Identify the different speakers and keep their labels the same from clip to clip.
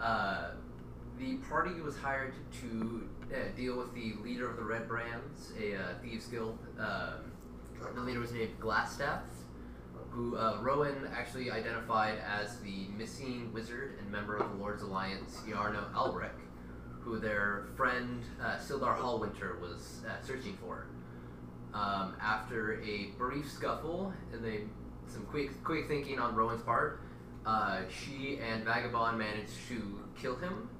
Speaker 1: Uh, the party was hired to uh, deal with the leader of the Red Brands, a uh, thieves guild. Um, the leader was named Glassstaff, who uh, Rowan actually identified as the missing wizard and member of the Lord's Alliance, Yarno Elric, who their friend uh, Sildar Hallwinter was uh, searching for. Um, after a brief scuffle and they some quick quick thinking on Rowan's part, uh, she and Vagabond managed to kill him,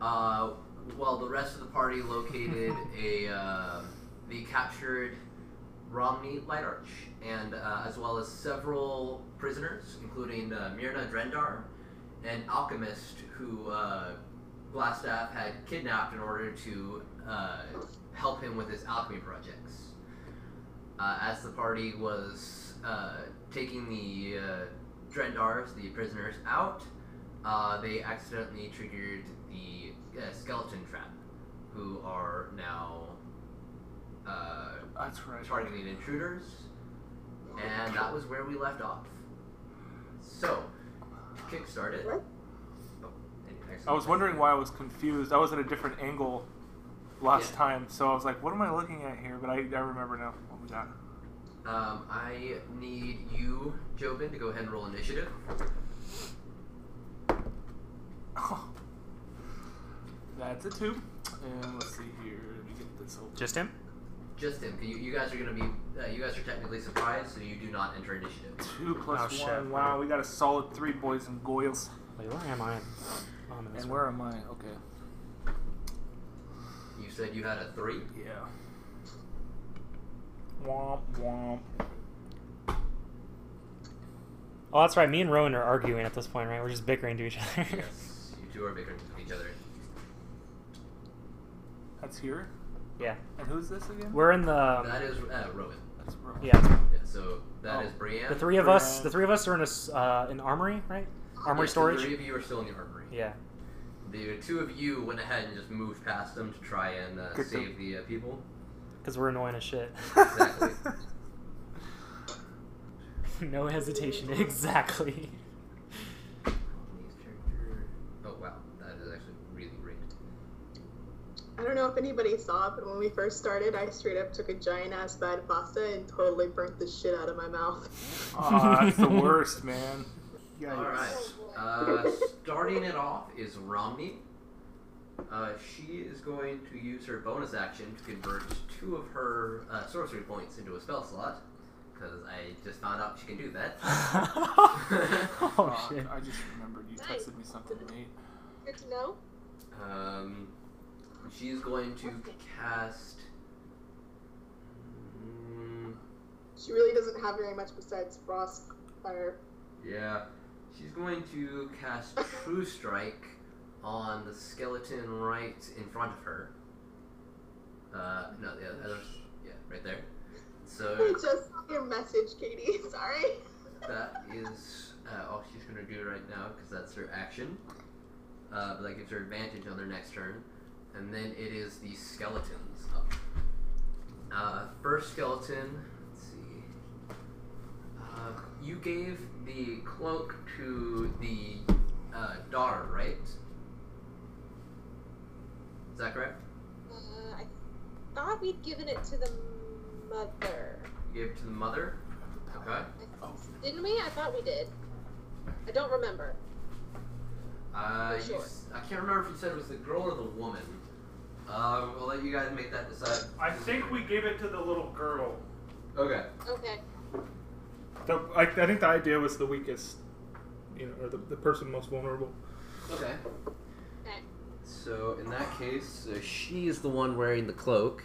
Speaker 1: uh, while the rest of the party located a uh, the captured Romney Lightarch, and uh, as well as several prisoners, including uh, Myrna Drendar, an alchemist who uh, Glassstaff had kidnapped in order to uh, help him with his alchemy projects. Uh, as the party was uh, taking the uh, Drendars, the prisoners, out, uh, they accidentally triggered the uh, skeleton trap, who are now uh,
Speaker 2: That's right.
Speaker 1: targeting intruders, and that was where we left off. So, kickstart it. Oh, excellent.
Speaker 2: I was wondering why I was confused. I was at a different angle last
Speaker 1: Yeah.
Speaker 2: time, so I was like, what am I looking at here? But I, I remember now Oh what we got.
Speaker 1: Um, I need you, Jobin, to go ahead and roll initiative.
Speaker 2: That's a two. And let's see here. Let me get this open.
Speaker 3: Just him?
Speaker 1: Just him. 'cause You, you guys are gonna be. Uh, you guys are technically surprised, so you do not enter initiative.
Speaker 2: Two plus
Speaker 3: Oh,
Speaker 2: one.
Speaker 3: shit.
Speaker 2: Wow, we got a solid three boys and goyles.
Speaker 3: Wait, where am I? Oh, I'm in this
Speaker 2: And
Speaker 3: one.
Speaker 2: where am I? Okay.
Speaker 1: You said you had a three.
Speaker 2: Yeah. Womp womp.
Speaker 3: Oh, that's right. Me and Rowan are arguing at this point, right? We're just bickering to each other.
Speaker 1: Yes, you two are bickering with each other.
Speaker 2: That's here.
Speaker 3: yeah.
Speaker 2: And who's this again?
Speaker 3: We're in the. um,
Speaker 1: that is uh, Rowan.
Speaker 2: That's Ro-
Speaker 3: yeah.
Speaker 1: Yeah, so that
Speaker 2: Oh.
Speaker 1: is Brienne.
Speaker 3: The three of
Speaker 2: We're,
Speaker 3: us.
Speaker 2: uh,
Speaker 3: The three of us are in a s- uh, an armory, right? Armory
Speaker 1: Yeah, so
Speaker 3: storage.
Speaker 1: The three of you are still in the armory.
Speaker 3: Yeah.
Speaker 1: The two of you went ahead and just moved past them to try and uh,
Speaker 2: Good
Speaker 1: save the uh, people.
Speaker 3: Because we're annoying as shit.
Speaker 1: Exactly.
Speaker 3: no hesitation. Exactly.
Speaker 1: Japanese character- Oh wow, that is actually really great.
Speaker 4: I don't know if anybody saw it, but when we first started, I straight up took a giant ass bite of pasta and totally burnt the shit out of my mouth.
Speaker 2: Aw, Ah, that's the worst, man. Yeah.
Speaker 1: All right. Uh, starting it off is Romney. Uh, she is going to use her bonus action to convert two of her uh, sorcery points into a spell slot, because I just found out she can do that.
Speaker 3: oh
Speaker 2: Fuck,
Speaker 3: shit.
Speaker 2: Uh, I just remembered you
Speaker 4: Nice.
Speaker 2: texted me something late.
Speaker 4: Good to know.
Speaker 1: Um, she's going to cast. Mm,
Speaker 4: She really doesn't have very much besides frost fire.
Speaker 1: yeah, she's going to cast True Strike on the skeleton right in front of her. Uh, no, the other, yeah, right there.
Speaker 4: I
Speaker 1: So
Speaker 4: just saw your message, Katie. Sorry.
Speaker 1: that is uh, all she's going to do right now because that's her action. Uh, but that gives her advantage on their next turn. And then it is the skeletons up. Uh, first skeleton, let's see. Uh, you gave the cloak to the uh, Dar, right? Is that correct?
Speaker 5: Uh, I thought we'd given it to the mother.
Speaker 1: You gave it to the mother? Okay. Oh.
Speaker 5: Didn't we? I thought we did. I don't remember.
Speaker 1: Uh,
Speaker 5: For
Speaker 1: you, s- I can't remember if you said it was the girl or the woman. Uh, we'll let you guys make that decide.
Speaker 6: I think we gave it to the little girl.
Speaker 1: Okay.
Speaker 5: Okay.
Speaker 7: The, I, I think the idea was the weakest, you know, or the, the person most vulnerable.
Speaker 1: Okay.
Speaker 5: Okay.
Speaker 1: So in that case, uh, she is the one wearing the cloak.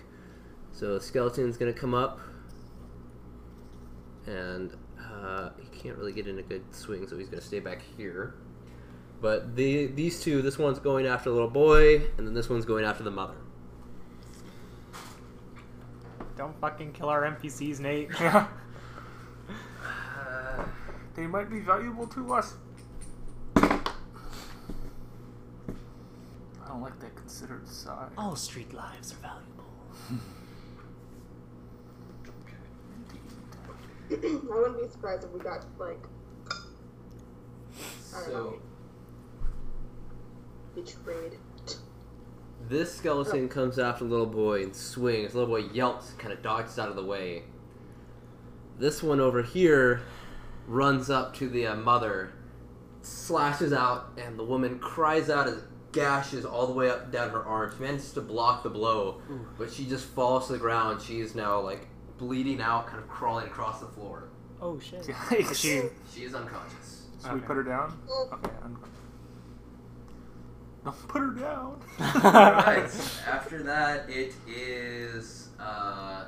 Speaker 1: So skeleton's gonna come up, and uh, he can't really get in a good swing, so he's gonna stay back here. But the these two, this one's going after the little boy, and then this one's going after the mother.
Speaker 3: Don't fucking kill our NPCs, Nate.
Speaker 2: Yeah.
Speaker 1: Uh,
Speaker 2: They might be valuable to us. I don't like that considered size.
Speaker 3: All street lives are valuable.
Speaker 4: I wouldn't be surprised if we got like
Speaker 1: so
Speaker 4: betrayed.
Speaker 1: This skeleton comes after the little boy and swings. The little boy yelps, kind of dodges out of the way. This one over here runs up to the uh, mother, slashes out, and the woman cries out as gashes all the way up down her arm. She manages to block the blow, but she just falls to the ground. She is now like bleeding out, kind of crawling across the floor.
Speaker 3: Oh shit.
Speaker 2: Yikes.
Speaker 3: She,
Speaker 1: She is unconscious.
Speaker 2: Should we
Speaker 3: Okay.
Speaker 2: put her down?
Speaker 5: Well,
Speaker 2: Okay. I'm... Don't put her down.
Speaker 1: Alright, after that, it is uh,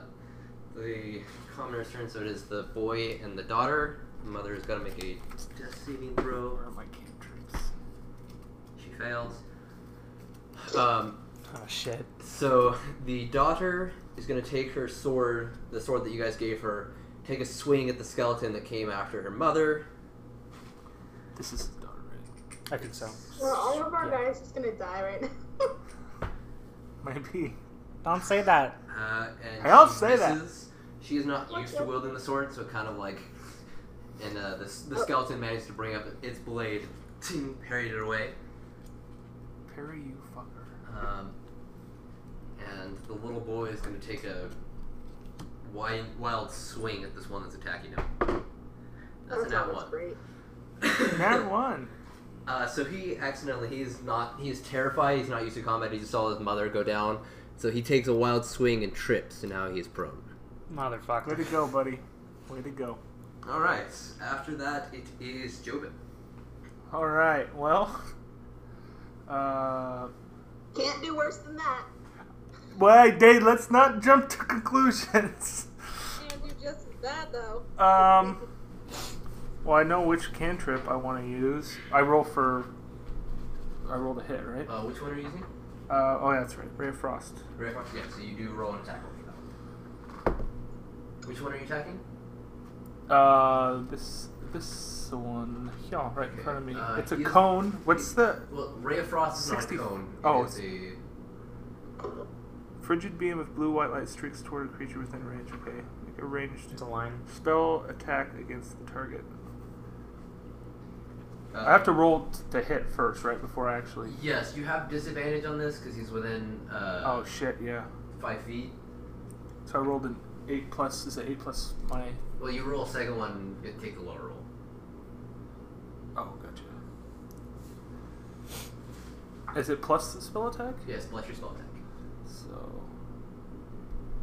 Speaker 1: the commoner's turn, so it is the boy and the daughter. The mother has got to make a death saving throw.
Speaker 2: Where are my cantrips?
Speaker 1: She fails. Um,
Speaker 3: oh shit.
Speaker 1: so the daughter is going to take her sword, the sword that you guys gave her, take a swing at the skeleton that came after her mother.
Speaker 2: This is his daughter, right?
Speaker 3: I think so.
Speaker 4: Well, all of our
Speaker 3: Yeah.
Speaker 4: guys just gonna die right now.
Speaker 2: Maybe.
Speaker 3: Don't say that.
Speaker 1: Uh, and
Speaker 2: I'll
Speaker 1: she
Speaker 2: say that.
Speaker 1: misses. She is not used to wielding the sword, so it kind of like, and uh, the s- the skeleton managed to bring up its blade, ting, parried it away.
Speaker 2: Perry, you fucker.
Speaker 1: Um, and the little boy is going to take a wild, wild swing at this one that's attacking him. That's an
Speaker 4: That
Speaker 1: out
Speaker 4: was great.
Speaker 2: Nat
Speaker 1: one.
Speaker 2: one.
Speaker 1: uh, so he accidentally he is not he is terrified. He's not used to combat. He just saw his mother go down, so he takes a wild swing and trips, and now he is prone.
Speaker 2: Way to
Speaker 3: Motherfucker.
Speaker 2: go, buddy. Way to go.
Speaker 1: All right. After that, it is Jobin.
Speaker 2: All right. Well. Uh.
Speaker 4: Can't do worse than that.
Speaker 2: Wait, Dave. Let's not jump to conclusions.
Speaker 5: can't do just as bad though.
Speaker 2: Um. Well, I know which cantrip I want to use. I roll for. I rolled a hit, right?
Speaker 1: Uh, which one are you using?
Speaker 2: Uh, oh, yeah, that's right. Ray of Frost.
Speaker 1: Right. Yeah, so you do roll an attack roll for that one. Which one are you attacking?
Speaker 2: Uh, this this one. Yeah, right in front of me.
Speaker 1: Uh,
Speaker 2: it's a
Speaker 1: he's-
Speaker 2: cone. What's the
Speaker 1: Well, Ray of Frost is
Speaker 2: Sixty-
Speaker 1: not a cone.
Speaker 2: oh,
Speaker 1: it's a
Speaker 2: frigid beam of blue white light streaks toward a creature within range? Okay, make a ranged
Speaker 3: It's a line.
Speaker 2: spell attack against the target.
Speaker 1: uh,
Speaker 2: I have to roll t- to hit first, right? Before I actually.
Speaker 1: Yes, you have disadvantage on this because he's within uh,
Speaker 2: Oh shit! Yeah.
Speaker 1: five feet.
Speaker 2: So I rolled an eight plus. Is it eight plus my?
Speaker 1: Well, you roll second one, you take the lower roll.
Speaker 2: Oh, gotcha. Is it plus the spell attack?
Speaker 1: Yes, plus your spell attack.
Speaker 2: So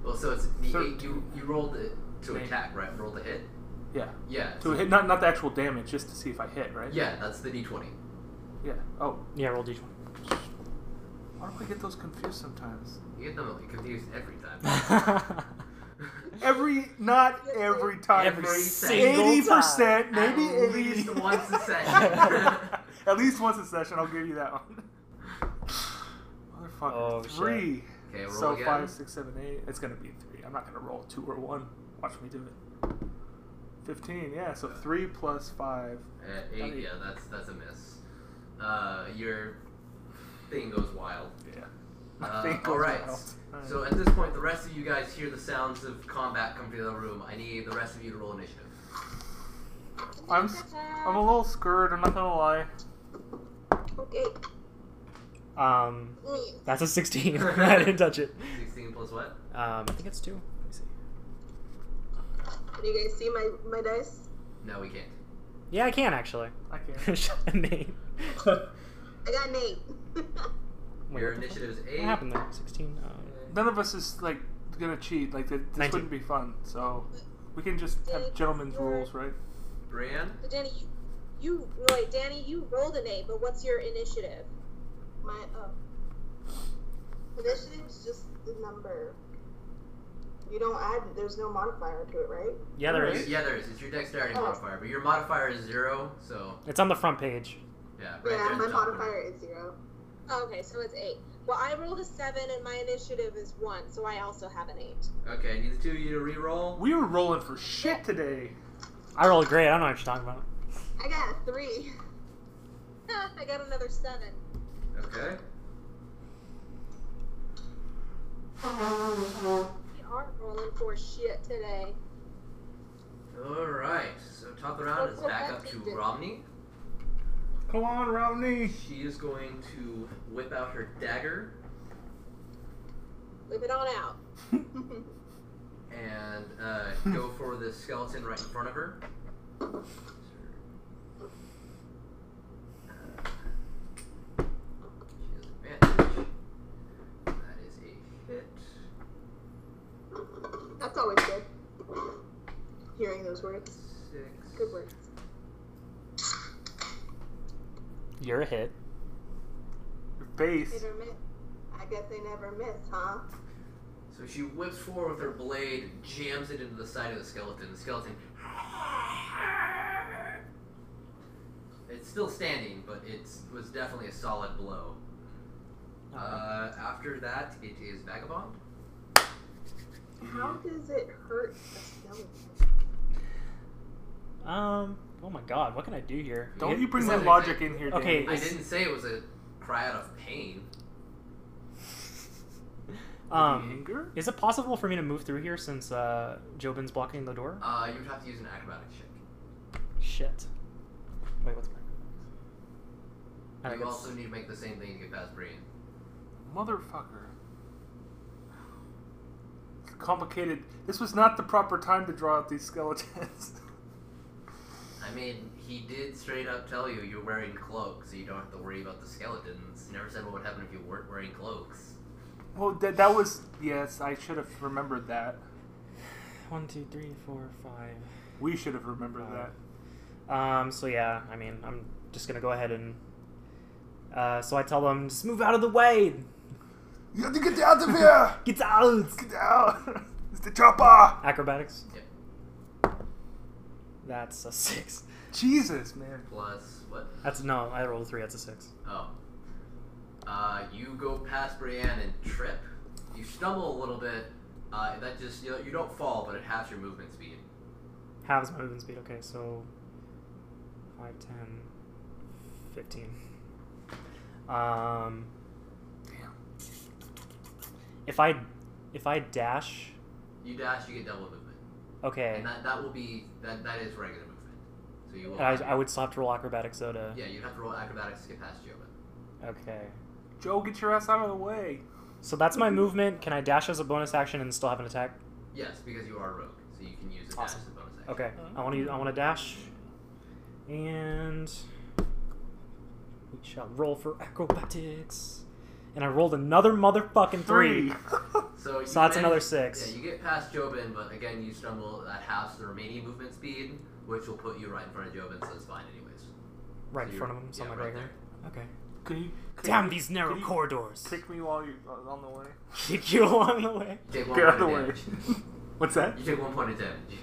Speaker 1: Well, so it's the eight. You
Speaker 2: Thirteen.
Speaker 1: you rolled it to
Speaker 2: Eight.
Speaker 1: attack, right? Roll the hit.
Speaker 2: yeah,
Speaker 1: Yeah.
Speaker 2: to hit not not the actual damage, just to see if I hit, right?
Speaker 1: Yeah, that's the D twenty.
Speaker 2: Yeah. Oh,
Speaker 3: Yeah, roll d20.
Speaker 2: why do I get those confused sometimes?
Speaker 1: You get them confused every time.
Speaker 3: That's
Speaker 2: Every not every time.
Speaker 3: Every single
Speaker 2: Eighty percent,
Speaker 1: time.
Speaker 2: maybe
Speaker 1: At least
Speaker 2: 80.
Speaker 1: once a session.
Speaker 2: At least once a session. I'll give you that one.
Speaker 3: Oh,
Speaker 2: Motherfucker,
Speaker 3: shit.
Speaker 2: three.
Speaker 1: Okay, roll
Speaker 2: so
Speaker 1: again.
Speaker 2: five, six, seven, eight. It's gonna be three. I'm not gonna roll two or one. Watch me do it. Fifteen. Yeah. So three plus five.
Speaker 1: Uh, eight,
Speaker 2: Eight.
Speaker 1: yeah, that's that's a miss. Uh, your thing goes wild.
Speaker 2: Yeah.
Speaker 1: Uh,
Speaker 2: Thing goes
Speaker 1: all right.
Speaker 2: wild.
Speaker 1: So at this point, the rest of you guys hear the sounds of combat come through the room. I need the rest of you to roll initiative.
Speaker 2: I'm s- I'm a little scared. I'm not gonna lie.
Speaker 4: Okay,
Speaker 3: Um,
Speaker 4: me.
Speaker 3: that's a 16. I didn't touch it.
Speaker 1: Sixteen plus what?
Speaker 3: Um, I think it's two. Let me see.
Speaker 4: Can you guys see my my dice?
Speaker 1: No, we can't.
Speaker 3: Yeah, I can actually.
Speaker 2: I can't.
Speaker 3: Shut the name.
Speaker 4: I got an eight.
Speaker 3: Wait,
Speaker 1: your
Speaker 3: what the fuck?
Speaker 1: initiative is
Speaker 3: What
Speaker 1: eight.
Speaker 3: happened there? 16. Um,
Speaker 2: None of us is like gonna cheat. Like th- this
Speaker 3: 19.
Speaker 2: wouldn't be fun. So we can just have gentlemen's rules, right?
Speaker 1: Brian,
Speaker 5: But Danny, you, you wait, Danny, you rolled an eight, but what's your initiative?
Speaker 4: my oh. Initiative's just the number. You don't add. There's no modifier to it, right?
Speaker 3: yeah, there is.
Speaker 1: yeah, there is. It's your dexterity
Speaker 4: Oh.
Speaker 1: modifier, but your modifier is zero. So
Speaker 3: It's on the front page.
Speaker 1: yeah, right there.
Speaker 4: yeah,
Speaker 1: at
Speaker 4: my
Speaker 1: the top corner.
Speaker 4: modifier is zero.
Speaker 5: Oh, okay, so it's eight. Well, I rolled a seven, and my initiative is one, so I also have an eight.
Speaker 1: Okay, I need the two of you to re-roll.
Speaker 2: We were rolling for shit today.
Speaker 3: I rolled great. I don't know what you're talking about.
Speaker 4: I got a three.
Speaker 5: I got another seven.
Speaker 1: Okay.
Speaker 5: We aren't rolling for shit today.
Speaker 1: All right. So top of the round is back up to Romney.
Speaker 7: Come on, Romney.
Speaker 1: She is going to whip out her dagger
Speaker 5: Whip it on out.
Speaker 1: and uh, go for the skeleton right in front of her. She has advantage. That is a hit.
Speaker 4: That's always good. Hearing those words.
Speaker 1: Six.
Speaker 4: Good words.
Speaker 3: You're a hit.
Speaker 2: Your face.
Speaker 4: Hit or miss. I guess they never miss, huh?
Speaker 1: So she whips forward with her blade, jams it into the side of the skeleton. The skeleton. It's still standing, but it was definitely a solid blow. Uh, after that, it is Vagabond.
Speaker 4: How does it hurt a skeleton?
Speaker 3: Um. Oh my God. What can I do here?
Speaker 2: Don't
Speaker 1: It-
Speaker 2: you bring
Speaker 1: it
Speaker 2: that
Speaker 1: says
Speaker 2: logic
Speaker 1: exact-
Speaker 2: in here,
Speaker 3: Okay.
Speaker 1: I
Speaker 2: Danny.
Speaker 1: didn't say it was a cry out of pain.
Speaker 3: Um.
Speaker 2: anger?
Speaker 3: Is it possible for me to move through here since uh, Jobin's blocking the door?
Speaker 1: Uh, you would have to use an acrobatics check.
Speaker 3: Shit. Wait, what's my? I
Speaker 1: You
Speaker 3: guess-
Speaker 1: also need to make the same thing to get past Brian.
Speaker 2: Motherfucker. Complicated. This was not the proper time to draw out these skeletons.
Speaker 1: I mean, he did straight up tell you you're wearing cloaks, so you don't have to worry about the skeletons. He never said what would happen if you weren't wearing cloaks.
Speaker 2: well, that, that was. Yes, I should have remembered that.
Speaker 3: One, two, three, four, five.
Speaker 2: We should have remembered that.
Speaker 3: Um, so yeah, I mean, I'm just gonna go ahead and. Uh, so I tell them, just move out of the way.
Speaker 2: You have to get out of here!
Speaker 3: Get out.
Speaker 2: get out! It's the chopper!
Speaker 3: Acrobatics.
Speaker 1: Yep.
Speaker 3: That's a six.
Speaker 2: Jesus, man.
Speaker 1: Plus, what?
Speaker 3: That's no. I rolled a three. That's a six.
Speaker 1: Oh. Uh, you go past Brienne and trip. You stumble a little bit. Uh, that just, you, know, you don't fall, but it halves your movement speed.
Speaker 3: Halves my movement speed. Okay, so 5, 10, 15. Um,
Speaker 2: Damn.
Speaker 3: if I if I dash,
Speaker 1: You dash, you get double movement.
Speaker 3: okay,
Speaker 1: And that, that will be, that, that is regular movement. So you will.
Speaker 3: and I, I would still have to roll acrobatics though to.
Speaker 1: Yeah, you have to roll acrobatics to get past Jobin.
Speaker 3: Okay,
Speaker 2: Joe, get your ass out of the way.
Speaker 3: so that's my movement. Can I dash as a bonus action and still have an attack?
Speaker 1: Yes, because you are a rogue, so you can use a dash
Speaker 3: Awesome.
Speaker 1: as a bonus action.
Speaker 3: Okay, I want to I want to dash, and we shall roll for acrobatics. And I rolled another motherfucking three.
Speaker 1: So, you
Speaker 3: So that's another
Speaker 1: manage-
Speaker 3: six.
Speaker 1: Yeah, you get past Jobin, but again, you stumble. That halves the remaining movement speed, which will put you right in front of Jobin, so it's fine, anyways.
Speaker 3: right in
Speaker 1: you-
Speaker 3: front of him,
Speaker 1: yeah,
Speaker 3: somewhere
Speaker 1: right
Speaker 3: right, there. Okay.
Speaker 2: Can you, can
Speaker 3: Damn
Speaker 2: you
Speaker 3: these narrow
Speaker 2: Can you
Speaker 3: corridors.
Speaker 2: kick me while you're uh, on the way?
Speaker 3: Kick you along the way.
Speaker 1: Take one
Speaker 2: Get out
Speaker 1: point of
Speaker 2: of the way.
Speaker 1: damage.
Speaker 2: What's that?
Speaker 1: You take one point of damage.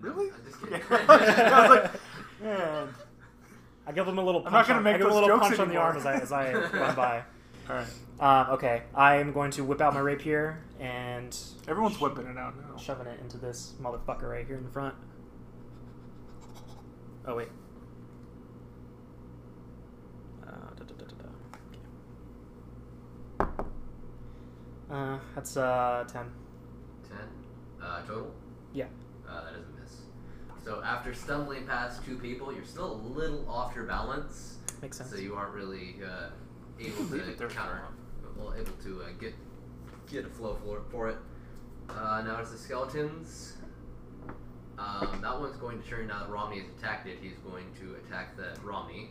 Speaker 2: Really?
Speaker 1: I'm just kidding.
Speaker 2: Okay. I was like, man.
Speaker 3: I give him a little.
Speaker 2: I'm not
Speaker 3: Punch
Speaker 2: gonna
Speaker 3: on-
Speaker 2: make
Speaker 3: I give him
Speaker 2: those
Speaker 3: a little
Speaker 2: jokes
Speaker 3: punch
Speaker 2: anymore.
Speaker 3: on the arm as I, as I run by.
Speaker 2: All right.
Speaker 3: Um, okay, I am going to whip out my rapier and
Speaker 2: Everyone's whipping it out now.
Speaker 3: shoving it into this motherfucker right here in the front. Oh wait. Uh, da, da, da, da, da. Okay. Uh, that's uh ten.
Speaker 1: Ten uh, total.
Speaker 3: Yeah.
Speaker 1: Uh, that doesn't miss. So after stumbling past two people, you're still a little off your balance,
Speaker 3: Makes sense.
Speaker 1: so you aren't really uh, able
Speaker 2: Leave it
Speaker 1: to
Speaker 2: there.
Speaker 1: counter, well, able to uh, get get a flow for, for it. Uh, now it's the skeletons. Um, that one's going to turn. Now that Romney has attacked it, he's going to attack the Romney.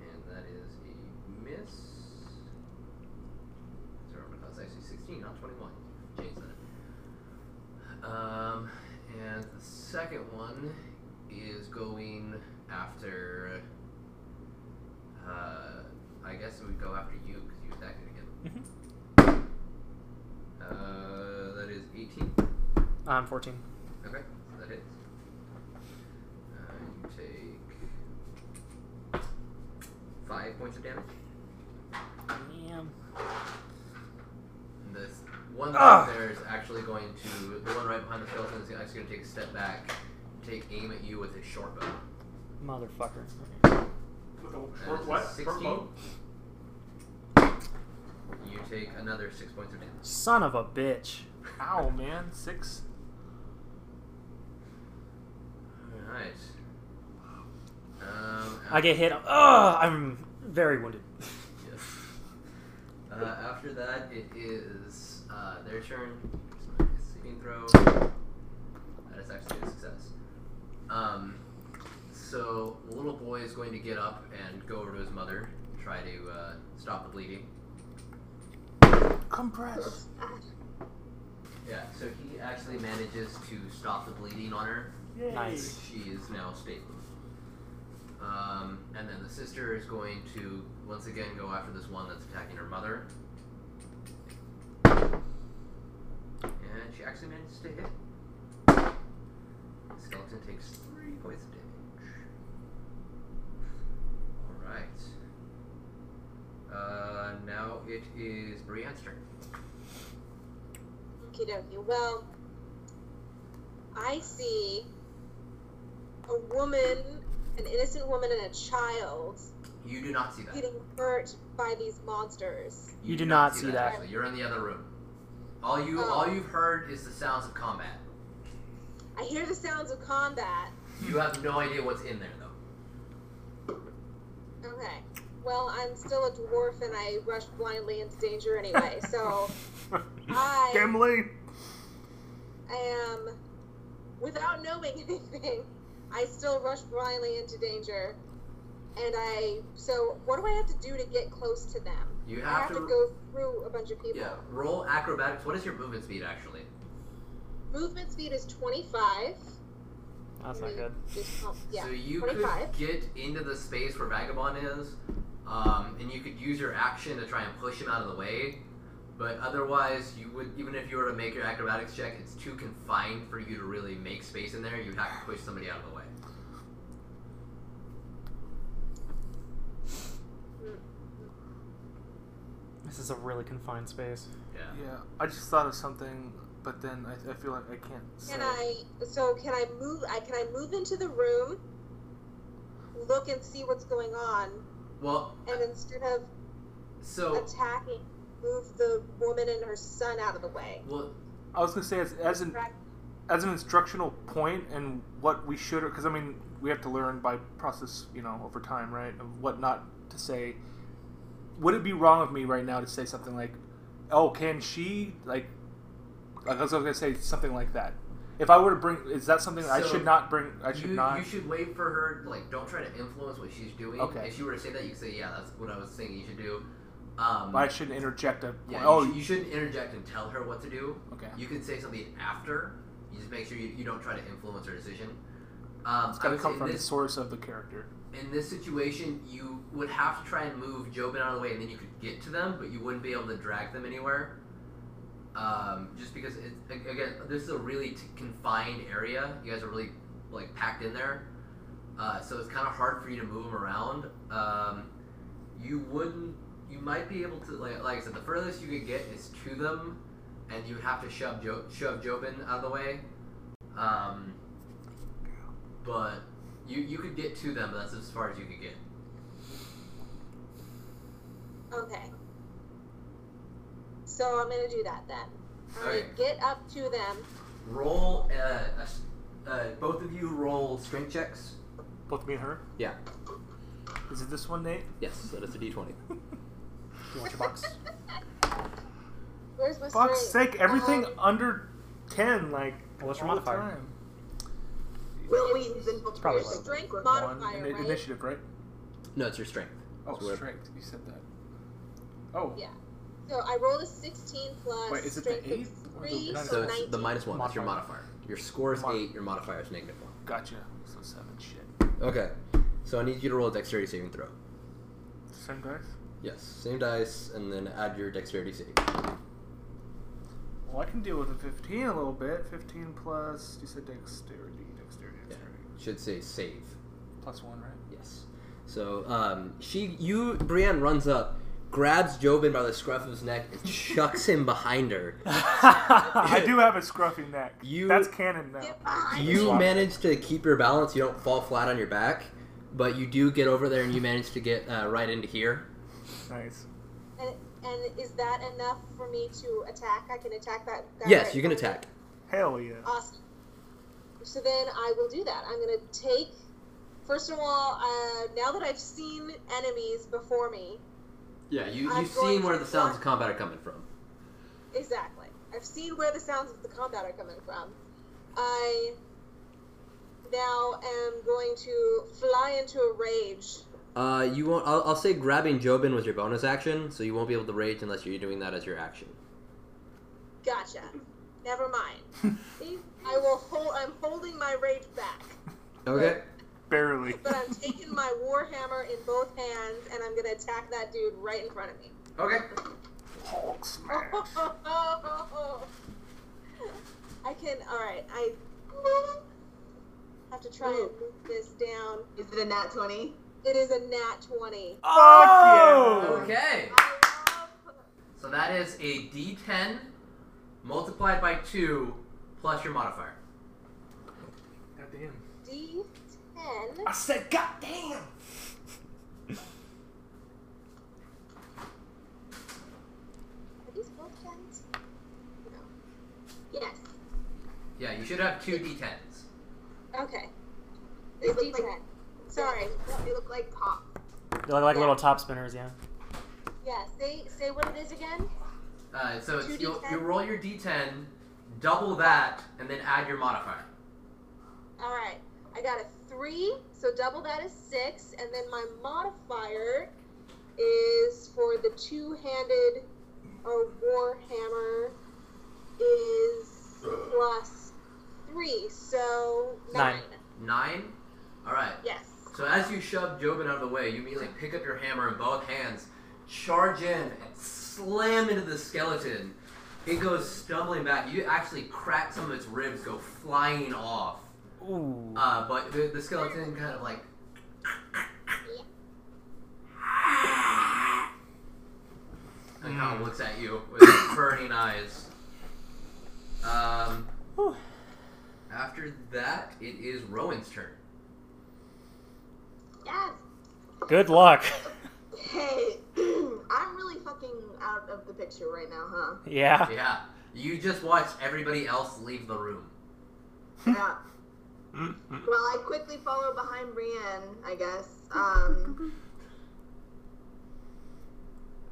Speaker 1: And that is a miss. Sorry, but that's actually 16, not 21. Change that. Um, and the second one is going after. Uh, I guess it would go after you because you attacked it again.
Speaker 3: Mhm.
Speaker 2: Mm-hmm.
Speaker 1: Uh, that is 18.
Speaker 3: I'm fourteen.
Speaker 1: Okay, so that hits. Uh, you take five points of damage.
Speaker 3: Damn.
Speaker 1: And this one right
Speaker 2: Ah!
Speaker 1: there is actually going to the one right behind the skeleton is actually going to take a step back, take aim at you with his short bow.
Speaker 3: Motherfucker.
Speaker 6: With
Speaker 1: That
Speaker 6: a
Speaker 1: is
Speaker 6: short
Speaker 1: a
Speaker 6: what? Short
Speaker 1: 16.
Speaker 6: bow?
Speaker 1: You take another six points of damage.
Speaker 3: Son of a bitch.
Speaker 2: Ow, man. Six.
Speaker 1: All right.
Speaker 3: I get hit. Ugh, I'm very wounded.
Speaker 1: Yes. Uh, after that, it is uh, their turn. Saving throw. That is actually a success. Um, so the little boy is going to get up and go over to his mother, try to uh, stop the bleeding.
Speaker 2: Compress.
Speaker 1: Yeah. So he actually manages to stop the bleeding on her.
Speaker 2: Yay.
Speaker 3: Nice.
Speaker 1: She is now stable. Um, and then the sister is going to once again go after this one that's attacking her mother. And she actually manages to hit. The skeleton takes three points of damage. Alright. Uh, now it is Brienne's turn.
Speaker 5: Okie dokie. Well, I see a woman, an innocent woman, and a child
Speaker 1: You do not see that.
Speaker 5: getting hurt by these monsters.
Speaker 3: You
Speaker 1: do
Speaker 3: did not see that.
Speaker 1: Actually, you're in the other room. All you
Speaker 5: Oh.
Speaker 1: all you've heard is the sounds of combat.
Speaker 5: I hear the sounds of combat.
Speaker 1: You have no idea what's in there though.
Speaker 5: Okay. Well, I'm still a dwarf and I rushed blindly into danger anyway, so I
Speaker 2: Gimli.
Speaker 5: am, without knowing anything, I still rushed blindly into danger. And I, so what do I have to do to get close to them?
Speaker 1: You
Speaker 5: I
Speaker 1: have,
Speaker 5: have to go through a bunch of people.
Speaker 1: yeah roll acrobatics. What is your movement speed actually?
Speaker 5: Movement speed is 25.
Speaker 3: That's not good.
Speaker 5: Just count- yeah,
Speaker 1: So you
Speaker 5: 25.
Speaker 1: could get into the space where Vagabond is, um, and you could use your action to try and push him out of the way. But otherwise, you would even if you were to make your acrobatics check, it's too confined for you to really make space in there. You'd have to push somebody out of the way.
Speaker 3: This is a really confined space.
Speaker 1: Yeah.
Speaker 2: Yeah, I just thought of something, but then I, I feel like I can't. Say.
Speaker 5: Can I? So can I move? I can I move into the room, look and see what's going on,
Speaker 1: Well,
Speaker 5: and instead of
Speaker 3: Oh.
Speaker 1: so
Speaker 5: attacking, move the woman and her son out of the way.
Speaker 1: well,
Speaker 2: I was gonna say as, as an
Speaker 5: Right.
Speaker 2: as an instructional point and what we should, because I mean we have to learn by process, you know, over time, right? Of what not to say. Would it be wrong of me right now to say something like, "Oh, can she like?" Like I was gonna say something like that. If I were to bring, is that something I
Speaker 1: So,
Speaker 2: should not bring? I should
Speaker 1: you,
Speaker 2: not.
Speaker 1: you should wait for her. Like, don't try to influence what she's doing.
Speaker 2: Okay.
Speaker 1: If she were to say that, you could say, "Yeah, that's what I was saying. You should do." Um,
Speaker 2: I shouldn't interject a.
Speaker 1: yeah,
Speaker 2: oh,
Speaker 1: you, sh- you shouldn't interject and tell her what to do.
Speaker 2: okay.
Speaker 1: You can say something after. You just make sure you, you don't try to influence her decision. Um,
Speaker 2: It's
Speaker 1: I
Speaker 2: gotta
Speaker 1: would
Speaker 2: come
Speaker 1: say
Speaker 2: from
Speaker 1: in
Speaker 2: the
Speaker 1: this,
Speaker 2: source of the character.
Speaker 1: in this situation, you would have to try and move Jobin out of the way, and then you could get to them, but you wouldn't be able to drag them anywhere. Um, just because, it, a- again, this is a really t- confined area. You guys are really like packed in there, uh, so it's kind of hard for you to move them around. Um, you wouldn't. You might be able to, like, like I said, the furthest you could get is to them, and you would have to shove jo- shove Jobin out of the way. Um, but you you could get to them. but That's as far as you could get.
Speaker 5: Okay. So I'm gonna do that then. I'm gonna
Speaker 1: Okay.
Speaker 5: get up to them.
Speaker 1: Roll. Uh, a s- uh, both of you roll strength checks.
Speaker 2: Both me and her.
Speaker 1: Yeah.
Speaker 2: Is it this one, Nate?
Speaker 1: Yes, that is a D twenty.
Speaker 2: You want your box?
Speaker 5: Where's my
Speaker 2: Fuck's
Speaker 5: strength?
Speaker 2: sake! Everything
Speaker 5: Um,
Speaker 2: under ten, like
Speaker 3: Well, what's your
Speaker 2: all the
Speaker 3: modifier?
Speaker 2: time.
Speaker 4: Will we then
Speaker 3: It's probably
Speaker 5: your
Speaker 3: low.
Speaker 5: strength
Speaker 2: One,
Speaker 5: modifier,
Speaker 2: ini-
Speaker 5: right?
Speaker 2: Initiative, right?
Speaker 1: No, it's your strength.
Speaker 2: Oh,
Speaker 1: So we're-
Speaker 2: strength. You said that. Oh,
Speaker 5: Yeah. So I rolled a 16 plus
Speaker 2: Wait, is it the
Speaker 5: strength of
Speaker 2: eight or the
Speaker 5: three,
Speaker 2: nine?
Speaker 5: so,
Speaker 1: So it's
Speaker 5: 19.
Speaker 1: the minus one. That's your
Speaker 3: Modifier.
Speaker 1: modifier. Your score is
Speaker 2: Mod-
Speaker 1: eight. Your modifier is negative one.
Speaker 2: gotcha. So seven. Shit.
Speaker 1: Okay. So I need you to roll a dexterity saving throw.
Speaker 2: Same dice.
Speaker 1: Yes, same dice, and then add your dexterity saving.
Speaker 2: Well, I can deal with a fifteen a little bit. Fifteen plus. You said dexterity, dexterity,
Speaker 1: Yeah.
Speaker 2: dexterity.
Speaker 1: Should say save.
Speaker 2: Plus one, right?
Speaker 1: Yes. So um, she, you, Brienne runs up, grabs Jobin by the scruff of his neck, and chucks him behind her.
Speaker 2: I do have a scruffy neck.
Speaker 1: You-
Speaker 2: That's canon now.
Speaker 5: Get behind me.
Speaker 1: You manage to keep your balance. You don't fall flat on your back, but you do get over there, and you manage to get uh, right into here.
Speaker 2: Nice.
Speaker 5: And, and is that enough for me to attack? I can attack that guy.
Speaker 1: Yes,
Speaker 5: right
Speaker 1: you can
Speaker 5: in front of me?
Speaker 1: attack.
Speaker 2: Hell yeah.
Speaker 5: Awesome. So then I will do that. I'm going to take First of all, uh, now that I've seen enemies before me,
Speaker 1: Yeah, you,
Speaker 5: I'm
Speaker 1: you've
Speaker 5: going
Speaker 1: seen where
Speaker 5: to
Speaker 1: the sounds
Speaker 5: run.
Speaker 1: of combat are coming from.
Speaker 5: Exactly. I've seen where the sounds of the combat are coming from. I now am going to fly into a rage.
Speaker 1: Uh, you won't. I'll, I'll say grabbing Jobin was your bonus action, so you won't be able to rage unless you're doing that as your action.
Speaker 5: Gotcha. Never mind. See? I will hold. I'm holding my rage back,
Speaker 1: Okay.
Speaker 2: Barely.
Speaker 5: but I'm taking my warhammer in both hands and I'm gonna attack that dude right in front of me.
Speaker 1: Okay.
Speaker 2: Hulk smash.
Speaker 5: I can. All right. I have to try and move this down.
Speaker 4: Is it a nat 20?
Speaker 5: It is a nat twenty.
Speaker 2: Ah. Oh!
Speaker 1: Okay.
Speaker 5: I love
Speaker 1: So that is a D10 multiplied by two plus your modifier.
Speaker 7: Goddamn.
Speaker 5: D ten.
Speaker 7: I said, goddamn.
Speaker 5: Are these both tens? No. Yes.
Speaker 1: Yeah, you should have two D10s.
Speaker 5: Okay.
Speaker 4: They
Speaker 5: It's
Speaker 4: look
Speaker 5: D
Speaker 4: like-
Speaker 5: ten. Sorry.
Speaker 4: They look like pop.
Speaker 3: They look like little top spinners, yeah.
Speaker 5: Yeah. Say say what it is again.
Speaker 1: Uh, so it's,
Speaker 5: Two
Speaker 1: you'll,
Speaker 5: D10?
Speaker 1: you roll your D10, double that, and then add your modifier.
Speaker 5: All right. I got a three, so double that is six, and then my modifier is for the two-handed or war hammer is plus three, so nine.
Speaker 3: Nine.
Speaker 1: Nine. All right.
Speaker 5: Yes.
Speaker 1: So as you shove Jobin out of the way, you immediately pick up your hammer in both hands, charge in, and slam into the skeleton. It goes stumbling back. You actually crack some of its ribs, go flying off.
Speaker 3: Ooh.
Speaker 1: Uh, but the, the skeleton kind of like and kind of looks at you with its burning eyes. Um,
Speaker 3: Whew.
Speaker 1: after that, it is Rowan's turn.
Speaker 4: Yes.
Speaker 3: Good luck.
Speaker 4: Hey, I'm really fucking out of the picture right now, huh?
Speaker 3: yeah.
Speaker 1: Yeah, you just watched everybody else leave the room.
Speaker 4: Yeah.
Speaker 2: Mm-mm.
Speaker 4: Well, I quickly follow behind Brienne, I guess. Um,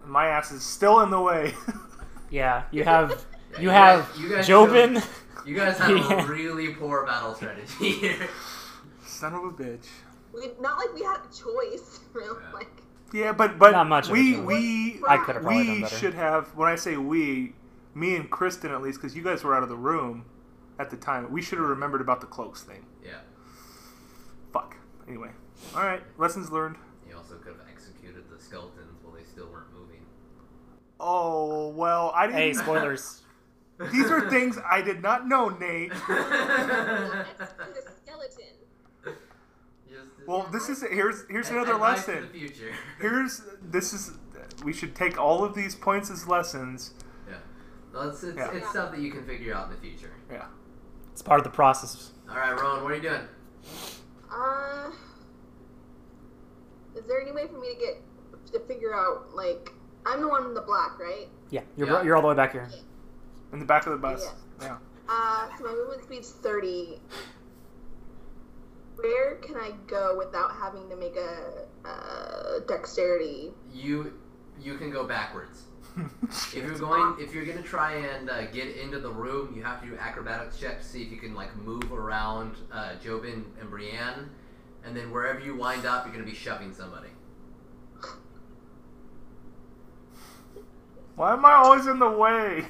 Speaker 2: My ass is still in the way.
Speaker 3: Yeah. You have
Speaker 1: Yeah,
Speaker 3: you have
Speaker 1: guys- you guys
Speaker 3: Jobin.
Speaker 1: showed- You guys have
Speaker 3: Yeah.
Speaker 1: a really poor battle strategy here.
Speaker 2: Son of a bitch.
Speaker 4: we not like we had a choice, really.
Speaker 1: Yeah.
Speaker 4: Like,
Speaker 2: Yeah, but but
Speaker 3: Not much of a
Speaker 2: we
Speaker 3: choice.
Speaker 2: we
Speaker 3: I could have probably done
Speaker 2: we
Speaker 3: better.
Speaker 2: should have. When I say we, me and Kristen at least, because you guys were out of the room at the time. We should have remembered about the cloaks thing.
Speaker 1: Yeah,
Speaker 2: Fuck. Anyway. All right. Lessons learned.
Speaker 1: you also could have executed the skeletons while they still weren't moving.
Speaker 2: Oh well, I
Speaker 3: hey,
Speaker 2: didn't.
Speaker 3: spoilers.
Speaker 2: These are things I did not know, Nate.
Speaker 5: Execute a skeleton.
Speaker 1: Just-
Speaker 2: Well, this is here's here's
Speaker 1: ad-
Speaker 2: another
Speaker 1: advice for
Speaker 2: lesson.
Speaker 1: The future.
Speaker 2: Here's this is we should take all of these points as lessons.
Speaker 1: yeah. Well, it's, it's,
Speaker 2: Yeah.
Speaker 1: it's stuff that you can figure out in the future.
Speaker 2: Yeah.
Speaker 3: It's part of the process.
Speaker 1: All right, Rowan, what are you doing?
Speaker 4: uh, is there any way for me to get to figure out like I'm the one in the black, right?
Speaker 3: Yeah. You're
Speaker 1: Yeah.
Speaker 3: you're all the way back here.
Speaker 2: In the back of the bus. Yeah.
Speaker 4: Uh, so my movement speed's 30. Where can I go without having to make a uh, dexterity?
Speaker 1: You you can go backwards. If you're going, if you're gonna try and uh, get into the room, you have to do acrobatics checks to see if you can like move around uh, Jobin and Brienne, and then wherever you wind up, you're gonna be shoving somebody.
Speaker 2: Why am I always in the way?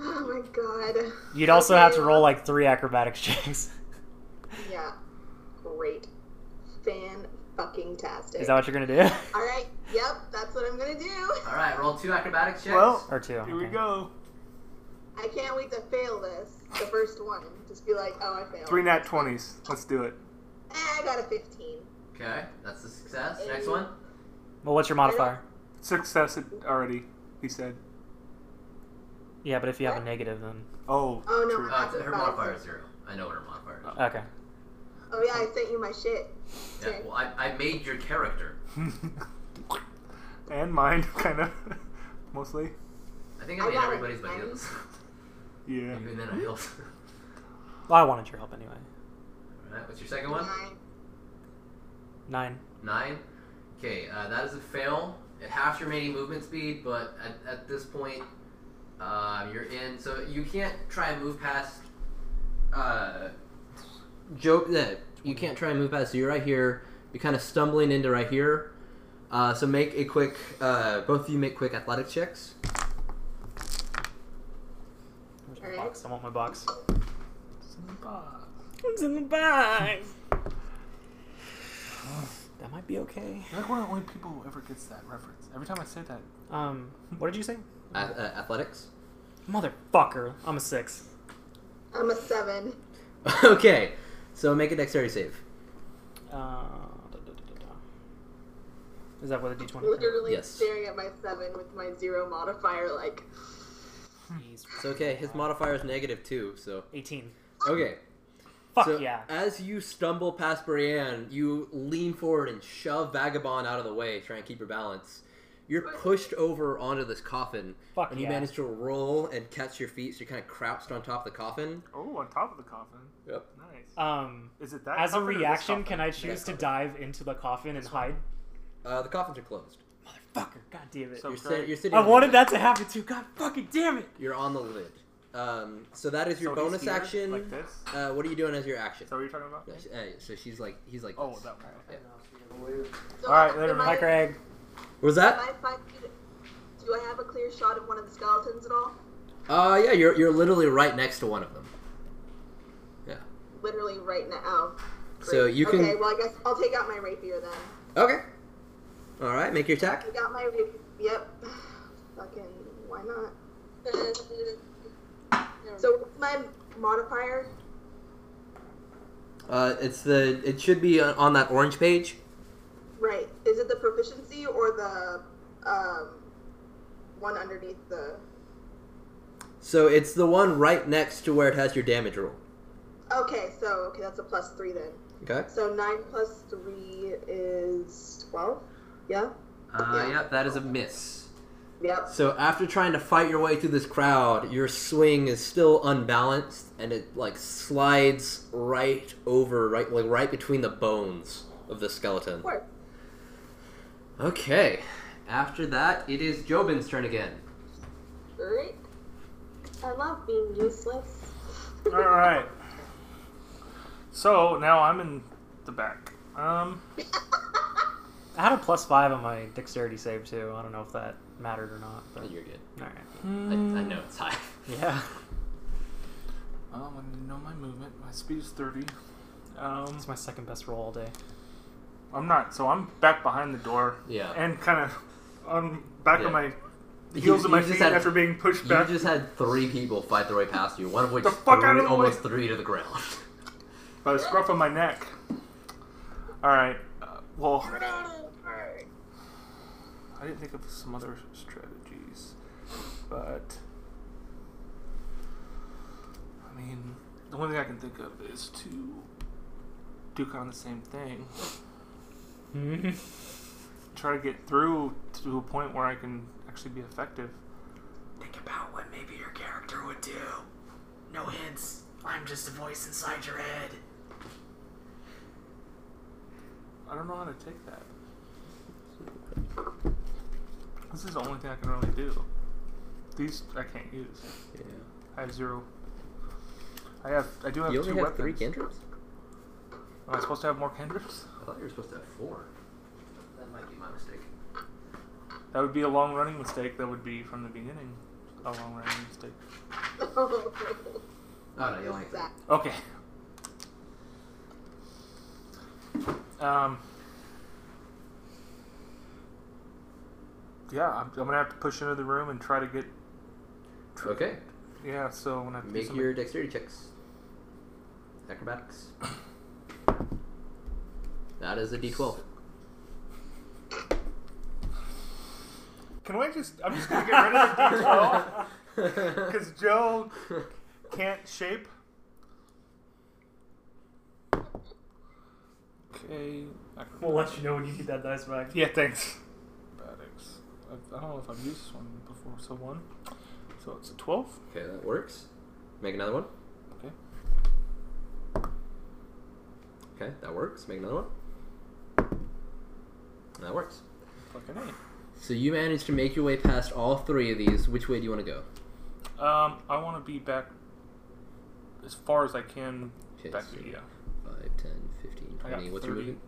Speaker 4: Oh my god.
Speaker 3: You'd also have to
Speaker 4: Okay.
Speaker 3: roll like three acrobatics checks.
Speaker 4: Yeah. Great. Fan fucking tastic.
Speaker 3: Is that what you're gonna do?
Speaker 4: All right. Yep, that's what I'm gonna do.
Speaker 1: All right, roll two acrobatics checks.
Speaker 2: Well-
Speaker 3: or two?
Speaker 2: Here we
Speaker 3: okay.
Speaker 2: go.
Speaker 4: I can't wait to fail this. The first one. Just be like, oh, I failed.
Speaker 2: Three nat twenties. Let's do it.
Speaker 4: Eh, I got a 15.
Speaker 1: okay, that's a success. Next
Speaker 4: Eight.
Speaker 1: one.
Speaker 3: Well, what's your modifier?
Speaker 2: Success it already. He said.
Speaker 3: Yeah, but if you have a negative, then
Speaker 2: Oh.
Speaker 4: Oh, no.
Speaker 2: true.
Speaker 1: Uh, it's- her modifier is zero. I know what her modifier is.
Speaker 3: okay.
Speaker 4: Oh, yeah, I sent you my shit.
Speaker 1: Yeah, well, I, I made your character.
Speaker 2: and mine, kind of, mostly.
Speaker 1: I think I
Speaker 4: I
Speaker 1: made
Speaker 4: got it,
Speaker 1: everybody's but
Speaker 4: right?
Speaker 1: yours.
Speaker 2: Yeah.
Speaker 1: Even then, I failed.
Speaker 3: Well, I wanted your help anyway.
Speaker 1: All right, what's your second one?
Speaker 4: Nine.
Speaker 3: Nine.
Speaker 1: Nine. Okay, uh, that is a fail. It halves your remaining movement speed, but at, at this point, uh, you're in. So you can't try and move past. Uh, joke that you can't try and move past. So you're right here. You're kind of stumbling into right here. Uh, so make a quick. Uh, both of you make quick athletic checks.
Speaker 3: Where's
Speaker 4: All
Speaker 3: my
Speaker 4: right.
Speaker 3: box? I want my box.
Speaker 2: It's in the bag.
Speaker 3: That might be okay.
Speaker 2: You're like one of the only people who ever gets that reference. Every time I say that,
Speaker 3: Um, what did you say?
Speaker 1: A- uh, athletics.
Speaker 3: Motherfucker. I'm a six.
Speaker 4: I'm a seven.
Speaker 1: okay, so make a dexterity save.
Speaker 3: Uh, da, da, da, da, da. Is that what a d20?
Speaker 4: Literally
Speaker 1: Yes.
Speaker 4: staring at my seven with my zero modifier, like,
Speaker 3: He's-
Speaker 1: It's okay. His modifier is negative two. So
Speaker 3: 18.
Speaker 1: okay.
Speaker 3: Fuck
Speaker 1: so
Speaker 3: yeah.
Speaker 1: As you stumble past Brienne, you lean forward and shove Vagabond out of the way, trying to keep your balance. You're pushed over onto this coffin,
Speaker 3: Fuck
Speaker 1: and you
Speaker 3: yeah.
Speaker 1: manage to roll and catch your feet, so you're kind of crouched on top of the coffin.
Speaker 2: oh, on top of the coffin.
Speaker 1: Yep.
Speaker 2: Nice.
Speaker 3: Um,
Speaker 2: Is it that?
Speaker 3: as a
Speaker 2: coffin or this
Speaker 3: reaction,
Speaker 2: coffin?
Speaker 3: can I choose to
Speaker 1: coffin.
Speaker 3: dive into the coffin and hide?
Speaker 1: Uh, the coffins are closed.
Speaker 3: Motherfucker. God damn it.
Speaker 2: So-
Speaker 1: You're,
Speaker 2: Okay.
Speaker 1: sit- you're sitting.
Speaker 3: I
Speaker 1: on the
Speaker 3: wanted
Speaker 1: lid.
Speaker 3: that to happen too. God fucking damn it.
Speaker 1: You're on the lid. Um, so that is your
Speaker 2: So he's
Speaker 1: bonus
Speaker 2: here,
Speaker 1: action.
Speaker 2: Like this? Is
Speaker 1: Uh, what are you doing as your action?
Speaker 2: that what you're talking about?
Speaker 1: Uh, sh- uh, so she's like, he's like.
Speaker 2: Oh,
Speaker 1: this.
Speaker 2: that one.
Speaker 1: Yeah.
Speaker 4: so
Speaker 2: All right,
Speaker 4: am
Speaker 2: later,
Speaker 4: I-
Speaker 3: Hi, Craig.
Speaker 1: What was
Speaker 4: am
Speaker 1: that?
Speaker 4: I five feet- Do I have a clear shot of one of the skeletons at all?
Speaker 1: Uh, yeah, you're you're literally right next to one of them. Yeah.
Speaker 4: Literally right now. Oh,
Speaker 1: So
Speaker 4: great.
Speaker 1: you can.
Speaker 4: Okay, well, I guess I'll take out my rapier then.
Speaker 1: Okay. All right, make your attack.
Speaker 4: I got my rapier. Yep. Fucking, why not? So, what's my modifier?
Speaker 1: Uh, it's the it should be on on that orange page.
Speaker 4: Right. Is it the proficiency or the um, one underneath the.
Speaker 1: So it's the one right next to where it has your damage roll.
Speaker 4: Okay, so okay, that's a plus three then.
Speaker 1: Okay.
Speaker 4: So nine plus three is twelve. Yeah.
Speaker 1: Uh, yep, that is a miss.
Speaker 4: Yep.
Speaker 1: So after trying to fight your way through this crowd, your swing is still unbalanced and it like slides right over right like right between the bones of the skeleton.
Speaker 4: Four.
Speaker 1: Okay. After that, it is Jobin's turn again.
Speaker 4: Great. I love being useless.
Speaker 2: All right. So now I'm in the back. Um,
Speaker 3: I had a plus five on my dexterity save too. I don't know if that mattered or not. But,
Speaker 1: Oh, you're good.
Speaker 3: all right.
Speaker 1: I, I know it's high.
Speaker 3: Yeah.
Speaker 2: Um, I know my movement. My speed is 30. Um,
Speaker 3: It's my second best roll all day.
Speaker 2: I'm not. So I'm back behind the door
Speaker 1: Yeah.
Speaker 2: and kind of on back
Speaker 1: Yeah.
Speaker 2: on my heels
Speaker 1: You-
Speaker 2: of my
Speaker 1: you just
Speaker 2: feet
Speaker 1: had-
Speaker 2: after being pushed
Speaker 1: You
Speaker 2: back.
Speaker 1: just had three people fight their way past you, one of which
Speaker 2: The fuck
Speaker 1: threw-
Speaker 2: out of the way.
Speaker 1: almost threw you to the ground.
Speaker 2: by the scruff of my neck. All right. Uh, well, I didn't think of some other strategies, but I mean, the only thing I can think of is to do kind of the same thing. Try to get through to a point where I can actually be effective.
Speaker 8: Think about what maybe your character would do. No hints. I'm just a voice inside your head.
Speaker 2: I don't know how to take that. This is the only thing I can really do. These I can't use. I have zero. I have. I do have
Speaker 1: You
Speaker 2: two
Speaker 1: only have
Speaker 2: weapons.
Speaker 1: three cantrips?
Speaker 2: Am I supposed to have more cantrips?
Speaker 1: I thought you were supposed to have four. That might be my mistake.
Speaker 2: That would be a long running mistake. That would be from the beginning. A long running mistake.
Speaker 1: Oh no, you only
Speaker 4: Zach.
Speaker 2: Okay. Um. Yeah, I'm, I'm gonna have to push into the room and try to get.
Speaker 1: Okay.
Speaker 2: Yeah, so I'm gonna have to do
Speaker 1: Make
Speaker 2: some-
Speaker 1: your dexterity checks. Acrobatics. That is a d12.
Speaker 2: Can I just? I'm just gonna get rid of the D12 because Joe can't shape. Okay.
Speaker 3: We'll let you know when you get that dice back.
Speaker 2: Yeah, thanks. Acrobatics. I, I don't know if I've used this one before. So one. So it's a twelve.
Speaker 1: okay, that works. Make another one.
Speaker 2: Okay.
Speaker 1: Okay, that works. Make another one. That works.
Speaker 2: Fucking A.
Speaker 1: So you manage to make your way past all three of these. Which way do you want to go?
Speaker 2: Um, I want to be back as far as I can.
Speaker 1: Okay,
Speaker 2: Back
Speaker 1: so
Speaker 2: to yeah.
Speaker 1: 5, 10, 15,
Speaker 2: I got
Speaker 1: 20. What's your
Speaker 2: 30.
Speaker 1: movement?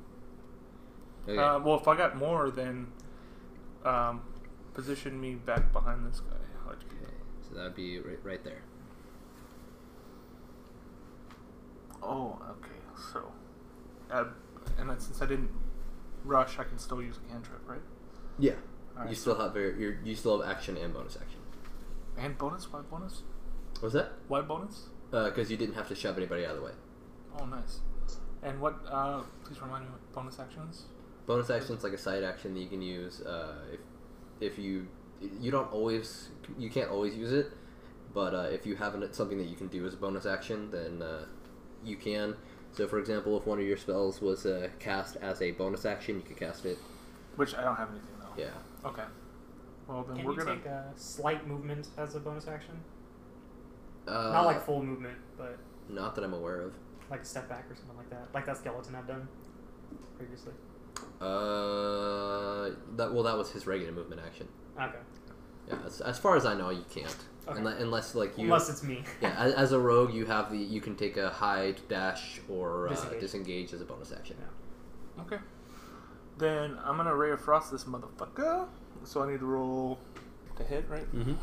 Speaker 1: Okay.
Speaker 2: Uh, well, if I got more, then um, position me back behind this guy. I'll let you
Speaker 1: okay. So that would be right, right there.
Speaker 2: Oh, okay. So, uh, and I, since I didn't rush, I can still use a cantrip, right?
Speaker 1: Yeah.
Speaker 2: All
Speaker 1: You
Speaker 2: right.
Speaker 1: still have your, your you still have action and bonus action.
Speaker 2: And bonus? Why bonus?
Speaker 1: What was that?
Speaker 2: Why bonus?
Speaker 1: Because you didn't have to shove anybody out of the way.
Speaker 2: Oh, nice. And what? Uh, please remind me what bonus actions.
Speaker 1: Bonus action is like a side action that you can use uh, if if you you don't always you can't always use it, but uh, if you have an, something that you can do as a bonus action, then uh, you can. So, for example, if one of your spells was uh, cast as a bonus action, you could cast it.
Speaker 2: Which I don't have anything though.
Speaker 1: Yeah.
Speaker 2: Okay. Well, then
Speaker 3: Can
Speaker 2: we're
Speaker 3: you
Speaker 2: gonna.
Speaker 3: take a slight movement as a bonus action?
Speaker 1: Uh,
Speaker 3: Not like full movement, but
Speaker 1: not that I'm aware of.
Speaker 3: like a step back or something like that. Like that skeleton I've done previously.
Speaker 1: Uh, that well, that was his regular movement action.
Speaker 3: Okay.
Speaker 1: Yeah. As, as far as I know, you can't
Speaker 3: Okay.
Speaker 1: Unle- unless like you.
Speaker 3: Unless it's me.
Speaker 1: yeah, as, as a rogue, you have the you can take a hide, dash, or uh,
Speaker 3: Disengage.
Speaker 1: disengage as a bonus action.
Speaker 2: Okay. Then I'm gonna ray of frost this motherfucker. So I need to roll to hit, right?
Speaker 1: Mm-hmm.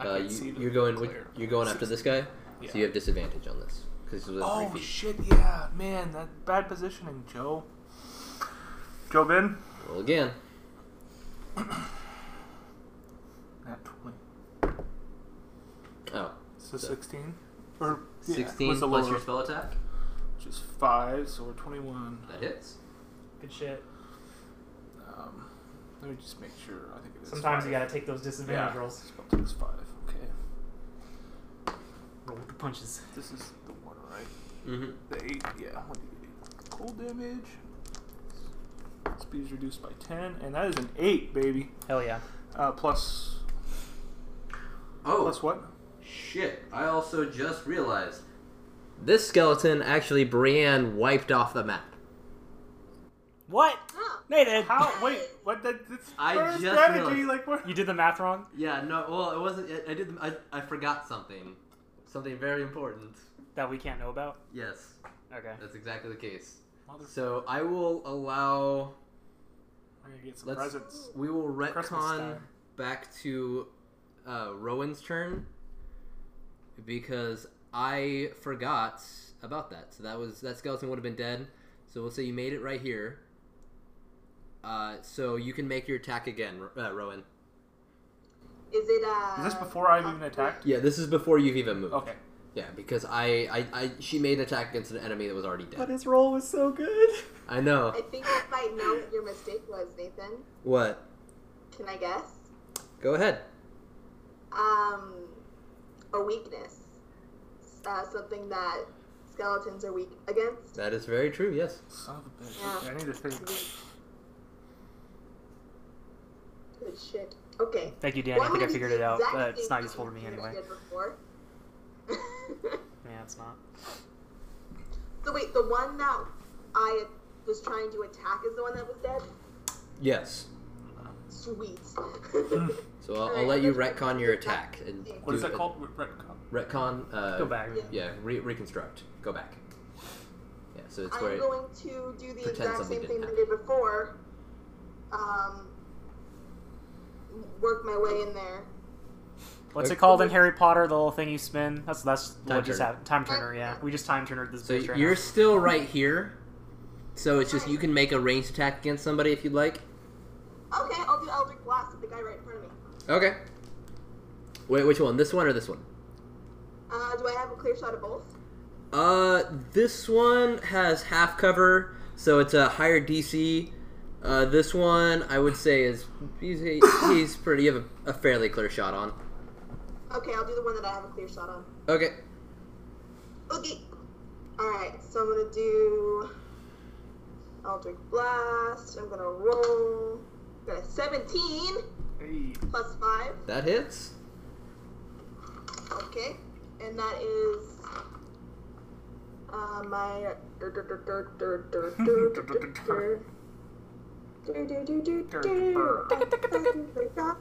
Speaker 2: I
Speaker 1: Uh,
Speaker 2: can't see
Speaker 1: you,
Speaker 2: the
Speaker 1: you're going. With,
Speaker 2: player.
Speaker 1: you're going after this guy,
Speaker 2: Yeah.
Speaker 1: so you have disadvantage on this because he's within
Speaker 2: Oh
Speaker 1: three feet.
Speaker 2: shit! Yeah, man, that bad positioning, Joe. Joe Ben.
Speaker 1: Roll again.
Speaker 2: Nat twenty.
Speaker 1: Oh,
Speaker 2: So
Speaker 1: So-
Speaker 2: sixteen. Or yeah,
Speaker 1: 16
Speaker 2: was the
Speaker 1: plus
Speaker 2: lower,
Speaker 1: your spell attack.
Speaker 2: which is five, so we're twenty-one.
Speaker 1: That hits.
Speaker 3: Good shit.
Speaker 2: Um, let me just make sure. I think it is.
Speaker 3: Sometimes you
Speaker 2: five.
Speaker 3: gotta take those disadvantage
Speaker 2: Yeah.
Speaker 3: rolls.
Speaker 2: Spell takes five. Okay,
Speaker 3: Roll with the punches.
Speaker 2: this is the one, right?
Speaker 1: Mm-hmm.
Speaker 2: The eight, yeah, one d eight. Cold damage. Speed is reduced by ten, and that is an eight, baby.
Speaker 3: Hell yeah.
Speaker 2: Uh, plus
Speaker 1: Oh
Speaker 2: plus what?
Speaker 1: shit! I also just realized this skeleton actually Brienne wiped off the map.
Speaker 3: What?
Speaker 5: Huh.
Speaker 3: No, you didn't.
Speaker 2: How? Wait, what? That, that's
Speaker 1: I
Speaker 2: part of
Speaker 1: just
Speaker 2: strategy.
Speaker 1: realized-
Speaker 2: Like we're
Speaker 3: You did the math wrong?
Speaker 1: Yeah, no. Well, it wasn't. I, I did. I, I forgot something. Something very important.
Speaker 3: That we can't know about?
Speaker 1: Yes,
Speaker 3: Okay.
Speaker 1: that's exactly the case.
Speaker 2: Mother-
Speaker 1: So I will allow.
Speaker 2: We're gonna get some
Speaker 1: Let's-
Speaker 2: presents.
Speaker 1: We will
Speaker 2: Christmas
Speaker 1: retcon
Speaker 2: time.
Speaker 1: back to uh, Rowan's turn because I forgot about that. So that was that skeleton would have been dead. So we'll say you made it right here. Uh, so you can make your attack again, Ro- uh, Rowan.
Speaker 5: Is it uh?
Speaker 2: Is this before I've even attacked?
Speaker 1: Yeah, this is before you've even moved.
Speaker 2: Okay.
Speaker 1: Yeah, because I, I, I she made an attack against an enemy that was already dead.
Speaker 3: his roll was so good.
Speaker 1: I know.
Speaker 5: I think I might know what your mistake was, Nathan.
Speaker 1: What?
Speaker 5: Can I guess?
Speaker 1: Go ahead.
Speaker 5: Um, a weakness. Uh, something that skeletons are weak against.
Speaker 1: That is very true. Yes.
Speaker 2: Son of a bitch.
Speaker 5: Yeah.
Speaker 2: Okay, I need to think.
Speaker 5: Good shit. Okay.
Speaker 3: Thank you, Danny.
Speaker 5: Well,
Speaker 3: I think I
Speaker 5: gonna
Speaker 3: figured
Speaker 5: do
Speaker 3: it
Speaker 5: the
Speaker 3: out,
Speaker 5: exact
Speaker 3: but it's
Speaker 5: same
Speaker 3: not
Speaker 5: thing
Speaker 3: useful to me
Speaker 5: that I
Speaker 3: anyway.
Speaker 5: did before.
Speaker 3: Yeah, it's not.
Speaker 5: so wait, the one that I was trying to attack is the one that was dead.
Speaker 1: Yes.
Speaker 5: Sweet.
Speaker 1: Hmm, So I'll, I'll
Speaker 5: Alright,
Speaker 1: let you
Speaker 5: let's-
Speaker 1: retcon your attack. And
Speaker 2: What is
Speaker 1: do
Speaker 2: that
Speaker 1: a-
Speaker 2: called? Re- Retcon.
Speaker 1: Retcon. Uh,
Speaker 3: Go back.
Speaker 5: yeah.
Speaker 1: Yeah, re- reconstruct. Go back. Yeah, so it's where
Speaker 5: I'm going to do the
Speaker 1: pretend
Speaker 5: exact
Speaker 1: something
Speaker 5: same thing
Speaker 1: didn't
Speaker 5: I did before. Um, work my way in there.
Speaker 3: What's
Speaker 1: Okay.
Speaker 3: it called in Harry Potter? The little thing you spin. That's that's what just
Speaker 1: turner.
Speaker 3: happened. Time turner. Yeah, we just time turnered this
Speaker 1: so
Speaker 3: bitch right
Speaker 1: you're
Speaker 3: now.
Speaker 1: still right here. So it's just you can make a ranged attack against somebody if you'd like.
Speaker 5: Okay, I'll do Eldritch Blast at the guy right in front of me.
Speaker 1: Okay. Wait, which one? This one or this one?
Speaker 5: Uh, do I have a clear shot of both?
Speaker 1: Uh, this one has half cover, so it's a higher DC. Uh, this one I would say is he's, he's pretty. You have a, a fairly clear shot on.
Speaker 5: Okay, I'll do the one that I have a clear shot on.
Speaker 1: Okay.
Speaker 5: Okay. Alright, so I'm gonna do Eldritch Blast. I'm gonna roll. Got a 17
Speaker 2: Hey.
Speaker 5: plus 5.
Speaker 1: That hits.
Speaker 5: Okay. And that is
Speaker 4: Uh, my. dur- dur- dur- dur- dur- dur- dur- dur- dur- dur. Do- do- do- do-
Speaker 2: Dur-
Speaker 4: do.
Speaker 2: dur.
Speaker 4: I fucking forgot.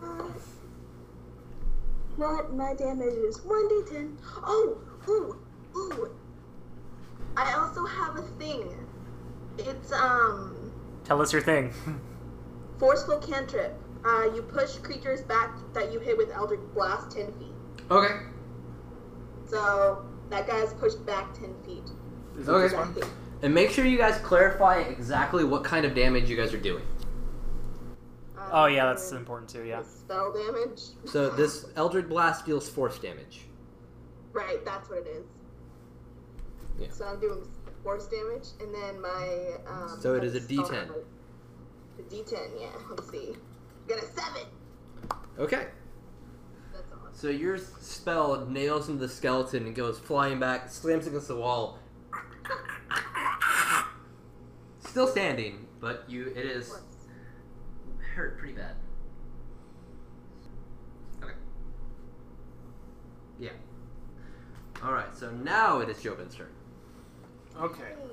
Speaker 4: What my damage is. 1d10. Oh! Ooh! Ooh! I also have a thing. It's, um.
Speaker 3: Tell us your thing.
Speaker 4: Forceful cantrip. Uh, you push creatures back that you hit with Eldritch Blast 10 feet.
Speaker 1: Okay.
Speaker 4: So that guy's pushed back 10 feet.
Speaker 2: Is it
Speaker 1: Okay.
Speaker 2: this one?
Speaker 1: And make sure you guys clarify exactly what kind of damage you guys are doing.
Speaker 4: Uh,
Speaker 3: Oh yeah, that's important too. Yeah.
Speaker 4: Spell damage.
Speaker 1: So this Eldritch Blast deals force damage.
Speaker 4: Right, that's what it is.
Speaker 1: Yeah.
Speaker 4: So I'm doing force damage, and then my. Um,
Speaker 1: So it
Speaker 4: my
Speaker 1: is a
Speaker 4: spell
Speaker 1: D10.
Speaker 4: damage. The D10, yeah. Let's see. Got a seven.
Speaker 1: Okay.
Speaker 4: That's awesome.
Speaker 1: So your spell nails into the skeleton and goes flying back, slams against the wall. Still standing, but you it is hurt pretty bad. Okay. Yeah. Alright, so now it is Jobin's turn.
Speaker 2: Okay.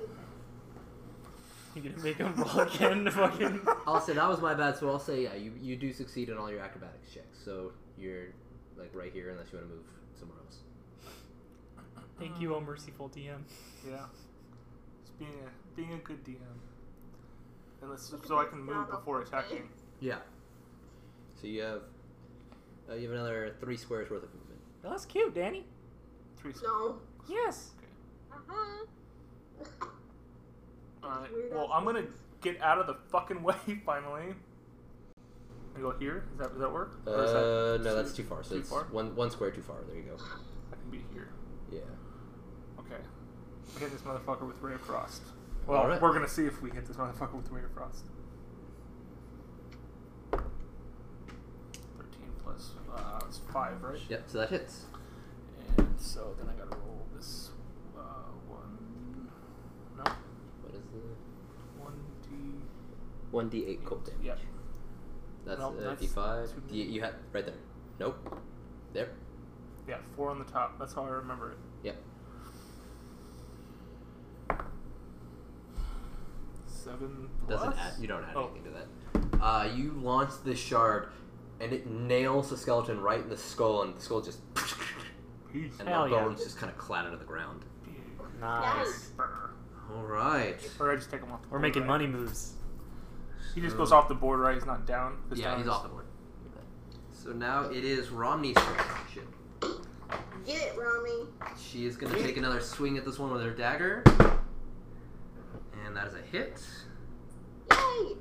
Speaker 3: You gonna make him roll again? Fucking.
Speaker 1: I'll say that was my bad, so I'll say yeah, you, you do succeed in all your acrobatics checks. So you're like right here unless you want to move somewhere else.
Speaker 3: Thank you, oh merciful DM.
Speaker 2: Yeah. It's being a being a good DM. And this, so I can move before attacking.
Speaker 1: Yeah. So you have uh, you have another three squares worth of movement.
Speaker 3: Well, that's cute, Danny.
Speaker 2: Three.
Speaker 4: No.
Speaker 3: Yes.
Speaker 5: Uh-huh.
Speaker 2: Alright. Well, I'm gonna get out of the fucking way finally. I go here. Does that does that work? Or is
Speaker 1: Uh,
Speaker 2: that
Speaker 1: no, that's too far. So
Speaker 2: too
Speaker 1: it's
Speaker 2: far?
Speaker 1: one one square too far. There you go.
Speaker 2: I can be here.
Speaker 1: Yeah.
Speaker 2: Okay. We hit this motherfucker with ray of frost. Well,
Speaker 1: All right.
Speaker 2: we're gonna see if we hit this motherfucker with ray of frost. Thirteen plus uh, it's five, right?
Speaker 1: Yep. So that hits.
Speaker 2: And so then I gotta roll this uh, one. No,
Speaker 1: What is the
Speaker 2: one d.
Speaker 1: one d eight cold damage?
Speaker 2: Yep.
Speaker 1: That's
Speaker 2: Nope,
Speaker 1: uh,
Speaker 2: that's
Speaker 1: d five.
Speaker 2: too
Speaker 1: D, you had right there. Nope. There.
Speaker 2: Yeah, four on the top. That's how I remember it.
Speaker 1: Yep.
Speaker 2: Seven plus.
Speaker 1: Doesn't add. You don't add
Speaker 2: Oh.
Speaker 1: anything to that. Uh, you launch this shard, and it nails the skeleton right in the skull, and the skull just
Speaker 2: Peace.
Speaker 1: and
Speaker 3: Hell
Speaker 1: the
Speaker 3: yeah.
Speaker 1: bones just kind of clatter to the ground.
Speaker 3: Nice.
Speaker 1: All right.
Speaker 2: Or I just take him off. The
Speaker 3: We're
Speaker 2: board,
Speaker 3: making
Speaker 2: right?
Speaker 3: money moves.
Speaker 2: He just goes off the board, right? He's not down. This
Speaker 1: Yeah,
Speaker 2: time
Speaker 1: he's
Speaker 2: it's-
Speaker 1: off the board. So now it is Romney's turn.
Speaker 4: Get it, Rami.
Speaker 1: She is going to take another swing at this one with her dagger. And that is a hit.
Speaker 4: Yay!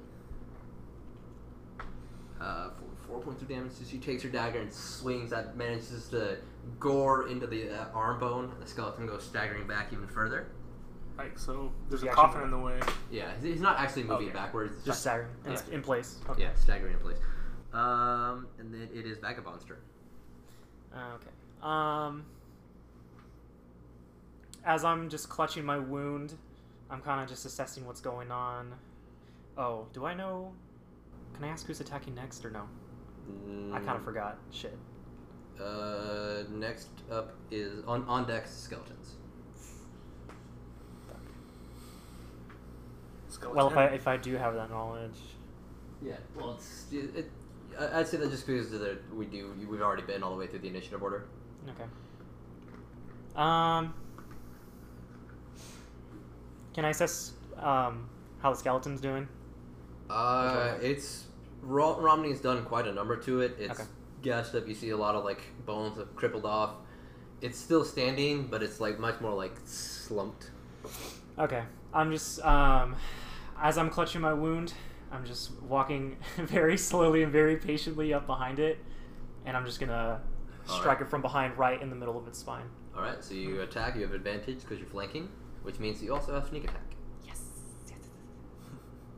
Speaker 1: Uh, for four points of damage. So she takes her dagger and swings. That manages to gore into the uh, arm bone. The skeleton goes staggering back even further.
Speaker 2: Like so, there's
Speaker 3: Yeah,
Speaker 2: a
Speaker 3: she
Speaker 2: coffin
Speaker 3: went.
Speaker 2: in the way.
Speaker 1: Yeah, he's- he's not actually moving
Speaker 2: Okay.
Speaker 1: backwards.
Speaker 3: Just
Speaker 1: Just
Speaker 3: staggering. It's in place.
Speaker 2: Okay.
Speaker 1: yeah, staggering in place. Um, and then it is Vagabond's turn.
Speaker 3: Uh, okay. Um, as I'm just clutching my wound, I'm kind of just assessing what's going on. Oh, do I know? Can I ask who's attacking next or no? I kind of
Speaker 1: Mm,
Speaker 3: forgot. Shit.
Speaker 1: Uh, next up is on on deck skeletons.
Speaker 2: Skeleton.
Speaker 3: Well, if I if I do have that knowledge,
Speaker 1: Yeah, well, it's it, it, I- I'd say that just because of the, we do we've already been all the way through the initiative order.
Speaker 3: okay. Um, can I assess um how the skeleton's doing?
Speaker 1: Uh, it's Ro- Romney's done quite a number to it. It's
Speaker 3: Okay.
Speaker 1: gashed up. You see a lot of like bones have crippled off. It's still standing, but it's like much more like slumped.
Speaker 3: Okay. I'm just um as I'm clutching my wound, I'm just walking very slowly and very patiently up behind it and I'm just going to
Speaker 1: All
Speaker 3: strike
Speaker 1: right.
Speaker 3: it from behind right in the middle of its spine.
Speaker 1: All right, so you attack. You have advantage because you're flanking, which means you also have sneak attack.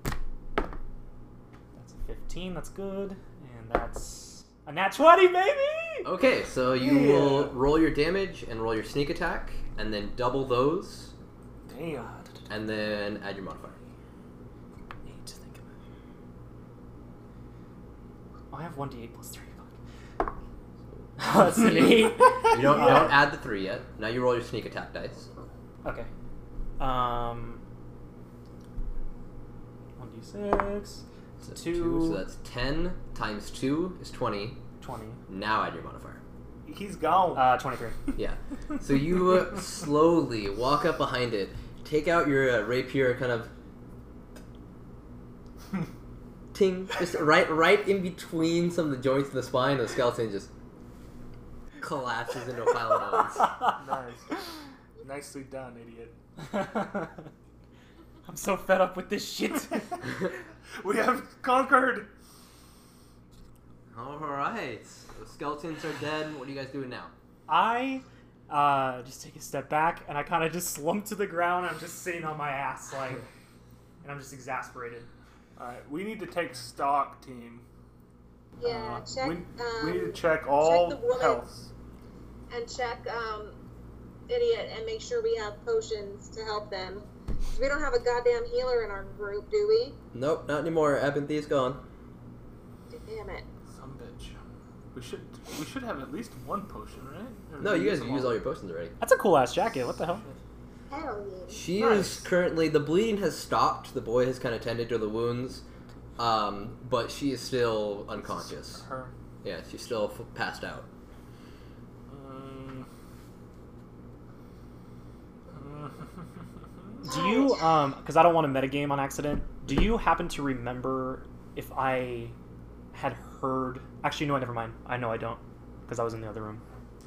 Speaker 3: That's a 15. That's good. And that's a nat 20, baby. Oh.
Speaker 1: Okay, so you
Speaker 3: Yeah.
Speaker 1: will roll your damage and roll your sneak attack, and then double those,
Speaker 2: Damn.
Speaker 1: and then add your modifier.
Speaker 3: Need to think about. Oh, I have 1d8 plus 3. Fuck. That's an 8.
Speaker 1: You don't, you don't add the three yet. Now you roll your sneak attack dice.
Speaker 3: Okay. Um, 1d6.
Speaker 1: So
Speaker 3: It's
Speaker 1: two. So
Speaker 3: two.
Speaker 1: that's ten times two is twenty.
Speaker 3: 20.
Speaker 1: Now add your modifier.
Speaker 2: He's gone.
Speaker 3: Uh, 23.
Speaker 1: Yeah. So you uh, slowly walk up behind it, take out your uh, rapier, kind of ting, just right, right in between some of the joints of the spine. The skeleton just collapses into a pile of bones.
Speaker 2: nice. Nicely done, idiot.
Speaker 3: I'm so fed up with this shit.
Speaker 2: we have conquered.
Speaker 1: All right. The skeletons are dead. What are you guys doing now?
Speaker 3: I uh, just take a step back and I kind of just slump to the ground. I'm just sitting on my ass, like, and I'm just exasperated.
Speaker 2: All right, we need to take stock, team.
Speaker 5: Yeah,
Speaker 2: Uh,
Speaker 5: check.
Speaker 2: We, we need to
Speaker 5: um,
Speaker 2: check all
Speaker 5: the woman.
Speaker 2: health.
Speaker 5: and check um, idiot and make sure we have potions to help them. 'Cause We don't have a goddamn healer in our group, do we?
Speaker 1: Nope, not anymore. Abinthi's gone.
Speaker 5: Damn it.
Speaker 2: Some bitch. We should we should have at least one potion, right? Or
Speaker 1: No,
Speaker 2: we
Speaker 1: you guys
Speaker 2: them
Speaker 1: used all your potions already.
Speaker 3: That's a cool ass jacket. What the hell?
Speaker 5: Hell yeah.
Speaker 1: She
Speaker 2: Nice.
Speaker 1: is currently the bleeding has stopped. The boy has kind of tended to the wounds, um, but she is still unconscious.
Speaker 2: Her.
Speaker 1: Yeah, she's still f- passed out.
Speaker 2: Um, uh,
Speaker 3: Do you, um, because I don't want to metagame on accident, do you happen to remember if I had heard. Actually, no, never mind. I know I don't, because I was in the other room.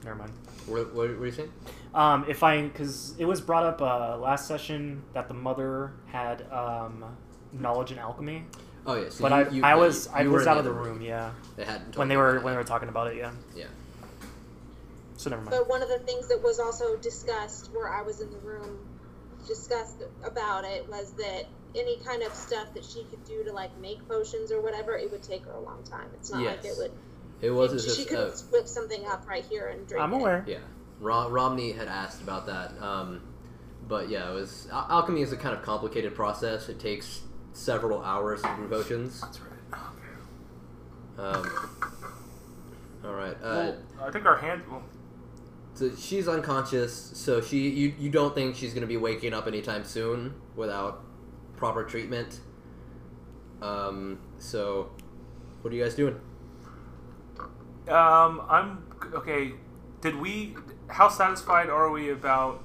Speaker 3: Never mind.
Speaker 1: What, what, what are you saying?
Speaker 3: Um, if I, because it was brought up uh, last session that the mother had um, knowledge in alchemy,
Speaker 1: Oh yeah, so
Speaker 3: but
Speaker 1: you,
Speaker 3: I,
Speaker 1: you-
Speaker 3: I
Speaker 1: yeah,
Speaker 3: was,
Speaker 1: you-
Speaker 3: I
Speaker 1: you were
Speaker 3: was
Speaker 1: in
Speaker 3: out of the
Speaker 1: other
Speaker 3: room, yeah,
Speaker 1: They hadn't
Speaker 3: when
Speaker 1: told
Speaker 3: they
Speaker 1: you
Speaker 3: were
Speaker 1: about
Speaker 3: when they
Speaker 1: it.
Speaker 3: were talking about it, yeah.
Speaker 1: Yeah.
Speaker 3: So never mind.
Speaker 5: But one of the things that was also discussed, where I was in the room, discussed about it, was that any kind of stuff that she could do to like make potions or whatever, it would take her a long time. It's not like
Speaker 1: Yes.
Speaker 5: it would.
Speaker 1: It was
Speaker 5: she
Speaker 1: just
Speaker 5: could
Speaker 1: uh,
Speaker 5: not whip something up right here and drink.
Speaker 3: I'm
Speaker 5: it.
Speaker 3: aware.
Speaker 1: yeah. Rom- Romney had asked about that, um, but yeah, it was al- alchemy is a kind of complicated process. It takes several hours to brew potions.
Speaker 2: that's right.
Speaker 1: Um, all right. Uh,
Speaker 2: Well, I think our hand. Well,
Speaker 1: So she's unconscious, so she you, you don't think she's gonna be waking up anytime soon without proper treatment. Um, so what are you guys doing?
Speaker 2: Um, I'm okay. Did we? How satisfied are we about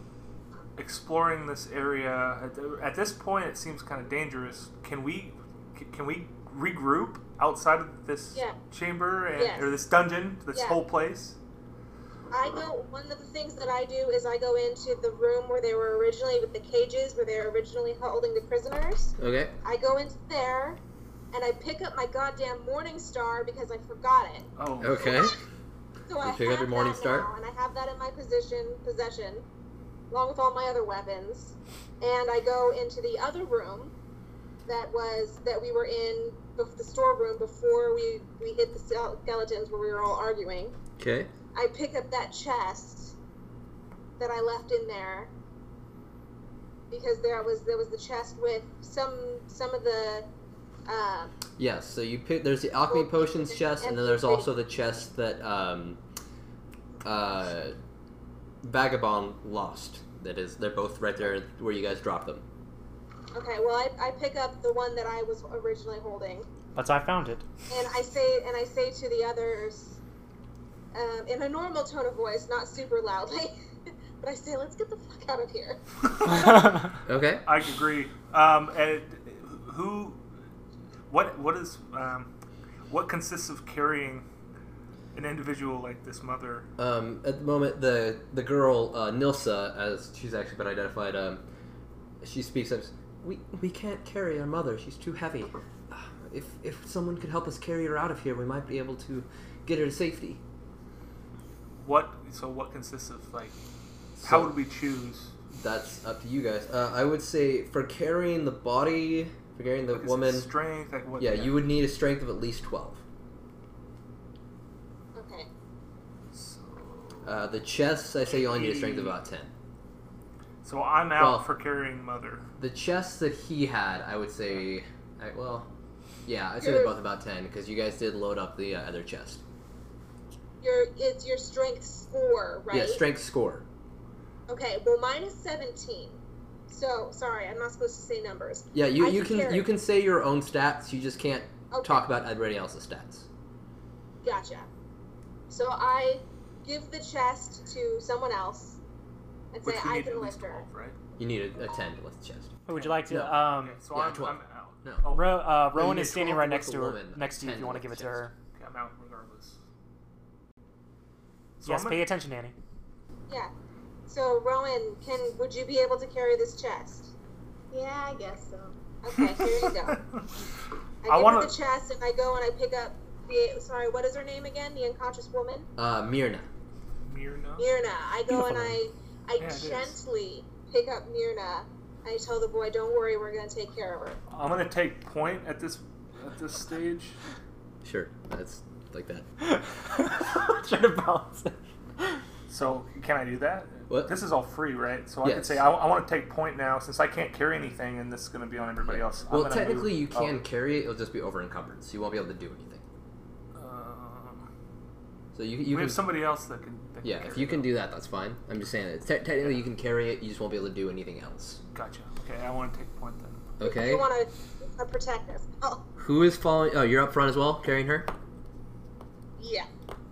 Speaker 2: exploring this area? At, the- at this point, it seems kind of dangerous. Can we? c- Can we regroup outside of this
Speaker 5: Yeah.
Speaker 2: chamber and,
Speaker 5: Yes.
Speaker 2: or this dungeon? This
Speaker 5: Yeah.
Speaker 2: whole place.
Speaker 5: I go. One of the things that I do is I go into the room where they were originally with the cages, where they were originally holding the prisoners.
Speaker 1: Okay.
Speaker 5: I go into there, and I pick up my goddamn Morning Star because I forgot it.
Speaker 2: Oh,
Speaker 1: Okay.
Speaker 5: So I
Speaker 1: You pick up
Speaker 5: have
Speaker 1: your Morning
Speaker 5: that
Speaker 1: Star?
Speaker 5: now, and I have that in my position possession, along with all my other weapons. And I go into the other room that was that we were in the, the storeroom before we we hit the skele- skeletons where we were all arguing.
Speaker 1: Okay.
Speaker 5: I pick up that chest that I left in there because there was there was the chest with some some of the uh,
Speaker 1: Yes. So you pick. There's the alchemy potions chest, and then there's also the chest that um, uh, vagabond lost. That is, they're both right there where you guys dropped them.
Speaker 5: okay. Well, I, I pick up the one that I was originally holding,
Speaker 3: That's how I found it.
Speaker 5: and I say and I say to the others um, in a normal tone of voice, not super loudly, but I say, "Let's get the fuck out of here."
Speaker 1: Okay.
Speaker 2: I agree. Um, and who? What? What is? Um, what consists of carrying an individual like this mother?
Speaker 1: um, at the moment, the the girl uh, Nilsa, as she's actually been identified, um, she speaks up. We we can't carry our mother. She's too heavy. Uh, If if someone could help us carry her out of here, we might be able to get her to safety.
Speaker 2: What? So what consists of like?
Speaker 1: So
Speaker 2: How would we choose?
Speaker 1: That's up to you guys. Uh, I would say for carrying the body, for carrying the
Speaker 2: Like, is it
Speaker 1: woman,
Speaker 2: strength. Like what?
Speaker 1: yeah, you would need a strength of at least twelve.
Speaker 5: Okay.
Speaker 2: So,
Speaker 1: Uh, the chest, I say you only need a strength of about ten.
Speaker 2: so I'm out
Speaker 1: Well-
Speaker 2: for carrying mother.
Speaker 1: The chest that he had, I would say, I, well, yeah, I'd say they're both about 10 because you guys did load up the uh, other chest.
Speaker 5: Your it's your strength score, right?
Speaker 1: Yeah, strength score.
Speaker 5: Okay. Well, mine is seventeen. So sorry, I'm not supposed to say numbers.
Speaker 1: Yeah, you,
Speaker 5: I
Speaker 1: you
Speaker 5: can
Speaker 1: can
Speaker 5: carry.
Speaker 1: you can say your own stats. You just can't
Speaker 5: Okay.
Speaker 1: talk about everybody else's stats.
Speaker 5: Gotcha. So I give the chest to someone else and say
Speaker 2: Which we
Speaker 5: I
Speaker 2: need
Speaker 5: can
Speaker 2: at least
Speaker 5: lift her.
Speaker 2: twelve, right?
Speaker 1: You need a, a ten with chest.
Speaker 3: Who would you like to?
Speaker 1: No.
Speaker 3: Um,
Speaker 2: Okay, so
Speaker 1: yeah,
Speaker 2: I'm,
Speaker 1: 12.
Speaker 2: I'm out.
Speaker 1: No.
Speaker 2: Oh,
Speaker 3: Ro- uh,
Speaker 1: No, you
Speaker 3: Rowan
Speaker 1: need
Speaker 3: is standing
Speaker 1: 12
Speaker 3: right
Speaker 1: with
Speaker 3: next
Speaker 1: the
Speaker 3: to her.
Speaker 1: woman,
Speaker 3: Next to you, if
Speaker 1: 10
Speaker 3: you want to
Speaker 1: with
Speaker 3: give it to
Speaker 1: chest.
Speaker 3: her.
Speaker 2: okay, I'm out regardless. So
Speaker 3: yes,
Speaker 2: I'm
Speaker 3: pay
Speaker 2: gonna-
Speaker 3: attention, Annie.
Speaker 5: Yeah. So Rowan, can would you be able to carry this chest?
Speaker 4: Yeah, I guess so.
Speaker 5: Okay, here you go. I,
Speaker 2: I
Speaker 5: give
Speaker 2: wanna-
Speaker 5: her the chest and I go and I pick up the sorry, what is her name again? The unconscious woman?
Speaker 1: Uh, Mirna.
Speaker 2: Mirna?
Speaker 5: Myrna. I go and
Speaker 3: Beautiful
Speaker 5: I I
Speaker 2: Yeah, it is.
Speaker 5: gently pick up Myrna. I tell the boy, "Don't worry, we're gonna take care of her."
Speaker 2: I'm gonna take point at this at this stage.
Speaker 1: Sure, that's like that.
Speaker 3: Try to balance it.
Speaker 2: So can I do that?
Speaker 1: What?
Speaker 2: This is all free, right? So I could
Speaker 1: Yes.
Speaker 2: say I, want to take point now since I can't carry anything, and this is going to be on everybody else. I'm
Speaker 1: Well,
Speaker 2: gonna move
Speaker 1: technically you
Speaker 2: up.
Speaker 1: can carry it. It'll just be over encumbered, so you won't be able to do anything.
Speaker 2: Um,
Speaker 1: So you
Speaker 2: we
Speaker 1: you can
Speaker 2: have somebody else that can. That
Speaker 1: yeah.
Speaker 2: carry
Speaker 1: If you can
Speaker 2: it.
Speaker 1: do that, that's fine. I'm just saying that it's te- technically you can carry it. You just won't be able to do anything else.
Speaker 2: Gotcha. Okay, I want to take point then.
Speaker 1: Okay.
Speaker 5: You want to protect us? Oh,
Speaker 1: Who is following? Oh, you're up front as well, carrying her.
Speaker 5: yeah.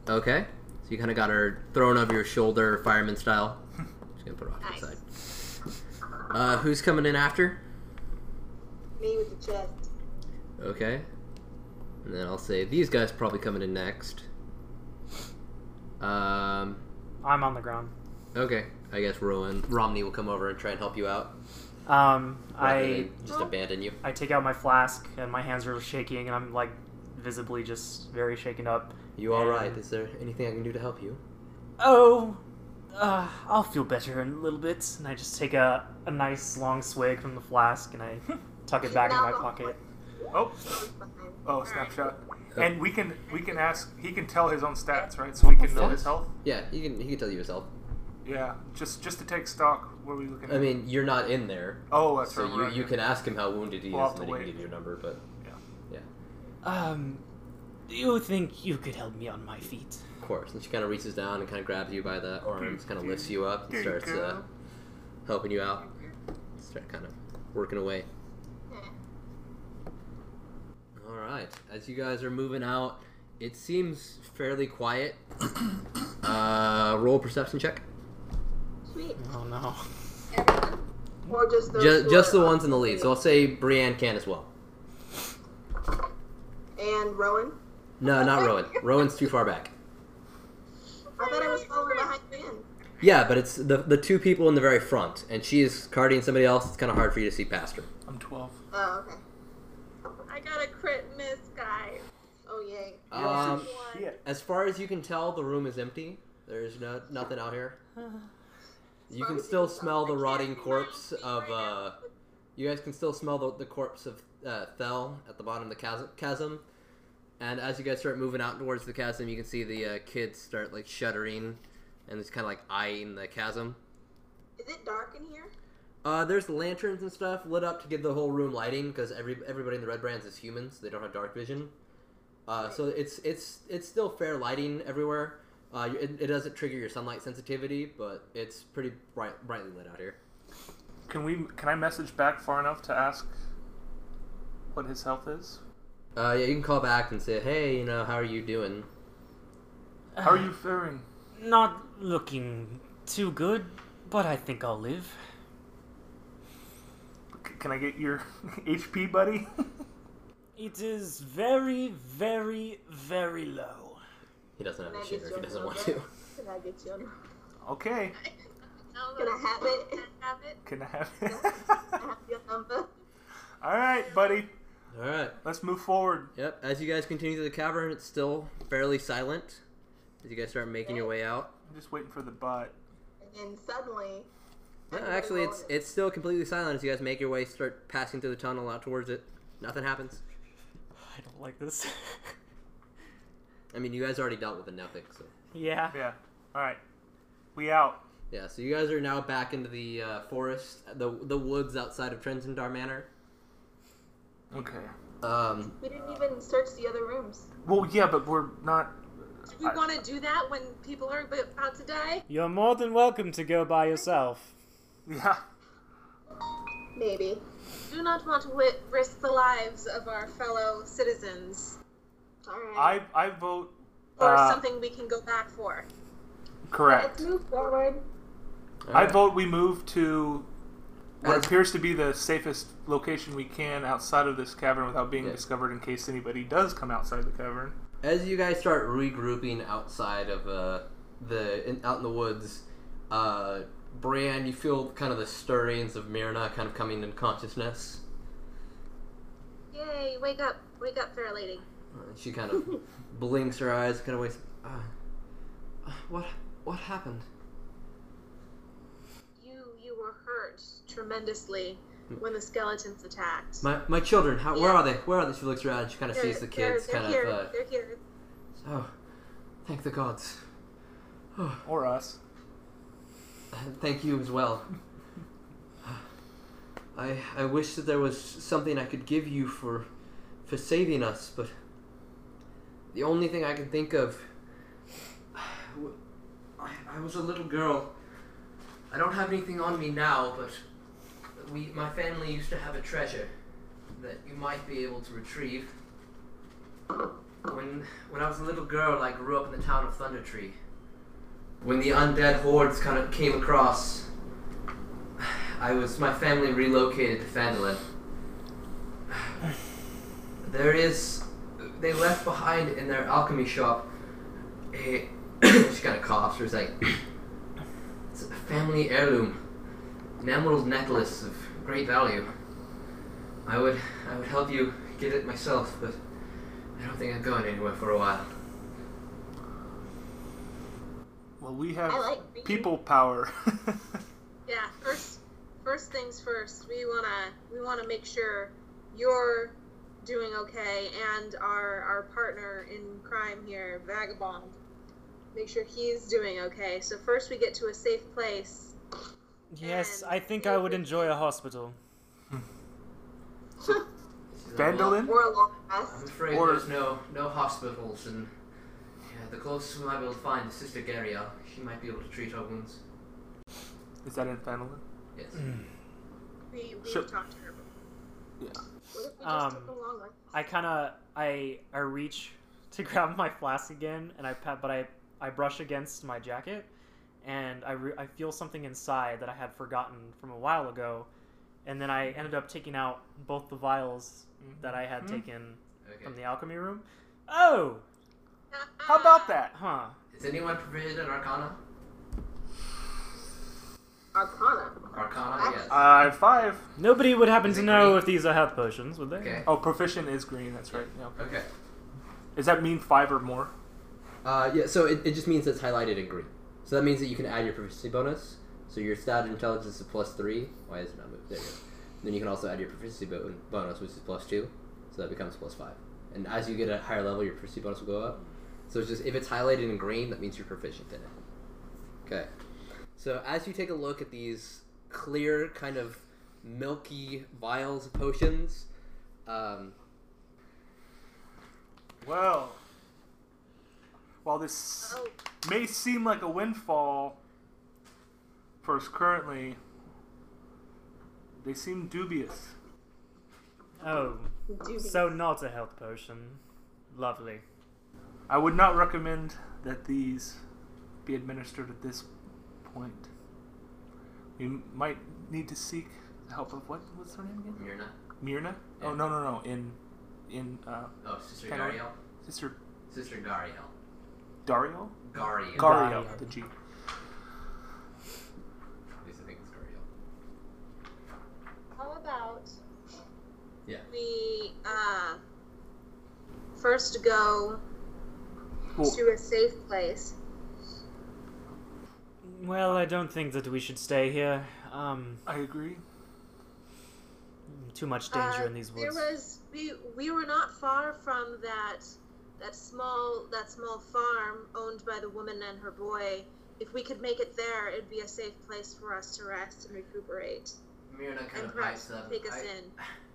Speaker 1: Okay. So you kind of got her thrown over your shoulder, fireman style. Just gonna put her off to the side. Uh, who's coming in after?
Speaker 5: Me with the chest.
Speaker 1: Okay. And then I'll say these guys probably coming in next. Um.
Speaker 3: I'm on the ground.
Speaker 1: Okay. I guess Rowan Romney will come over and try and help you out.
Speaker 3: Um,
Speaker 1: rather
Speaker 3: I
Speaker 1: than just abandon you.
Speaker 3: I take out my flask and my hands are shaking and I'm like visibly just very shaken up.
Speaker 1: You all right?
Speaker 3: And-
Speaker 1: Is there anything I can do to help you?
Speaker 3: Oh, uh, I'll feel better in a little bit. And I just take a, a nice long swig from the flask and I tuck it back in my pocket.
Speaker 2: Oh,
Speaker 5: Fine.
Speaker 2: oh, snapshot. And we can we can ask. He can tell his own stats, right? So
Speaker 3: Help
Speaker 2: we can
Speaker 3: us
Speaker 2: know
Speaker 1: out.
Speaker 2: his health.
Speaker 1: Yeah, he can. He can tell you yourself.
Speaker 2: Yeah, just just to take stock. What are we looking at?
Speaker 1: I mean, you're not in there,
Speaker 2: oh, that's
Speaker 1: so
Speaker 2: right.
Speaker 1: you
Speaker 2: we're
Speaker 1: you
Speaker 2: on
Speaker 1: can ask him how wounded he
Speaker 2: We'll
Speaker 1: is,
Speaker 2: have
Speaker 1: and
Speaker 2: to
Speaker 1: then he can
Speaker 2: wait.
Speaker 1: give you a number. But
Speaker 3: Um, do you think you could help me on my feet?
Speaker 1: of course, and she kind of reaches down and kind of grabs you by the arms, kind of lifts you up, and
Speaker 2: There you
Speaker 1: starts
Speaker 2: go.
Speaker 1: uh, helping you out. Start kind of working away. All right, as you guys are moving out, it seems fairly quiet. Uh, roll a perception check.
Speaker 5: Sweet.
Speaker 3: Oh no.
Speaker 5: Everyone? Or just those
Speaker 1: Just,
Speaker 5: who
Speaker 1: just
Speaker 5: are
Speaker 1: the ones in the lead. So I'll
Speaker 5: up
Speaker 1: say Brienne can as well.
Speaker 5: And Rowan.
Speaker 1: No, not Rowan. Rowan's too far back.
Speaker 5: I thought I was following behind Ben.
Speaker 1: Yeah, but it's the the two people in the very front, and she is carding somebody else. It's kind of hard for you to see past her.
Speaker 2: I'm twelve.
Speaker 5: Oh, okay.
Speaker 4: I got a crit miss, guys.
Speaker 5: Oh, yay.
Speaker 1: Um,
Speaker 2: Shit.
Speaker 1: as far as you can tell, the room is empty. There's no nothing out here. You can still smell the rotting corpse of. Uh, you guys can still smell the, the corpse of uh, Thel at the bottom of the chasm, chasm. And as you guys start moving out towards the chasm, you can see the uh, kids start like shuddering, and it's kind of like eyeing the chasm.
Speaker 5: Is it dark in here?
Speaker 1: Uh, there's lanterns and stuff lit up to give the whole room lighting because every everybody in the red brands is humans. They don't have dark vision. Uh, so it's it's it's still fair lighting everywhere. Uh, you- it, it doesn't trigger your sunlight sensitivity, but it's pretty bright, brightly lit out here.
Speaker 2: Can we? Can I message back far enough to ask what his health is?
Speaker 1: Uh, yeah, you can call back and say, hey, you know, how are you doing?
Speaker 2: How are you faring?
Speaker 3: Not looking too good, but I think I'll live.
Speaker 2: C- Can I get your HP, buddy?
Speaker 3: It is very, very, very low.
Speaker 1: He doesn't have
Speaker 5: Can
Speaker 1: a
Speaker 5: I get
Speaker 1: shitter if
Speaker 5: you
Speaker 1: he doesn't want
Speaker 5: another?
Speaker 1: to.
Speaker 5: Can I get you?
Speaker 2: okay.
Speaker 5: Can I have it?
Speaker 4: Have it?
Speaker 2: Can I have it?
Speaker 5: I have your number.
Speaker 2: All right, buddy.
Speaker 1: All right.
Speaker 2: Let's move forward.
Speaker 1: Yep. As you guys continue through the cavern, it's still fairly silent. As you guys start making your way out.
Speaker 2: I'm just waiting for the bot.
Speaker 5: And then suddenly,
Speaker 1: No,
Speaker 5: Everybody
Speaker 1: actually,
Speaker 5: roll
Speaker 1: it's
Speaker 5: it.
Speaker 1: it's still completely silent as you guys make your way, start passing through the tunnel out towards it. Nothing happens.
Speaker 3: I don't like this.
Speaker 1: I mean, you guys already dealt with the nothing, so
Speaker 3: yeah.
Speaker 2: Yeah. All right. We out.
Speaker 1: yeah. So you guys are now back into the uh, forest, the the woods outside of Trenzendar Manor.
Speaker 2: Okay.
Speaker 1: Um,
Speaker 5: we didn't even search the other rooms.
Speaker 2: Well, yeah, but we're not.
Speaker 4: Do we
Speaker 2: I-
Speaker 4: want to do that when people are about to die?
Speaker 3: You're more than welcome to go by yourself.
Speaker 2: Yeah.
Speaker 5: Maybe. Do not want to wi- risk the lives of our fellow citizens.
Speaker 2: I I vote
Speaker 5: Or
Speaker 2: Uh,
Speaker 5: something we can go back for.
Speaker 2: correct.
Speaker 4: Move forward.
Speaker 2: I vote we move to what appears to be the safest location we can outside of this cavern without being
Speaker 1: Yeah.
Speaker 2: discovered in case anybody does come outside the cavern.
Speaker 1: As you guys start regrouping outside of uh, the in, out in the woods, uh, Bran, you feel kind of the stirrings of Myrna kind of coming in consciousness.
Speaker 5: Yay, wake up. Wake up, fair lady.
Speaker 1: Uh, She kind of blinks her eyes, kind of waits. Uh, uh, what what happened?
Speaker 5: You you were hurt tremendously
Speaker 2: Hmm.
Speaker 5: when the skeletons attacked.
Speaker 1: My my children, how, where are they? Where are they? She looks around. She kind of
Speaker 5: They're-
Speaker 1: sees the kids,
Speaker 5: they're,
Speaker 1: kind
Speaker 5: they're
Speaker 1: of.
Speaker 5: here.
Speaker 1: Uh,
Speaker 5: They're here.
Speaker 1: oh, thank the gods.
Speaker 2: Or us.
Speaker 1: Thank you as well. I I wish that there was something I could give you for for saving us, but the only thing I can think of w- I, I was a little girl. I don't have anything on me now, but we my family used to have a treasure that you might be able to retrieve. When when I was a little girl, I grew up in the town of Thunder Tree when the undead hordes kind of came across, I was my family relocated to Fandolin. There is, they left behind in their alchemy shop. A she kind of coughs. She's like, it's a family heirloom, an emerald necklace of great value. I would, I would help you get it myself, but I don't think I'm going anywhere for a while.
Speaker 2: Well, we have
Speaker 5: I like being-
Speaker 2: people power.
Speaker 5: Yeah, first first things first. We wanna we wanna make sure you're doing okay and our our partner in crime here, Vagabond. Make sure he's doing okay. So first we get to a safe place.
Speaker 3: Yes,
Speaker 5: And
Speaker 3: I think
Speaker 5: you
Speaker 3: I would
Speaker 5: would-
Speaker 3: enjoy a hospital.
Speaker 1: She's like, "Well,
Speaker 2: Vandalin?
Speaker 5: We're a long
Speaker 1: I'm
Speaker 5: rest.
Speaker 1: afraid
Speaker 2: Or-
Speaker 1: there's no no hospitals, and yeah, the closest we might be able to find is Sister Garia. She might be able to treat our wounds.
Speaker 2: Is that in Vandalin?
Speaker 1: Yes.
Speaker 3: Mm.
Speaker 5: We we
Speaker 2: Sure.
Speaker 5: talked to her.
Speaker 2: Yeah.
Speaker 5: What if we just
Speaker 3: Um,
Speaker 5: took a long rest?
Speaker 3: I kind of I I reach to grab my flask again, and I pat, but I I brush against my jacket, and I re- I feel something inside that I had forgotten from a while ago, and then I ended up taking out both the vials Mm-hmm. that I
Speaker 5: Hmm?
Speaker 3: had
Speaker 2: Mhm.
Speaker 3: taken from
Speaker 1: Okay.
Speaker 3: the alchemy room. Oh,
Speaker 2: How about that?
Speaker 3: huh.
Speaker 1: Is anyone proficient in Arcana?
Speaker 5: Arcana.
Speaker 1: Arcana, yes.
Speaker 2: I have Uh, five.
Speaker 3: Nobody would happen
Speaker 1: Is
Speaker 3: to
Speaker 1: it
Speaker 3: know
Speaker 1: green?
Speaker 3: if these are health potions, would they?
Speaker 1: Okay.
Speaker 2: Oh, proficient is green. That's right. Yeah.
Speaker 1: Okay.
Speaker 2: Does that mean five or more?
Speaker 1: Uh, yeah. So it, it just means it's highlighted in green. So that means that you can add your proficiency bonus. So your stat and intelligence is plus three. Why is it not moved? There you go. Then you can also add your proficiency bo- bonus, which is plus two. So that becomes plus five. And as you get a higher level, your proficiency bonus will go up. So it's just if it's highlighted in green, that means you're proficient in it. Okay. So as you take a look at these clear, kind of milky vials of potions, um,
Speaker 2: Well, while this
Speaker 5: Oh,
Speaker 2: may seem like a windfall for us currently, they seem dubious.
Speaker 3: Oh,
Speaker 5: dubious.
Speaker 3: so not a health potion. Lovely.
Speaker 2: I would not recommend that these be administered at this point. We might need to seek the help of what was her name again?
Speaker 1: Myrna.
Speaker 2: Mirna? Oh no no no! In in uh,
Speaker 1: Oh, Sister
Speaker 2: Can I-
Speaker 1: Gariel.
Speaker 2: Sister
Speaker 1: Sister Gariel.
Speaker 2: Dario.
Speaker 1: Gariel.
Speaker 2: Gario,
Speaker 3: Dario.
Speaker 2: the G.
Speaker 1: At least I think it's Gariel.
Speaker 5: How about
Speaker 1: Yeah.
Speaker 5: we uh, first go
Speaker 2: Cool.
Speaker 5: to a safe place?
Speaker 3: Well, I don't think that we should stay here. Um,
Speaker 2: I agree.
Speaker 3: too much danger
Speaker 5: Uh,
Speaker 3: in these
Speaker 5: There
Speaker 3: woods.
Speaker 5: was we we were not far from that that small that small farm owned by the woman and her boy. If we could make it there, it'd be a safe place for us to rest and recuperate,
Speaker 1: Myrna kind
Speaker 5: and
Speaker 1: of pipes
Speaker 5: perhaps
Speaker 1: up.
Speaker 5: take us
Speaker 1: I,
Speaker 5: in.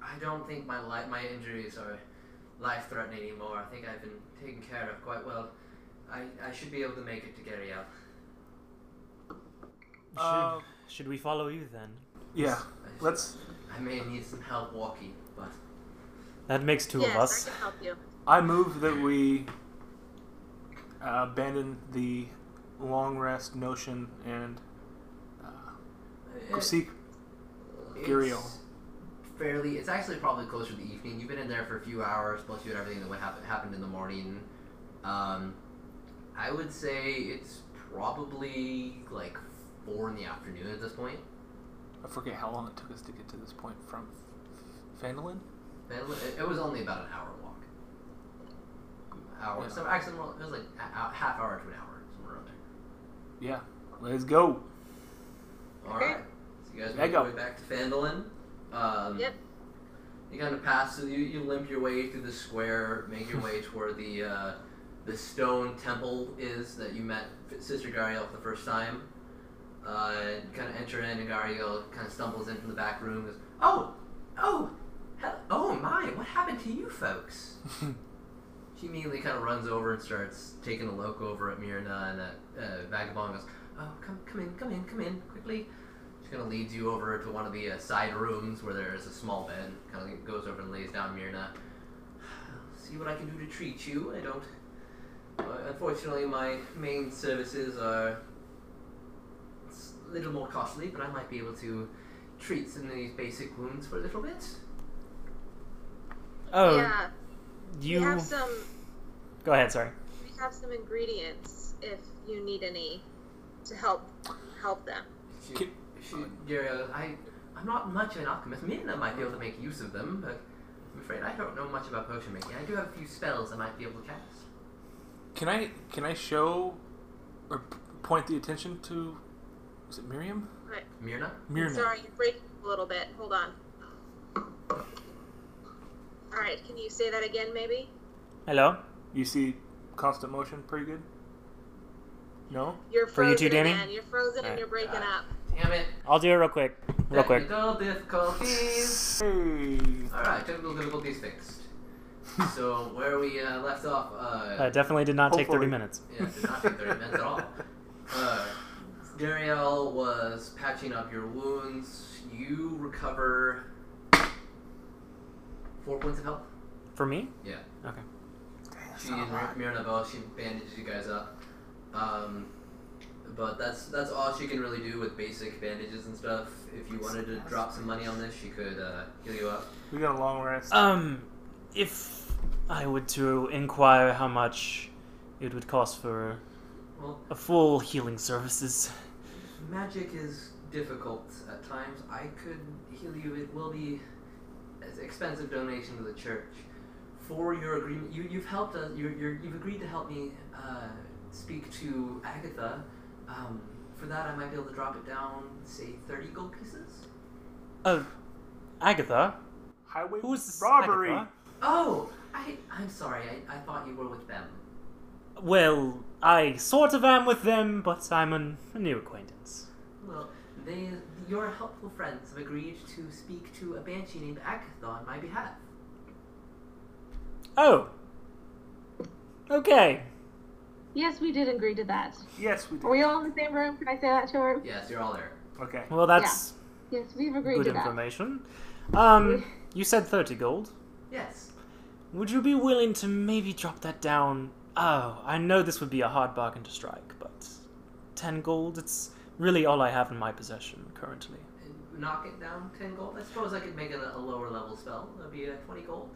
Speaker 1: I don't think my li- my injuries are life threatening anymore. I think I've been taken care of quite well. I, I should be able to make it to Gariel.
Speaker 3: Should,
Speaker 2: Uh,
Speaker 3: should we follow you then?
Speaker 2: yeah. Uh, Let's
Speaker 1: I may need some help walking, but
Speaker 3: That makes two
Speaker 4: yes,
Speaker 3: of us.
Speaker 4: I can help you.
Speaker 2: I move that we uh, abandon the long rest notion and uh,
Speaker 1: Eh,
Speaker 2: seek.
Speaker 1: it's
Speaker 2: Guriel.
Speaker 1: Fairly, it's actually probably closer to the evening. You've been in there for a few hours, plus you had everything that would happen, happened in the morning. Um, I would say it's probably like four in the afternoon at this point.
Speaker 2: I forget how long it took us to get to this point from Fandolin.
Speaker 1: It was- It was only about an hour walk. Hour.
Speaker 2: Yeah.
Speaker 1: So actually, well, it was like a, a half hour to an hour, somewhere around there.
Speaker 2: Yeah, let's go.
Speaker 1: All
Speaker 4: Okay.
Speaker 1: right. So you guys
Speaker 2: There
Speaker 1: make
Speaker 2: you
Speaker 1: your way
Speaker 2: go.
Speaker 1: back to Fandolin. Um,
Speaker 4: Yep.
Speaker 1: You kind of pass. You, you limp your way through the square, make your way to where the uh, the stone temple is that you met Sister Gariel for the first time. Uh, and kind of enter in, and Gariel kind of stumbles in from the back room. Goes, oh, oh, he- oh my! What happened to you folks? She immediately kind of runs over and starts taking a look over at Mirna and at uh, Vagabond. Goes, oh, come, come in, come in, come in, quickly. She kind of leads you over to one of the uh, side rooms where there is a small bed. Kind of goes over and lays down Mirna. See what I can do to treat you. I don't. Uh, unfortunately, my main services are s- a little more costly, but I might be able to treat some of these basic wounds for a little bit.
Speaker 3: Oh,
Speaker 4: yeah, we
Speaker 3: you
Speaker 4: have some.
Speaker 3: go ahead. Sorry.
Speaker 4: We have some ingredients if you need any to help help them.
Speaker 1: She,
Speaker 2: Ki-
Speaker 1: she, Gary, I, I'm not much of an alchemist. Mina might be able to make use of them, but I'm afraid I don't know much about potion making. I do have a few spells I might be able to cast.
Speaker 2: Can I can I show or p- point the attention to? Is it Miriam?
Speaker 1: Mirna?
Speaker 2: Myrna.
Speaker 4: Sorry, you're breaking a little bit. Hold on. All right, can you say that again, maybe?
Speaker 3: Hello.
Speaker 2: You see constant motion pretty good? No?
Speaker 4: You're
Speaker 3: For
Speaker 4: frozen,
Speaker 3: you too, Danny?
Speaker 4: man. You're frozen and
Speaker 3: Alright.
Speaker 4: you're breaking
Speaker 1: Ah.
Speaker 4: up.
Speaker 1: Damn it.
Speaker 3: I'll do it real quick. Real quick.
Speaker 1: Technical difficulties.
Speaker 2: Hey!
Speaker 1: Alright, technical difficulties fixed. so, where we uh, left off,
Speaker 3: I Uh, definitely did not take
Speaker 2: Hopefully.
Speaker 3: thirty minutes.
Speaker 1: Yeah, it did not take 30 minutes at all. Uh, Dariel was patching up your wounds. You recover four points of health.
Speaker 3: For me?
Speaker 1: Yeah.
Speaker 3: Okay.
Speaker 1: She and Mirna both she bandages you guys up. Um, but that's that's all she can really do with basic bandages and stuff. If you wanted to drop some money on this, she could uh, heal you up.
Speaker 2: We got a long rest.
Speaker 3: Um, if I were to inquire how much it would cost for
Speaker 1: Well,
Speaker 3: a full healing services,
Speaker 1: magic is difficult at times. I could heal you. It will be an expensive donation to the church. For your agreement, you, you've helped us. You're, you're, you've agreed to help me uh, speak to Agatha. Um, for that, I might be able to drop it down, say, 30 gold pieces.
Speaker 3: uh, Agatha,
Speaker 2: Highway
Speaker 3: who is this
Speaker 2: robbery!
Speaker 3: Agatha?
Speaker 1: Oh, I, I'm sorry. I, I thought you were with them.
Speaker 3: Well, I sort of am with them, but I'm an, a new acquaintance.
Speaker 1: Well, they, your helpful friends have agreed to speak to a banshee named Agatha on my behalf.
Speaker 3: Oh. Okay.
Speaker 5: Yes, we did agree to that.
Speaker 2: Yes, we did.
Speaker 5: Are we all in the same room? Can I say that to her?
Speaker 1: Yes, you're all there.
Speaker 2: Okay.
Speaker 3: Well, that's
Speaker 5: Yes, we've agreed
Speaker 3: good
Speaker 5: to that.
Speaker 3: information. Um, you said thirty gold.
Speaker 1: Yes.
Speaker 3: Would you be willing to maybe drop that down? Oh, I know this would be a hard bargain to strike, but 10 gold, it's really all I have in my possession currently.
Speaker 1: knock it down 10 gold. I suppose I could make it a, a lower level spell. That'd be a 20 gold.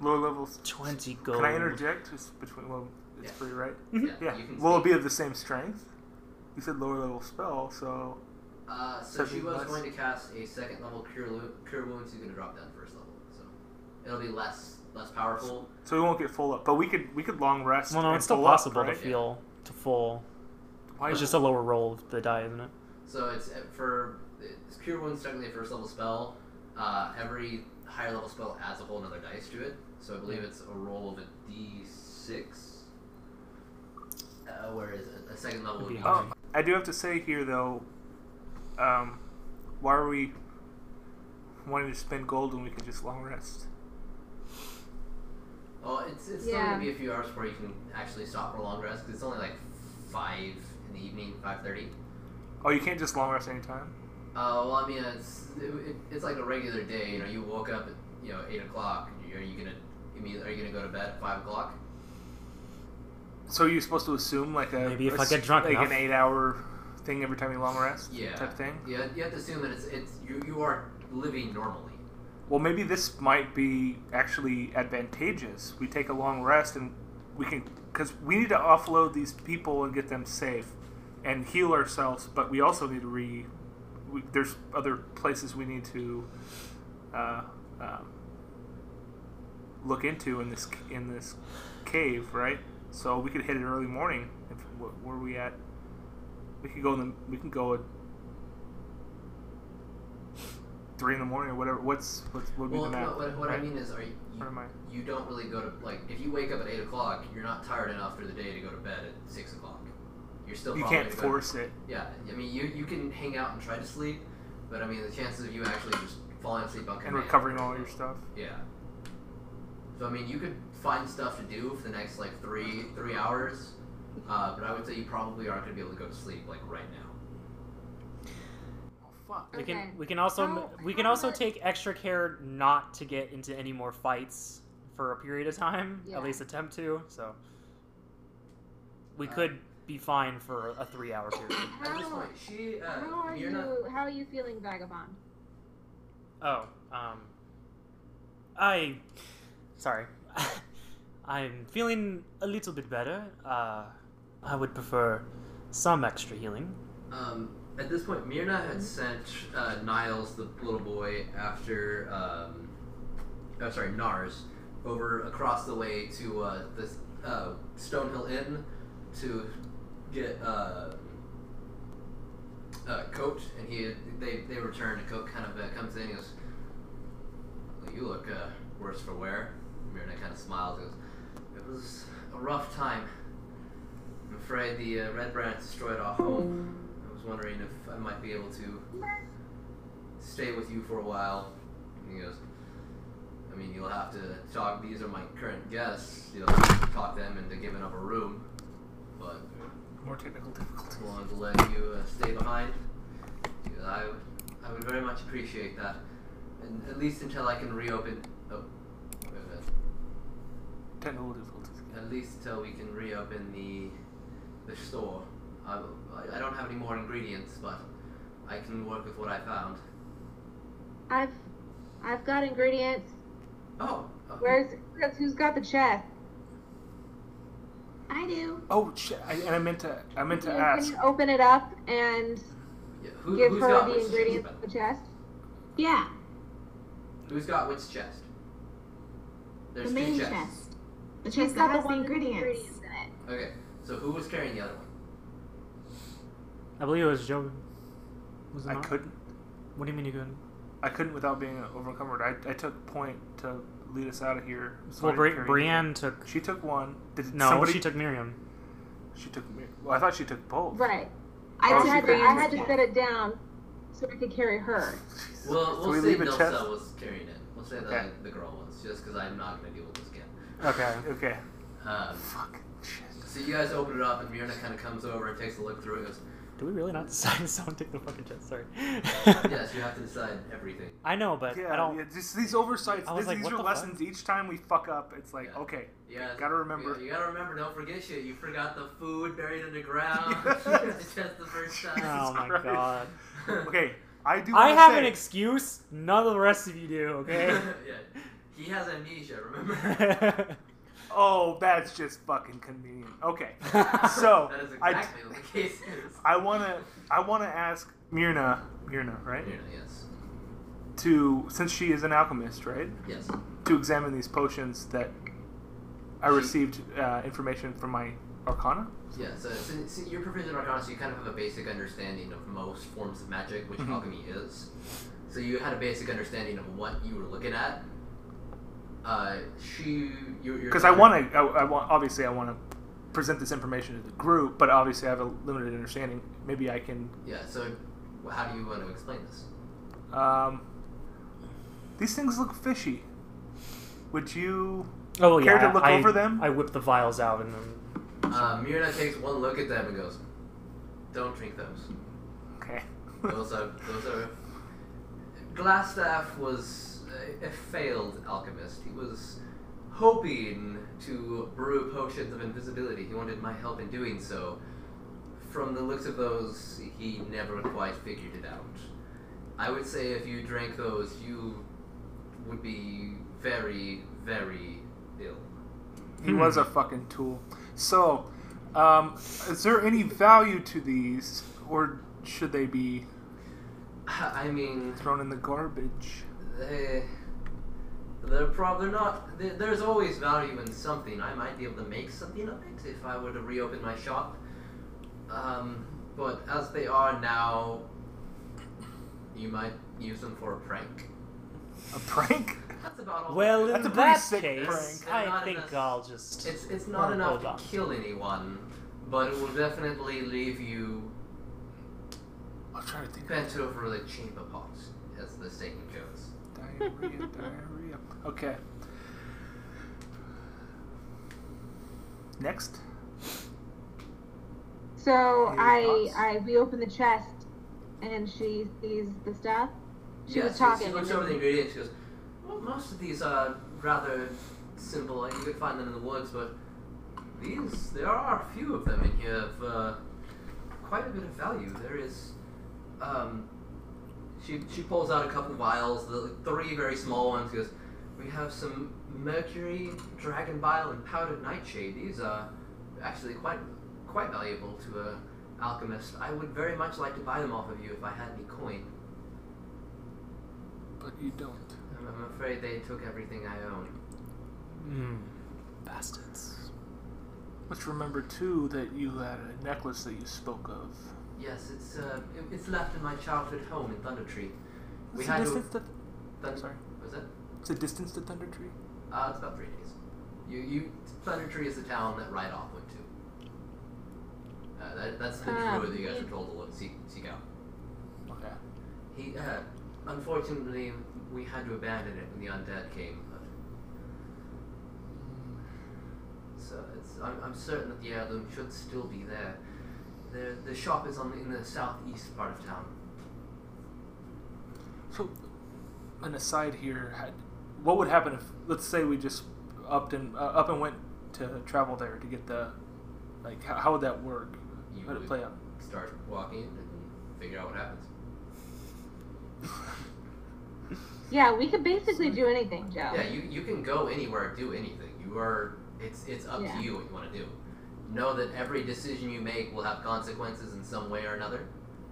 Speaker 2: Low levels.
Speaker 3: 20 gold.
Speaker 2: Can I interject? It's between. Well, it's
Speaker 1: Yeah.
Speaker 2: free, right? Mm-hmm. Yeah.
Speaker 1: you can
Speaker 2: Will it
Speaker 1: speak.
Speaker 2: be of the same strength? You said lower level spell, so.
Speaker 1: Uh, so she
Speaker 2: Seven
Speaker 1: was
Speaker 2: less.
Speaker 1: going to cast a second level cure, lo- cure wounds. She's going to drop down first level. So it'll be less less powerful.
Speaker 2: So we won't get full up, but we could we could long rest.
Speaker 3: Well, no,
Speaker 2: and
Speaker 3: it's still
Speaker 2: full up,
Speaker 3: possible
Speaker 2: right?
Speaker 3: to feel to full.
Speaker 2: Why
Speaker 3: It's
Speaker 2: is
Speaker 3: just a lower roll of the die, isn't it?
Speaker 1: So it's uh, for it's cure wounds technically a first level spell. Uh, every higher level spell adds a whole another dice to it. So I believe it's a roll of a d6. Uh, whereas a, a second level
Speaker 3: Would
Speaker 1: would
Speaker 3: be
Speaker 1: be
Speaker 3: higher.
Speaker 2: Oh, I do have to say here though, um, why are we wanting to spend gold when we could just long rest?
Speaker 1: Oh, it's, it's still
Speaker 5: Yeah.
Speaker 1: gonna be a few hours before you can actually stop for a long rest 'cause it's only like five in the evening, five thirty.
Speaker 2: Oh, you can't just long rest anytime.
Speaker 1: Uh, well, I mean, it's it, it's like a regular day. You know, you woke up at you know eight o'clock. Are you gonna immediately? Are you gonna go to bed at five o'clock?
Speaker 2: So you're supposed to assume like a
Speaker 3: Maybe if
Speaker 2: a
Speaker 3: I
Speaker 2: s-
Speaker 3: get drunk
Speaker 2: like
Speaker 3: enough.
Speaker 2: an eight hour thing every time you long rest
Speaker 1: Yeah.
Speaker 2: type thing.
Speaker 1: Yeah, you have to assume that it's it's you you are living normally.
Speaker 2: Well, maybe this might be actually advantageous. We take a long rest and we can because we need to offload these people and get them safe and heal ourselves, but we also need to re. We, there's other places we need to uh, um, look into in this in this cave, right? So we could hit it early morning. If wh- where are we at? We could go in the we can go at three in the morning or whatever. What's what's what would
Speaker 1: Well,
Speaker 2: be the
Speaker 1: no,
Speaker 2: map?
Speaker 1: what, what I
Speaker 2: right?
Speaker 1: mean is, are you,
Speaker 2: Where am I?
Speaker 1: you don't really go to like if you wake up at eight o'clock, you're not tired enough through the day to go to bed at six o'clock. You're still
Speaker 2: You
Speaker 1: probably
Speaker 2: can't
Speaker 1: gonna go-
Speaker 2: force it.
Speaker 1: Yeah, I mean, you you can hang out and try to sleep, but I mean, the chances of you actually just falling asleep on
Speaker 2: and
Speaker 1: command
Speaker 2: recovering all your stuff.
Speaker 1: Yeah. So I mean, you could find stuff to do for the next like three three hours, uh, but I would say you probably aren't going to be able to go to sleep like right now.
Speaker 2: Oh, fuck.
Speaker 3: We
Speaker 9: Okay.
Speaker 3: can we can also
Speaker 9: How-
Speaker 3: we can
Speaker 9: how
Speaker 3: also
Speaker 9: much-
Speaker 3: take extra care not to get into any more fights for a period of time.
Speaker 9: Yeah.
Speaker 3: At least attempt to. So we
Speaker 1: Uh,
Speaker 3: could be fine for a three hour period.
Speaker 1: At this
Speaker 9: How,
Speaker 1: point, she
Speaker 9: how are
Speaker 1: uh,
Speaker 9: you?
Speaker 1: you're not.
Speaker 9: How are you feeling, vagabond?
Speaker 3: Oh, um, I, sorry, I'm feeling a little bit better. Uh, I would prefer some extra healing.
Speaker 1: Um, at this point, Mirna had sent uh, Niles, the little boy, after um, oh, sorry, Nars, over across the way to uh, this uh, Stonehill Inn to get uh, a coat, and he they they returned. And coat kind of uh, comes in. and goes, "Well, "You look uh, worse for wear." Mirna kind of smiles. and goes, "It was a rough time. I'm afraid the uh, Red Brands destroyed our home." I was wondering if I might be able to stay with you for a while. And he goes, I mean, you'll have to talk. These are my current guests. You'll have to talk them into giving up a room. But
Speaker 2: More technical difficulties.
Speaker 1: I wanted to let you uh, stay behind. He goes, I, would, I would very much appreciate that. And at least until I can reopen. Oh, wait a minute.
Speaker 2: Technical difficulties.
Speaker 1: At least till we can reopen the the store. I, will- I- I don't have any more ingredients, but I can work with what I found.
Speaker 5: I've I've got ingredients.
Speaker 3: Uh-huh.
Speaker 1: Oh, uh,
Speaker 5: Where's who's got the chest?
Speaker 4: I do.
Speaker 2: Oh shit! I, and I meant to. I meant to
Speaker 5: Can you-
Speaker 2: ask.
Speaker 5: Can you open it up and
Speaker 1: yeah, who,
Speaker 5: give
Speaker 1: who's
Speaker 5: her
Speaker 1: got
Speaker 5: the
Speaker 1: which
Speaker 5: ingredients
Speaker 1: chest?
Speaker 5: of the chest?
Speaker 4: Yeah,
Speaker 1: Who's got which chest? There's
Speaker 4: the
Speaker 1: two
Speaker 4: main
Speaker 1: chests.
Speaker 4: chest. The
Speaker 5: She's
Speaker 4: chest that
Speaker 5: got the
Speaker 4: has the
Speaker 5: one with the
Speaker 4: ingredients.
Speaker 5: ingredients in it.
Speaker 1: Okay, so who was carrying the other one?
Speaker 3: I believe it was Joe. Was it
Speaker 2: I
Speaker 3: not?
Speaker 2: couldn't.
Speaker 3: What do you mean you couldn't?
Speaker 2: I couldn't without being overcome. I, I took point to lead us out of here. So
Speaker 3: Well,
Speaker 2: I
Speaker 3: Bri-
Speaker 2: carried-
Speaker 3: Brienne took.
Speaker 2: She took one. Did
Speaker 3: No,
Speaker 2: somebody?
Speaker 3: she took Miriam.
Speaker 2: She took me. Well, I thought she took both.
Speaker 5: Right.
Speaker 4: I
Speaker 2: Oh,
Speaker 5: I
Speaker 2: she
Speaker 5: had
Speaker 4: took
Speaker 5: to,
Speaker 4: the
Speaker 2: couldn't
Speaker 5: I had to
Speaker 4: chest.
Speaker 5: set it down so I could carry her.
Speaker 1: Well,
Speaker 2: So
Speaker 1: we'll
Speaker 2: we
Speaker 1: say
Speaker 2: leave a
Speaker 1: Nelsa
Speaker 2: chest?
Speaker 1: was carrying it. We'll say
Speaker 2: Okay.
Speaker 1: that the girl was, just because I'm not going to deal with this again.
Speaker 3: Okay.
Speaker 2: Okay.
Speaker 1: Um,
Speaker 2: Fuck. Shit.
Speaker 1: so you guys open it up, and Myrna kind of comes over and takes a look through it and goes,
Speaker 3: Do we really not decide to someone take the fucking chest? Sorry.
Speaker 1: Yes, you have to decide everything.
Speaker 3: I know, but
Speaker 2: Yeah,
Speaker 3: I don't.
Speaker 2: yeah, just these oversights.
Speaker 3: I was
Speaker 2: These,
Speaker 3: like,
Speaker 2: these
Speaker 3: what
Speaker 2: are
Speaker 3: the
Speaker 2: lessons. Each time we fuck up, it's like,
Speaker 1: Yeah.
Speaker 2: okay,
Speaker 1: Yeah,
Speaker 2: gotta remember.
Speaker 1: You, you gotta remember, don't forget shit. You forgot the food buried underground.
Speaker 2: Yes.
Speaker 1: Just the first time.
Speaker 3: Oh my
Speaker 2: Christ.
Speaker 3: god.
Speaker 2: Okay, I do.
Speaker 3: I
Speaker 2: wanna
Speaker 3: have
Speaker 2: say,
Speaker 3: an excuse. None of the rest of you do. Okay.
Speaker 1: yeah. He has amnesia, remember?
Speaker 2: Oh, that's just fucking convenient. Okay. So
Speaker 1: that is
Speaker 2: I-
Speaker 1: exactly what the case is.
Speaker 2: I wanna I wanna ask Mirna Mirna, right?
Speaker 1: Myrna, yes.
Speaker 2: To since she is an alchemist, right?
Speaker 1: Yes.
Speaker 2: To examine these potions that I
Speaker 1: She-
Speaker 2: received uh, information from my Arcana.
Speaker 1: Yeah, so, so, so you're proficient in Arcana, so you kind of have a basic understanding of most forms of magic, which
Speaker 2: Mhm.
Speaker 1: alchemy is. So you had a basic understanding of what you were looking at. Uh, she, you're
Speaker 2: Because I want to, I, I want obviously I want to present this information to the group, but obviously I have a limited understanding. Maybe I can.
Speaker 1: Yeah. So, wh- how do you want to explain this?
Speaker 2: Um, these things look fishy. Would you?
Speaker 3: Oh yeah.
Speaker 2: Care to look
Speaker 3: I,
Speaker 2: over them?
Speaker 3: I whip the vials out and then
Speaker 1: Um, Uh, Myrna takes one look at them and goes, "Don't drink those."
Speaker 2: Okay.
Speaker 1: Those are those are. Glassstaff was a, a failed alchemist. He was hoping to brew potions of invisibility. He wanted my help in doing so. From the looks of those, he never quite figured it out. I would say if you drank those, you would be very, very ill.
Speaker 2: He was a fucking tool. So, um, is there any value to these, or should they be
Speaker 1: I mean,
Speaker 2: thrown in the garbage?
Speaker 1: they, they're probably not. There there's always value in something. I might be able to make something of it if I were to reopen my shop. Um, but as they are now, you might use them for a prank.
Speaker 2: A prank?
Speaker 1: That's about all.
Speaker 3: Well, um,
Speaker 2: That's a
Speaker 3: in
Speaker 2: pretty
Speaker 3: that
Speaker 2: sick
Speaker 3: case,
Speaker 1: prank. Not
Speaker 3: I think
Speaker 1: enough.
Speaker 3: I'll just.
Speaker 1: It's it's
Speaker 3: Oh,
Speaker 1: not enough
Speaker 3: hold on.
Speaker 1: to kill anyone, but it will definitely leave you
Speaker 2: I'm trying to think.
Speaker 1: bent over like chamber pots, as the saying goes.
Speaker 2: diarrhea, diarrhea. Okay. Next.
Speaker 5: So
Speaker 2: Any
Speaker 5: I,
Speaker 2: thoughts?
Speaker 5: I reopen the chest, and she sees the stuff. She
Speaker 1: yeah,
Speaker 5: was
Speaker 1: so
Speaker 5: talking.
Speaker 1: She looks
Speaker 5: and
Speaker 1: over the
Speaker 5: then-
Speaker 1: ingredients. She goes, "Well, most of these are rather simple. Like you could find them in the woods, but these there are a few of them in here of uh, quite a bit of value. There is." Um, she she pulls out a couple vials, the three very small ones. She goes, "We have some mercury, dragon bile, and powdered nightshade. These are actually quite quite valuable to a alchemist. I would very much like to buy them off of you if I had any coin."
Speaker 2: But you don't.
Speaker 1: I'm, I'm afraid they took everything I own.
Speaker 3: Hmm.
Speaker 8: Bastards.
Speaker 2: Let's remember too that you had a necklace that you spoke of.
Speaker 1: Yes, it's uh, it, it's left in my childhood home in Thunder Tree. We
Speaker 2: What's
Speaker 1: had
Speaker 2: the
Speaker 1: to.
Speaker 2: distance to?
Speaker 1: Thun-
Speaker 2: sorry.
Speaker 1: Was it?
Speaker 2: What's the distance to Thunder Tree?
Speaker 1: Uh, it's about three days. You you Thunder Tree is the town that Rydoff went to. Uh, that, that's the
Speaker 5: Ah.
Speaker 1: druid that you guys were told to look seek, seek out.
Speaker 2: Okay.
Speaker 1: He uh, unfortunately we had to abandon it when the undead came. But So it's, I'm, I'm certain that the heirloom should still be there. The, the shop is on the, in the southeast part of town.
Speaker 2: So, an aside here. had- What would happen if, let's say, we just upped and uh, up and went to travel there to get the, like, how, how would that work?
Speaker 1: You
Speaker 2: How would it
Speaker 1: would-
Speaker 2: play out?
Speaker 1: Start walking and figure out what happens.
Speaker 5: Yeah, we could basically do anything, Joe.
Speaker 1: Yeah, you, you can go anywhere, do anything. You are it's it's up
Speaker 5: Yeah.
Speaker 1: to you what you want to do. Know that every decision you make will have consequences in some way or another.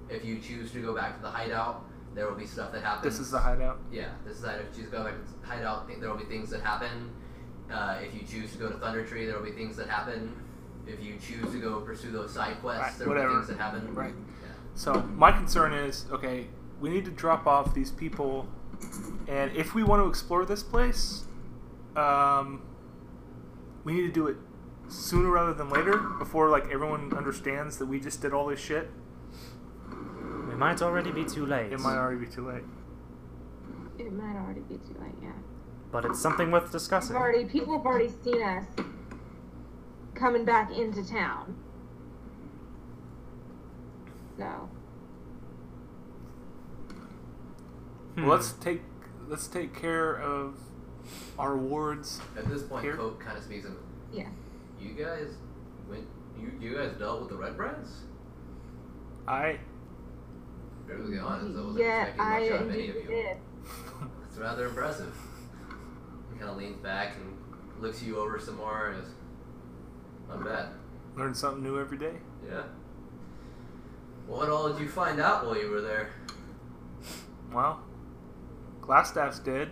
Speaker 1: If you choose to go back to the hideout, there will be stuff that happens.
Speaker 2: This is the hideout.
Speaker 1: yeah. This is that if you choose to go back to the hideout, th- there will be things that happen. Uh, if you choose to go to Thunder Tree, there will be things that happen. If you choose to go pursue those side quests,
Speaker 2: Right,
Speaker 1: there
Speaker 2: whatever.
Speaker 1: will be things that happen.
Speaker 2: Right.
Speaker 1: Yeah.
Speaker 2: So my concern is, okay, we need to drop off these people, and if we want to explore this place, um, we need to do it sooner rather than later, before like everyone understands that we just did all this shit.
Speaker 3: We might already be too late,
Speaker 2: It might already be too late.
Speaker 5: It might already be too late. Yeah.
Speaker 3: but it's something worth discussing.
Speaker 5: We've already people have already seen us coming back into town. So
Speaker 3: Hmm.
Speaker 2: Well, let's take let's take care of our wards.
Speaker 1: At this point,
Speaker 2: Here?
Speaker 1: Coke kind of speaks in.
Speaker 5: Yeah.
Speaker 1: You guys went. You you guys dealt with the red brands.
Speaker 2: I
Speaker 1: Fairly honest, I wasn't
Speaker 5: yeah,
Speaker 1: expecting
Speaker 5: I
Speaker 1: much out of any
Speaker 5: indeed
Speaker 1: of you.
Speaker 5: did.
Speaker 1: It's rather impressive. He kind of leans back and looks you over some more and is, not bad.
Speaker 2: learn something new every day.
Speaker 1: Yeah. What all did you find out while you were there?
Speaker 2: Well, Glassstaff's dead.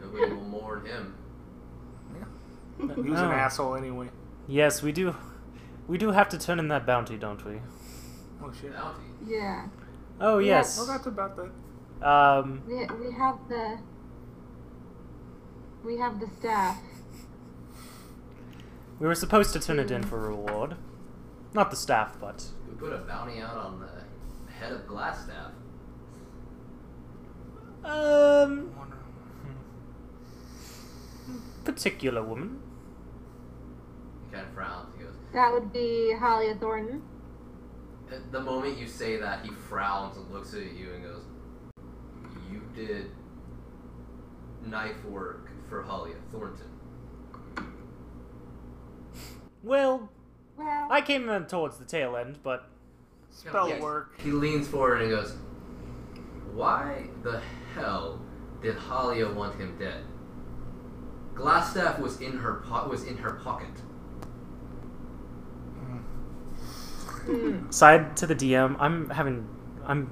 Speaker 1: Nobody will mourn him.
Speaker 2: He was
Speaker 3: Oh.
Speaker 2: an asshole anyway.
Speaker 3: Yes, we do. We do have to turn in that bounty, don't we?
Speaker 2: Oh shit.
Speaker 1: Bounty.
Speaker 5: Yeah.
Speaker 3: Oh
Speaker 5: Yeah,
Speaker 3: yes.
Speaker 2: Forgot about that.
Speaker 3: Um.
Speaker 5: We, we have the we have the staff.
Speaker 3: We were supposed to turn it in for a reward. Not the staff, but
Speaker 1: We put a bounty out on the head of Glassstaff.
Speaker 3: um, particular woman.
Speaker 1: He kind of frowns. He goes,
Speaker 5: That would be Halia Thornton.
Speaker 1: At "Uh, the moment you say that, he frowns and looks at you and goes, "You did knife work for Halia Thornton."
Speaker 3: Well,
Speaker 9: Well,
Speaker 3: I came in towards the tail end, but
Speaker 2: Spell
Speaker 1: Yes.
Speaker 2: work.
Speaker 1: He leans forward and goes, Why the hell did Halia want him dead? Glassstaff was in her po- was in her pocket.
Speaker 3: side to the DM. I'm having I'm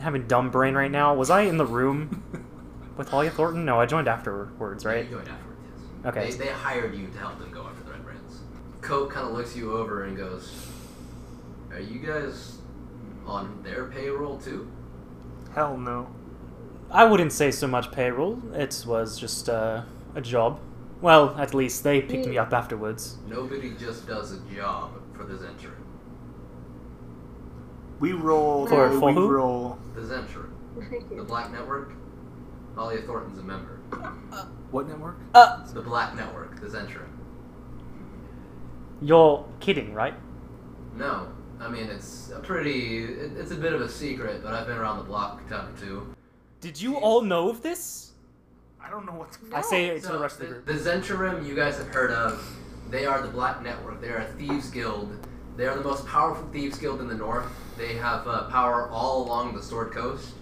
Speaker 3: having dumb brain right now. Was I in the room with Holly Thornton? No, I joined afterwards, right?
Speaker 1: You joined afterwards, yes.
Speaker 3: Okay.
Speaker 1: They, they hired you to help them go after the Red Brands. Coke kind of looks you over and goes, Are you guys on their payroll too?
Speaker 2: Hell no.
Speaker 3: I wouldn't say so much payroll. It was just uh, a job. Well, at least they picked me up afterwards.
Speaker 1: Nobody just does a job for the Zenturin.
Speaker 2: We roll.
Speaker 3: For-
Speaker 2: though,
Speaker 3: for
Speaker 2: we
Speaker 3: who?
Speaker 2: roll.
Speaker 1: The Zenturin.
Speaker 9: thank
Speaker 1: The
Speaker 9: you.
Speaker 1: Black Network? Halia Thornton's a member.
Speaker 2: What network?
Speaker 1: The Black Network, the Zenturin.
Speaker 3: You're kidding, right?
Speaker 1: No, I mean it's a pretty. It, it's a bit of a secret, but I've been around the block a time or two.
Speaker 3: Did you all know of this?
Speaker 2: I don't know what. The
Speaker 3: I say it to
Speaker 1: So,
Speaker 3: the rest of the group.
Speaker 1: The Zentrum you guys have heard of. They are the Black Network. They are a thieves guild. They are the most powerful thieves guild in the north. They have uh, power all along the Sword Coast.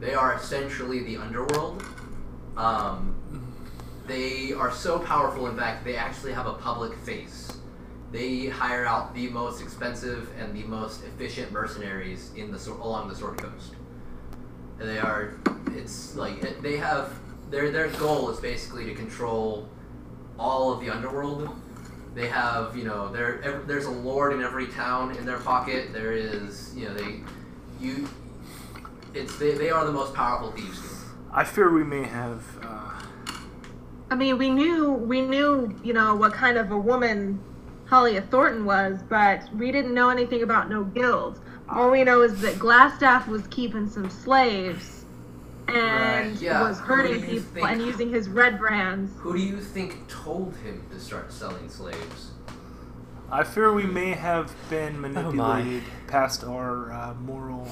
Speaker 1: They are essentially the underworld. Um, they are so powerful, in fact, they actually have a public face. They hire out the most expensive and the most efficient mercenaries in the Sor- along the Sword Coast. And they are it's like it- they have their their goal is basically to control all of the underworld. They have you know there ev- there's a lord in every town in their pocket. There is you know they you it's they, they are the most powerful thieves. guild.
Speaker 2: I fear we may have. Uh,
Speaker 5: I mean, we knew we knew you know what kind of a woman Holly Thornton was, but we didn't know anything about no guild. All we know is that Glassstaff was keeping some slaves and
Speaker 1: Right, yeah.
Speaker 5: was hurting
Speaker 1: Who do you
Speaker 5: people
Speaker 1: think-
Speaker 5: and using his red brands.
Speaker 1: Who do you think told him to start selling slaves?
Speaker 2: I fear we may have been
Speaker 3: my.
Speaker 2: manipulated past our uh, moral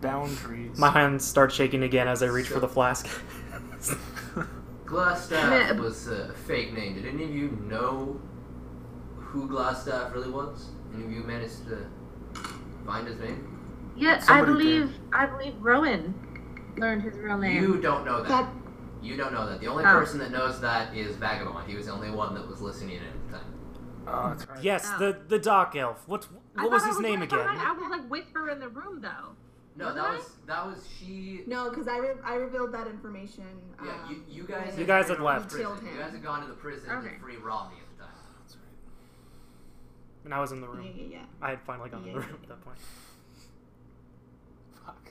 Speaker 2: boundaries.
Speaker 3: My hands start shaking again as I reach
Speaker 1: So-
Speaker 3: for the flask.
Speaker 2: Uh,
Speaker 1: Glassstaff
Speaker 5: Yeah.
Speaker 1: was a fake name. Did any of you know who Glassstaff really was? Any of you managed to find his name?
Speaker 5: Yeah,
Speaker 2: Somebody
Speaker 5: I believe I believe Rowan learned his real name.
Speaker 1: You don't know that.
Speaker 9: That-
Speaker 1: You don't know that. The only
Speaker 5: Oh.
Speaker 1: person that knows that is Vagabond. He was the only one that was listening in at the time.
Speaker 2: Oh, that's right.
Speaker 3: yes,
Speaker 5: Oh.
Speaker 3: the the dark elf. What
Speaker 5: I
Speaker 3: what was
Speaker 5: thought I
Speaker 3: his name
Speaker 5: I thought
Speaker 3: again?
Speaker 5: I, I was like with her in the room though.
Speaker 1: No, that
Speaker 5: Really?
Speaker 1: was that was she.
Speaker 9: No, because I, re- I revealed that information. Um,
Speaker 1: Yeah, you, you guys.
Speaker 9: You
Speaker 3: guys
Speaker 1: gone
Speaker 3: had
Speaker 1: to
Speaker 3: left.
Speaker 1: prison.
Speaker 9: Killed him.
Speaker 1: You guys had gone to the prison
Speaker 5: Okay.
Speaker 1: to free Romney at the time.
Speaker 3: And I was in the
Speaker 9: Yeah,
Speaker 3: room.
Speaker 9: yeah, yeah.
Speaker 3: I had finally gone in the
Speaker 9: Yeah.
Speaker 3: room at that point.
Speaker 2: Fuck.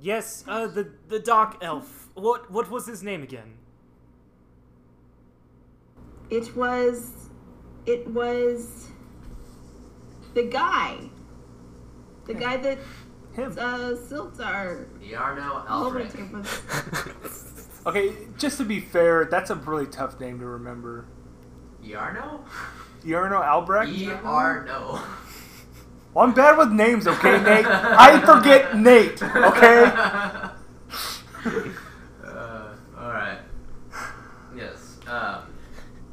Speaker 3: Yes, uh, the the dark elf. What what was his name again?
Speaker 9: It was. It was. The guy. The guy that
Speaker 2: Him.
Speaker 9: uh, Siltar
Speaker 1: Yarno
Speaker 9: Albright
Speaker 1: Alfred.
Speaker 9: was.
Speaker 2: Okay, just to be fair, that's a really tough name to remember.
Speaker 1: Yarno?
Speaker 2: Yarno Albrecht?
Speaker 1: E R no.
Speaker 2: Well, I'm bad with names, okay, Nate? I forget Nate, okay?
Speaker 1: uh, all right. Yes. Um,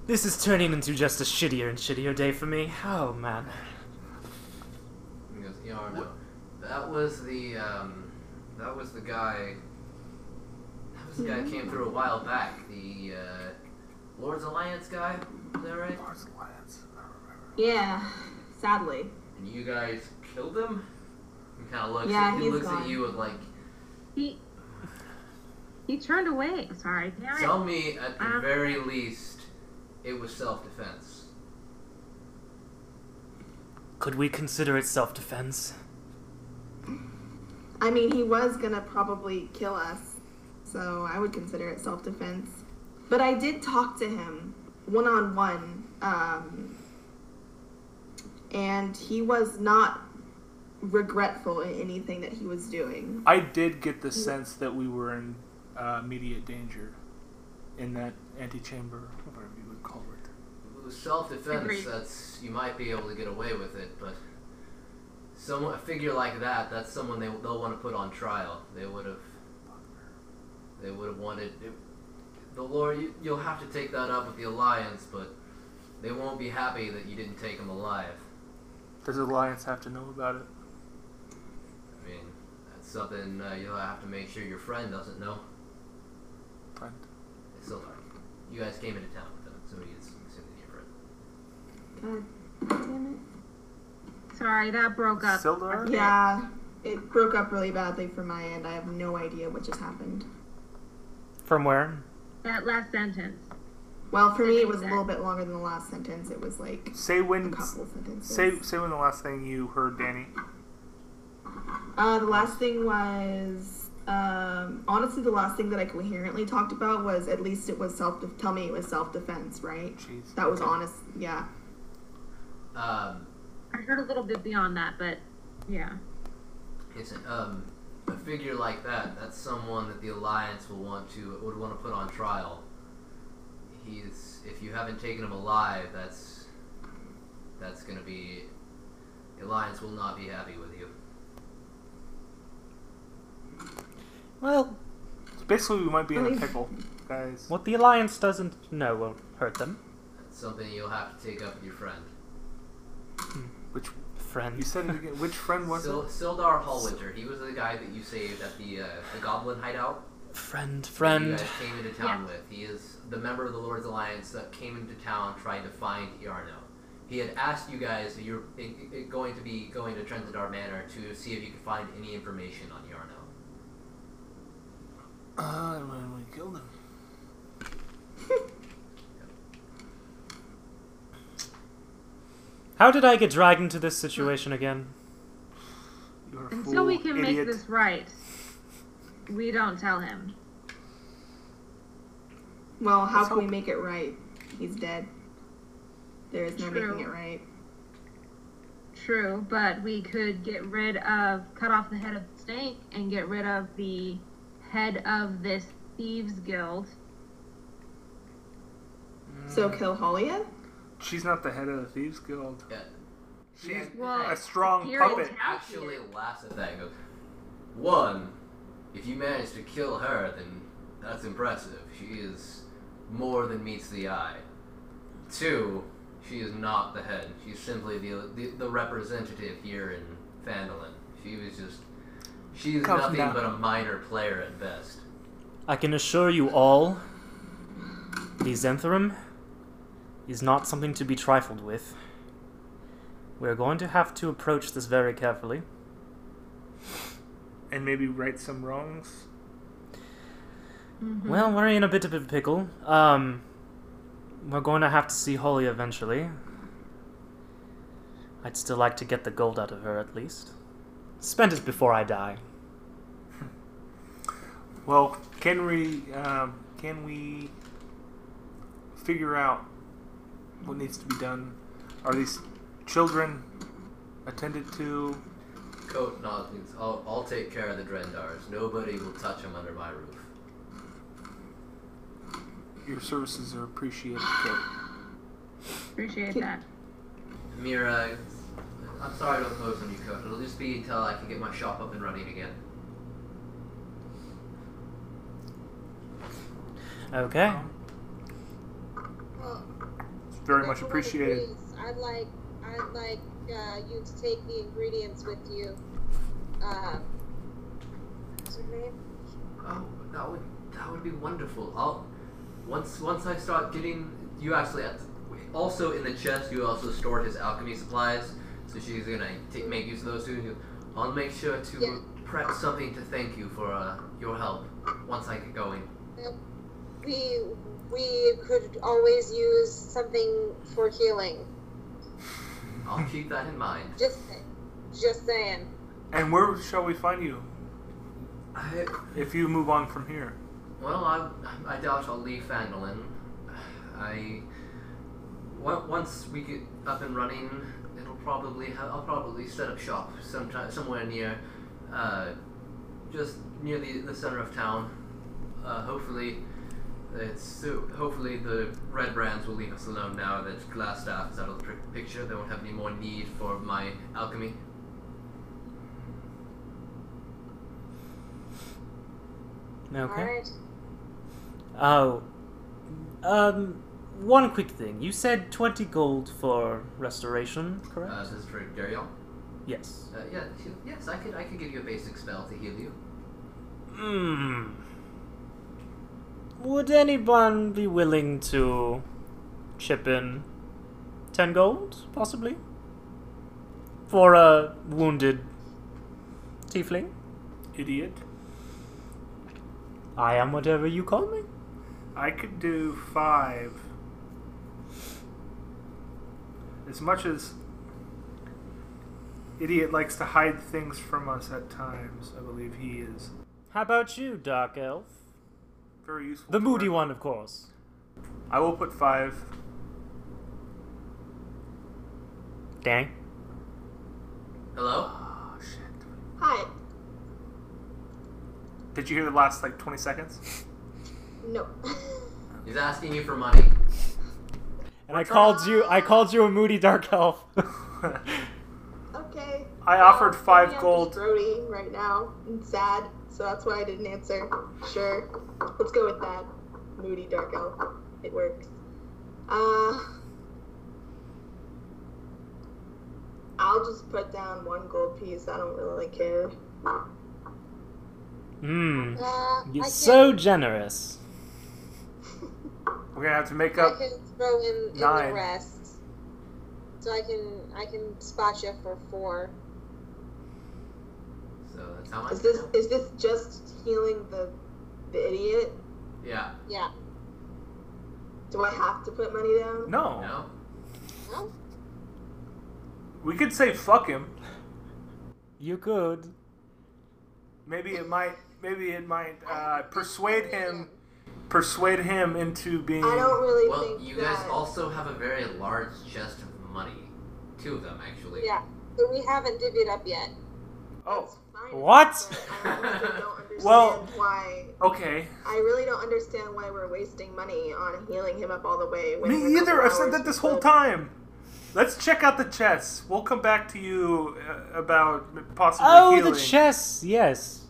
Speaker 3: This is turning into just a shittier and shittier day for me. Oh man.
Speaker 1: He goes, "Yeah, I know." That was the um, that was the guy. That was the
Speaker 9: Mm-hmm.
Speaker 1: guy that came through a while back. The uh, Lord's Alliance guy. Is that right?
Speaker 9: Yeah, sadly.
Speaker 1: And you guys killed him. He kind of looks.
Speaker 9: Yeah,
Speaker 1: he
Speaker 9: he's
Speaker 1: looks at
Speaker 9: gone.
Speaker 1: you with like,
Speaker 5: He he turned away. Sorry, damn it.
Speaker 1: tell me at the
Speaker 5: Uh.
Speaker 1: very least, it was self-defense.
Speaker 3: Could we consider it self defense?
Speaker 9: I mean, he was gonna probably kill us, so I would consider it self defense. But I did talk to him one on one, and he was not regretful in anything that he was doing.
Speaker 2: I did get the sense that we were in uh, immediate danger in that antechamber, whatever you would call it.
Speaker 1: Self defense,
Speaker 5: Agreed.
Speaker 1: that's you might be able to get away with it, but Someone, a figure like that, that's someone they they'll want to put on trial. They would have. They would have wanted. It, the Lord, you, you'll have to take that up with the Alliance, but they won't be happy that you didn't take him alive.
Speaker 2: Does the Alliance have to know about it?
Speaker 1: I mean, that's something uh, you'll have to make sure your friend doesn't know.
Speaker 2: Friend.
Speaker 1: It's still dark. You guys came into town with him, so he's assuming your friend.
Speaker 4: Sorry, that broke up.
Speaker 2: Sildar?
Speaker 9: Yeah, it broke up really badly from my end. I have no idea what just happened.
Speaker 3: From where?
Speaker 4: that last sentence.
Speaker 9: Well, for me, it was a little bit longer than the last sentence. It was like
Speaker 2: Say
Speaker 9: a
Speaker 2: when.
Speaker 9: couple sentences.
Speaker 2: Say say when the last thing you heard, Danny.
Speaker 9: Uh, the last thing was um, honestly the last thing that I coherently talked about was at least it was self. Tell me it was self defense, right?
Speaker 2: Jeez.
Speaker 9: That was honest. Yeah.
Speaker 1: Um,
Speaker 4: I heard a little bit beyond that, but yeah.
Speaker 1: It's an, um, a figure like that. That's someone that the alliance will want to would want to put on trial. He's if you haven't taken him alive, that's that's gonna be the alliance will not be happy with you.
Speaker 3: Well,
Speaker 2: So basically, we might be in a pickle, guys.
Speaker 3: what the Alliance doesn't know won't hurt them.
Speaker 1: That's something you'll have to take up with your friend.
Speaker 2: Which
Speaker 3: Friend.
Speaker 2: you said it again? Which friend was
Speaker 1: Sil-
Speaker 2: it?
Speaker 1: Sildar Hallwinter. He was the guy that you saved at the uh, the Goblin Hideout.
Speaker 3: friend,
Speaker 1: that you
Speaker 3: friend.
Speaker 1: guys came into town with. He is the member of the Lord's Alliance that came into town trying to find Yarno. He had asked you guys if you're i- i- going to be going to Trentadar Manor to see if you could find any information on Yarno.
Speaker 2: Uh, when we killed him.
Speaker 3: How did I get dragged into this situation again?
Speaker 2: You're a fool,
Speaker 4: Until we can
Speaker 2: idiot.
Speaker 4: make this right, we don't tell him.
Speaker 9: Well, how
Speaker 2: Let's
Speaker 9: can we
Speaker 2: hope-
Speaker 9: make it right? He's dead. There is no
Speaker 4: True.
Speaker 9: making it right.
Speaker 4: True, but we could get rid of cut off the head of the snake and get rid of the head of this thieves guild.
Speaker 9: So kill Halia.
Speaker 2: She's not the head of the thieves guild.
Speaker 1: Yeah.
Speaker 2: She's
Speaker 4: Well,
Speaker 2: a strong
Speaker 4: Fury
Speaker 2: puppet.
Speaker 4: Town-
Speaker 1: Actually, laughs at that. and Goes, one, if you manage to kill her, then that's impressive. She is more than meets the eye. Two, she is not the head. She's simply the the, the representative here in Fandolin. She was just. She's
Speaker 2: Come
Speaker 1: nothing
Speaker 2: now.
Speaker 1: but a minor player at best.
Speaker 3: I can assure you all, the Xantherum is not something to be trifled with. We're going to have to approach this very carefully.
Speaker 2: And maybe right some wrongs.
Speaker 3: Well, we're in a bit of a pickle. Um, we're going to have to see Holly eventually. I'd still like to get the gold out of her at least. Spend it before I die.
Speaker 2: Well, can we um, can we figure out what needs to be done? Are these children attended to?
Speaker 1: Coat nods. and says, I'll, I'll take care of the Drendars. Nobody will touch them under my roof.
Speaker 2: Your services are appreciated. Kate.
Speaker 4: Appreciate that.
Speaker 1: Mira, I'm sorry to impose on you, Coat. It'll just be until I can get my shop up and running again.
Speaker 3: Okay.
Speaker 5: Well,
Speaker 2: It's very much
Speaker 5: everyone
Speaker 2: appreciated.
Speaker 5: agrees. I'd like, I'd like uh, you to take the ingredients with you.
Speaker 10: Um,
Speaker 5: Uh, what's her name?
Speaker 1: Oh, that would that would be wonderful. I'll once once I start getting you actually have to- also in the chest you also stored his alchemy supplies, so she's gonna ta- make use of those too. I'll make sure to
Speaker 5: Yeah.
Speaker 1: prep something to thank you for uh, your help once I get going.
Speaker 5: We we could always use something for healing.
Speaker 1: I'll keep that in mind.
Speaker 5: Just just saying.
Speaker 2: And where shall we find you
Speaker 1: I,
Speaker 2: if you move on from here?
Speaker 1: Well, I, I doubt I'll leave Fandolin. I on- once we get up and running, it'll probably ha- I'll probably set up shop sometime somewhere near, uh, just near the, the center of town. Uh, hopefully, it's so hopefully the red brands will leave us alone now that Glassstaff is out of the pic- picture. They won't have any more need for my alchemy.
Speaker 10: All
Speaker 3: Okay.
Speaker 10: right.
Speaker 3: Oh. Um, one quick thing. You said 20 gold for restoration, correct?
Speaker 1: Uh, this is for Dariel.
Speaker 3: yes.
Speaker 1: Uh, yeah, she- yes, I could. I could give you a basic spell to heal you.
Speaker 3: Hmm. Would anyone be willing to chip in 10 gold, possibly? For a wounded tiefling?
Speaker 11: Idiot.
Speaker 3: I am whatever you call me.
Speaker 2: I could do five. As much as idiot likes to hide things from us at times, I believe he is
Speaker 3: How about you, Dark Elf?
Speaker 2: very useful.
Speaker 3: The
Speaker 2: to
Speaker 3: moody
Speaker 2: our-
Speaker 3: one, of course.
Speaker 2: I will put five.
Speaker 3: Dang.
Speaker 1: Hello.
Speaker 2: Oh shit!
Speaker 10: Hi.
Speaker 2: Did you hear the last like twenty seconds?
Speaker 10: No.
Speaker 1: He's asking you for money.
Speaker 3: And I called you. I called you a moody dark elf.
Speaker 10: okay.
Speaker 2: I
Speaker 10: Well,
Speaker 2: offered five
Speaker 10: maybe I'm
Speaker 2: gold.
Speaker 10: just grody right now and sad, so that's why I didn't answer. Sure. Let's go with that. Moody dark elf. It works. Uh. I'll just put down one gold piece. I don't really care.
Speaker 3: Hmm.
Speaker 10: Uh,
Speaker 3: You're
Speaker 10: I
Speaker 3: so generous.
Speaker 2: We're gonna have to make
Speaker 10: I
Speaker 2: up.
Speaker 10: can throw in, in the
Speaker 2: Nine.
Speaker 10: rest. So I can I can spot you for four.
Speaker 1: So that's how much.
Speaker 9: Is this is this just healing the the idiot?
Speaker 1: Yeah.
Speaker 10: Yeah.
Speaker 9: Do I have to put money down?
Speaker 2: No,
Speaker 1: No.
Speaker 10: No?
Speaker 2: we could say fuck him.
Speaker 3: You could.
Speaker 2: Maybe it might. Maybe it might uh, persuade him. Persuade him into being.
Speaker 9: I don't really
Speaker 1: Well,
Speaker 9: think
Speaker 1: you
Speaker 9: that.
Speaker 1: guys also have a very large chest of money. Two of them, actually.
Speaker 10: Yeah. So we haven't divvied up yet.
Speaker 2: Oh,
Speaker 9: Fine,
Speaker 3: What?
Speaker 9: but I also don't understand
Speaker 2: Well-
Speaker 9: why
Speaker 2: okay.
Speaker 9: I really don't understand why we're wasting money on healing him up all the way. When in
Speaker 2: Me
Speaker 9: a
Speaker 2: either.
Speaker 9: couple
Speaker 2: I've said
Speaker 9: hours
Speaker 2: that this
Speaker 9: we
Speaker 2: whole
Speaker 9: could-
Speaker 2: time. Let's check out the chests. We'll come back to you uh, about possibly
Speaker 3: Oh,
Speaker 2: healing.
Speaker 3: the chess. Yes.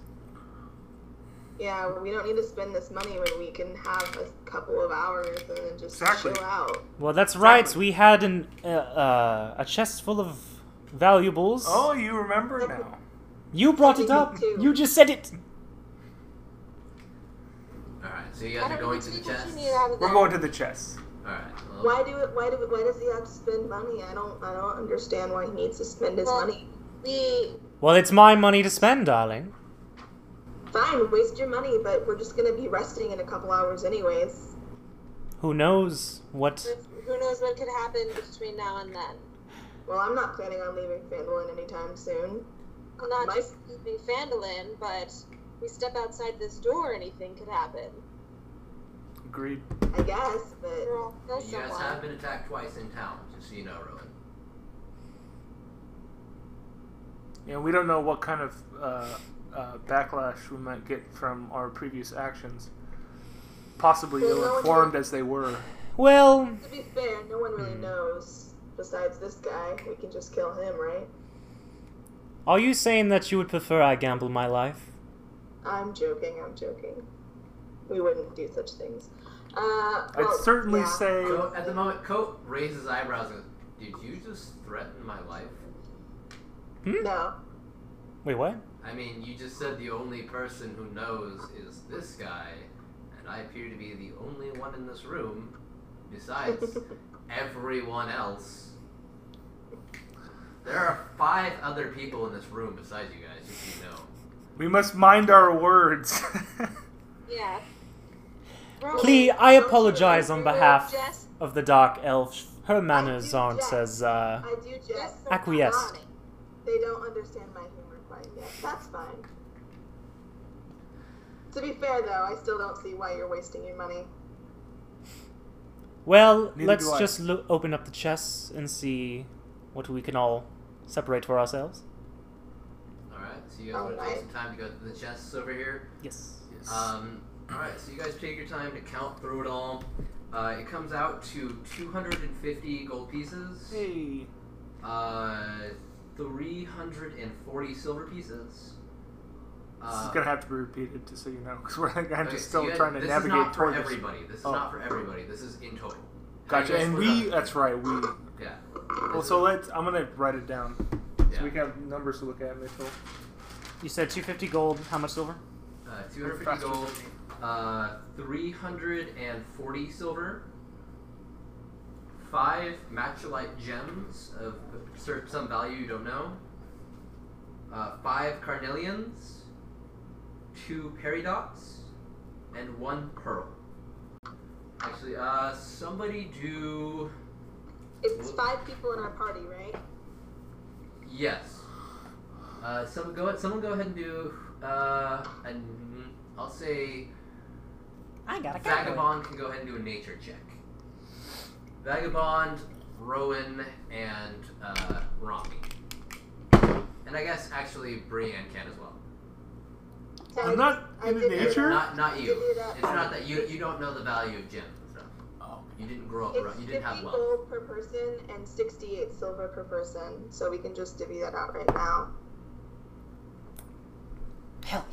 Speaker 9: Yeah, we don't need to spend this money when we can have a couple of hours and then just
Speaker 2: Exactly.
Speaker 9: chill out.
Speaker 3: Well, that's right.
Speaker 2: Exactly.
Speaker 3: We had an uh, uh, a chest full of valuables.
Speaker 2: Oh, you remember now.
Speaker 3: You brought it up.
Speaker 9: Too.
Speaker 3: You just said it.
Speaker 1: All right. So you guys
Speaker 10: I don't
Speaker 1: are going
Speaker 10: really
Speaker 1: to the
Speaker 10: see what you
Speaker 1: chest.
Speaker 10: need out of
Speaker 2: We're
Speaker 10: that.
Speaker 2: going to the chests.
Speaker 1: All right. Well,
Speaker 9: Why do it? Why do? Why does he have to spend money? I don't. I don't understand why he needs to spend his
Speaker 10: Well-
Speaker 9: money.
Speaker 10: We
Speaker 3: Well, it's my money to spend, darling.
Speaker 9: Fine, waste your money, but we're just gonna be resting in a couple hours anyways.
Speaker 3: Who knows what?
Speaker 10: who knows what could happen between now and then.
Speaker 9: Well, I'm not planning on leaving Fandolin anytime soon.
Speaker 10: I'm not
Speaker 9: My-
Speaker 10: just leaving Fandolin, but we step outside this door, anything could happen.
Speaker 2: Agreed.
Speaker 9: I guess, but
Speaker 10: After all, kill
Speaker 1: You guys
Speaker 10: someone.
Speaker 1: have been attacked twice in town, just so you know, Rowan.
Speaker 11: And we don't know what kind of uh, uh, backlash we might get from our previous actions. Possibly
Speaker 9: Well, no
Speaker 11: ill
Speaker 9: one-
Speaker 11: informed as they were.
Speaker 3: Well,
Speaker 9: to be fair, no one
Speaker 2: Hmm.
Speaker 9: really knows besides this guy. We can just kill him, right?
Speaker 3: are you saying that you would prefer I gamble my life?
Speaker 9: I'm joking. I'm joking. We wouldn't do such things. Uh,
Speaker 2: I'd
Speaker 9: well,
Speaker 2: certainly
Speaker 9: yeah.
Speaker 2: say.
Speaker 1: Coat, at the moment, Coat raises his eyebrows and goes, Did you just threaten my life?
Speaker 9: no.
Speaker 3: Wait, what?
Speaker 1: I mean, you just said the only person who knows is this guy, and I appear to be the only one in this room, besides everyone else. There are five other people in this room besides you guys, just so you know.
Speaker 2: We must mind our words.
Speaker 10: Yeah. Rowan,
Speaker 3: Plea, I
Speaker 9: Don't you
Speaker 3: apologize on
Speaker 10: you
Speaker 3: behalf
Speaker 10: Just,
Speaker 3: of the dark elf. Her manners
Speaker 9: do
Speaker 3: aren't
Speaker 9: jest.
Speaker 3: as uh,
Speaker 9: I do
Speaker 10: just
Speaker 9: jest.
Speaker 10: for
Speaker 3: acquiesced.
Speaker 10: fun.
Speaker 9: They don't understand my humor quite yet. That's fine. To be fair, though, I still don't see why you're wasting your money.
Speaker 3: Well,
Speaker 2: Neither do
Speaker 3: let's
Speaker 2: I.
Speaker 3: just lo- open up the chests and see what we can all separate for ourselves.
Speaker 1: Alright, so you guys want to take
Speaker 9: Alright.
Speaker 1: some time to go to the chests over here?
Speaker 3: Yes.
Speaker 1: Um, all right, so you guys take your time to count through it all. Uh, it comes out to 250 gold pieces,
Speaker 11: Hey.
Speaker 1: uh, 340 silver pieces,
Speaker 2: This is
Speaker 1: Uh,
Speaker 2: gonna have to be repeated, just so you know, because we're like, I'm
Speaker 1: okay,
Speaker 2: just
Speaker 1: so
Speaker 2: still
Speaker 1: you guys-
Speaker 2: trying to
Speaker 1: this
Speaker 2: navigate
Speaker 1: is not
Speaker 2: toward
Speaker 1: for
Speaker 2: this.
Speaker 1: everybody. This is
Speaker 2: Oh.
Speaker 1: not for everybody. This is in total.
Speaker 2: Gotcha.
Speaker 1: I guess
Speaker 2: And
Speaker 1: we're
Speaker 2: we,
Speaker 1: not-
Speaker 2: that's right, we.
Speaker 1: Yeah.
Speaker 2: Well, so let's. I'm gonna write it down,
Speaker 1: Yeah.
Speaker 2: so we can have numbers to look at, Mitchell.
Speaker 3: You said 250 gold. How much silver?
Speaker 1: Uh, 250 gold, uh, 340 silver, 5 matcholite gems of cer- some value you don't know, uh, 5 carnelians, 2 peridots, and 1 pearl. Actually, uh, somebody do.
Speaker 9: It's five people in our party, right?
Speaker 1: Yes. Uh, some go. Someone go ahead and do. Uh, an, I'll say.
Speaker 3: I got a
Speaker 1: Vagabond can go ahead and do a nature check. Vagabond, Rowan, and uh, Rami. And I guess actually Brienne can as well.
Speaker 9: So
Speaker 2: I'm not
Speaker 9: I
Speaker 2: into
Speaker 9: did do
Speaker 2: nature.
Speaker 9: that.
Speaker 1: Not not
Speaker 9: Give you
Speaker 1: you.
Speaker 9: that.
Speaker 1: It's not that you you don't know the value of gems. and stuff. You didn't grow up.
Speaker 9: It's
Speaker 1: right. You
Speaker 9: 50
Speaker 1: didn't have wealth.
Speaker 9: gold per person and 68 silver per person, so we can just divvy that out right now.
Speaker 3: Hell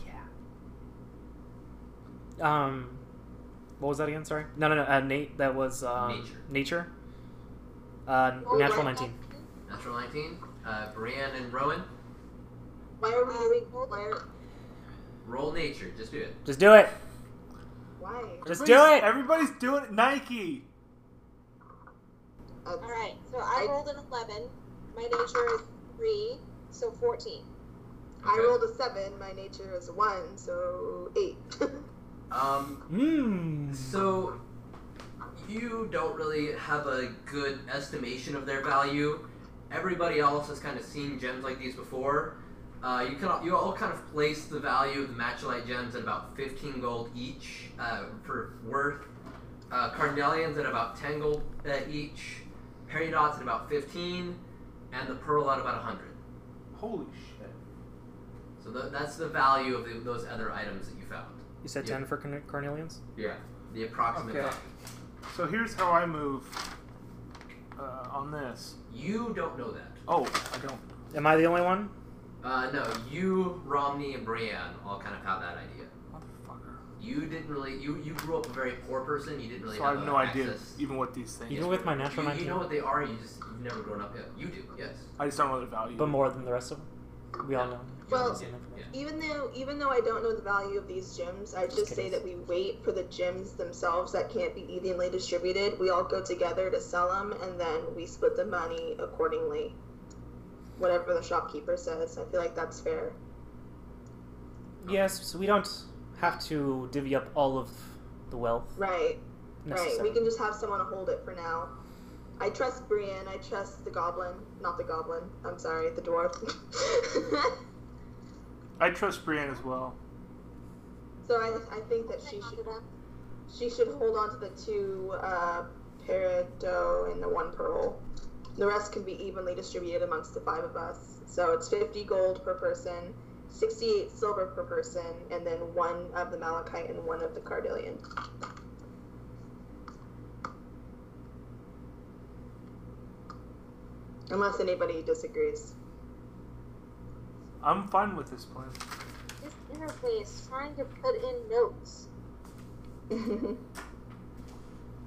Speaker 3: yeah. Um, what was that again? Sorry. No, no, no. Uh, Nate, that was um,
Speaker 1: Nature.
Speaker 3: Nature. Uh,
Speaker 9: Well,
Speaker 3: natural
Speaker 9: why-
Speaker 3: 19.
Speaker 1: Natural 19. Uh, Brienne and Rowan,
Speaker 9: Why are we doing gold? Why? Are,
Speaker 1: roll nature. Just do it.
Speaker 3: Just do it.
Speaker 9: why?
Speaker 3: Just do
Speaker 2: Everybody's-
Speaker 3: it.
Speaker 2: Everybody's doing it. Nike.
Speaker 9: All right. So I rolled an 11. My nature is three, so
Speaker 1: Okay.
Speaker 9: 14. I rolled a seven. My nature is one, so eight.
Speaker 1: Um,
Speaker 3: Mmm.
Speaker 1: So, you don't really have a good estimation of their value. Everybody else has kind of seen gems like these before. Uh, you can all, you all kind of place the value of the matcholite gems at about 15 gold each uh, for worth. Uh, carnelians at about 10 gold uh, each. Peridots at about 15, and the pearl at about 100.
Speaker 2: Holy shit.
Speaker 1: So tho- that's the value of the, those other items that you found.
Speaker 3: You said
Speaker 1: Yeah.
Speaker 3: 10 for carn- carnelians?
Speaker 1: Yeah. The approximate
Speaker 2: Okay.
Speaker 1: value.
Speaker 2: So here's how I move uh, on this.
Speaker 1: You don't know that.
Speaker 2: Oh, I don't.
Speaker 3: Am I the only one?
Speaker 1: Uh, no, you, Romney, and Brienne all kind of have that idea.
Speaker 2: Motherfucker.
Speaker 1: You didn't really. You you grew up a very poor person. You didn't really.
Speaker 2: So I
Speaker 1: have
Speaker 2: have
Speaker 1: uh,
Speaker 2: no idea
Speaker 1: access-
Speaker 2: even what these things.
Speaker 3: Even with my natural
Speaker 1: You,
Speaker 3: 19.
Speaker 1: you know what they are. You just you've never grown up yet. You do. Yes.
Speaker 2: I just don't know the value.
Speaker 3: But more than the rest of them. We all know.
Speaker 9: Well,
Speaker 1: Yeah, yeah.
Speaker 9: even though even though I don't know the value of these gems, I just say that we wait for the gems themselves that can't be evenly distributed. We all go together to sell them, and then we split the money accordingly. Whatever the shopkeeper says, I feel like that's fair.
Speaker 3: Yes, so we don't have to divvy up all of the wealth
Speaker 9: Right, right.
Speaker 3: necessarily.
Speaker 9: We can just have someone hold it for now. I trust Brienne. I trust the goblin, not the goblin. I'm sorry, the dwarf.
Speaker 2: I trust Brienne as well.
Speaker 9: so I, I think that she should she should hold on to the two uh, peridot and the one pearl. The rest can be evenly distributed amongst the five of us. So it's 50 gold per person, 68 silver per person, and then one of the malachite and one of the cardillion. Unless anybody disagrees.
Speaker 2: I'm fine with this plan.
Speaker 10: This interface trying to put in notes. I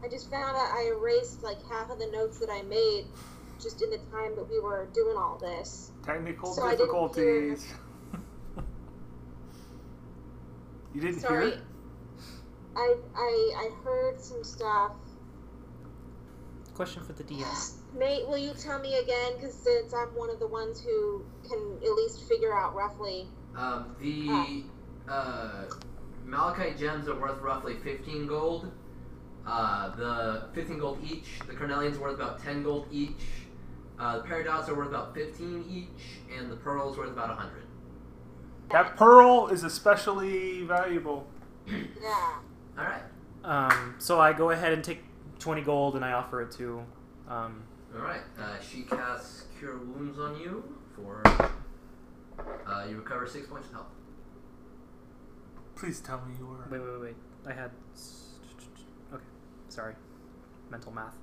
Speaker 10: just found out I erased like half of the notes that I made just in the time that we were doing all this.
Speaker 2: Technical
Speaker 10: So I didn't
Speaker 2: difficulties. you didn't
Speaker 10: Sorry.
Speaker 2: hear it?
Speaker 10: I, I I heard some stuff.
Speaker 3: Question for the DS.
Speaker 10: Nate, will you tell me again? Because since I'm one of the ones who can at least figure out roughly.
Speaker 1: Um, the uh, malachite gems are worth roughly 15 gold. Uh, the 15 gold each. The carnelians are worth about 10 gold each. Uh, the peridots are worth about 15 each, and the pearls worth about 100.
Speaker 2: That pearl is especially valuable.
Speaker 10: Yeah.
Speaker 1: All right.
Speaker 3: Um, so I go ahead and take 20 gold and I offer it to. Um,
Speaker 1: All right. Uh, she casts Cure Wounds on you for. Uh, you recover six points of health.
Speaker 2: Please tell me you were.
Speaker 3: wait, wait, wait. I had. s- Okay, sorry. Mental math.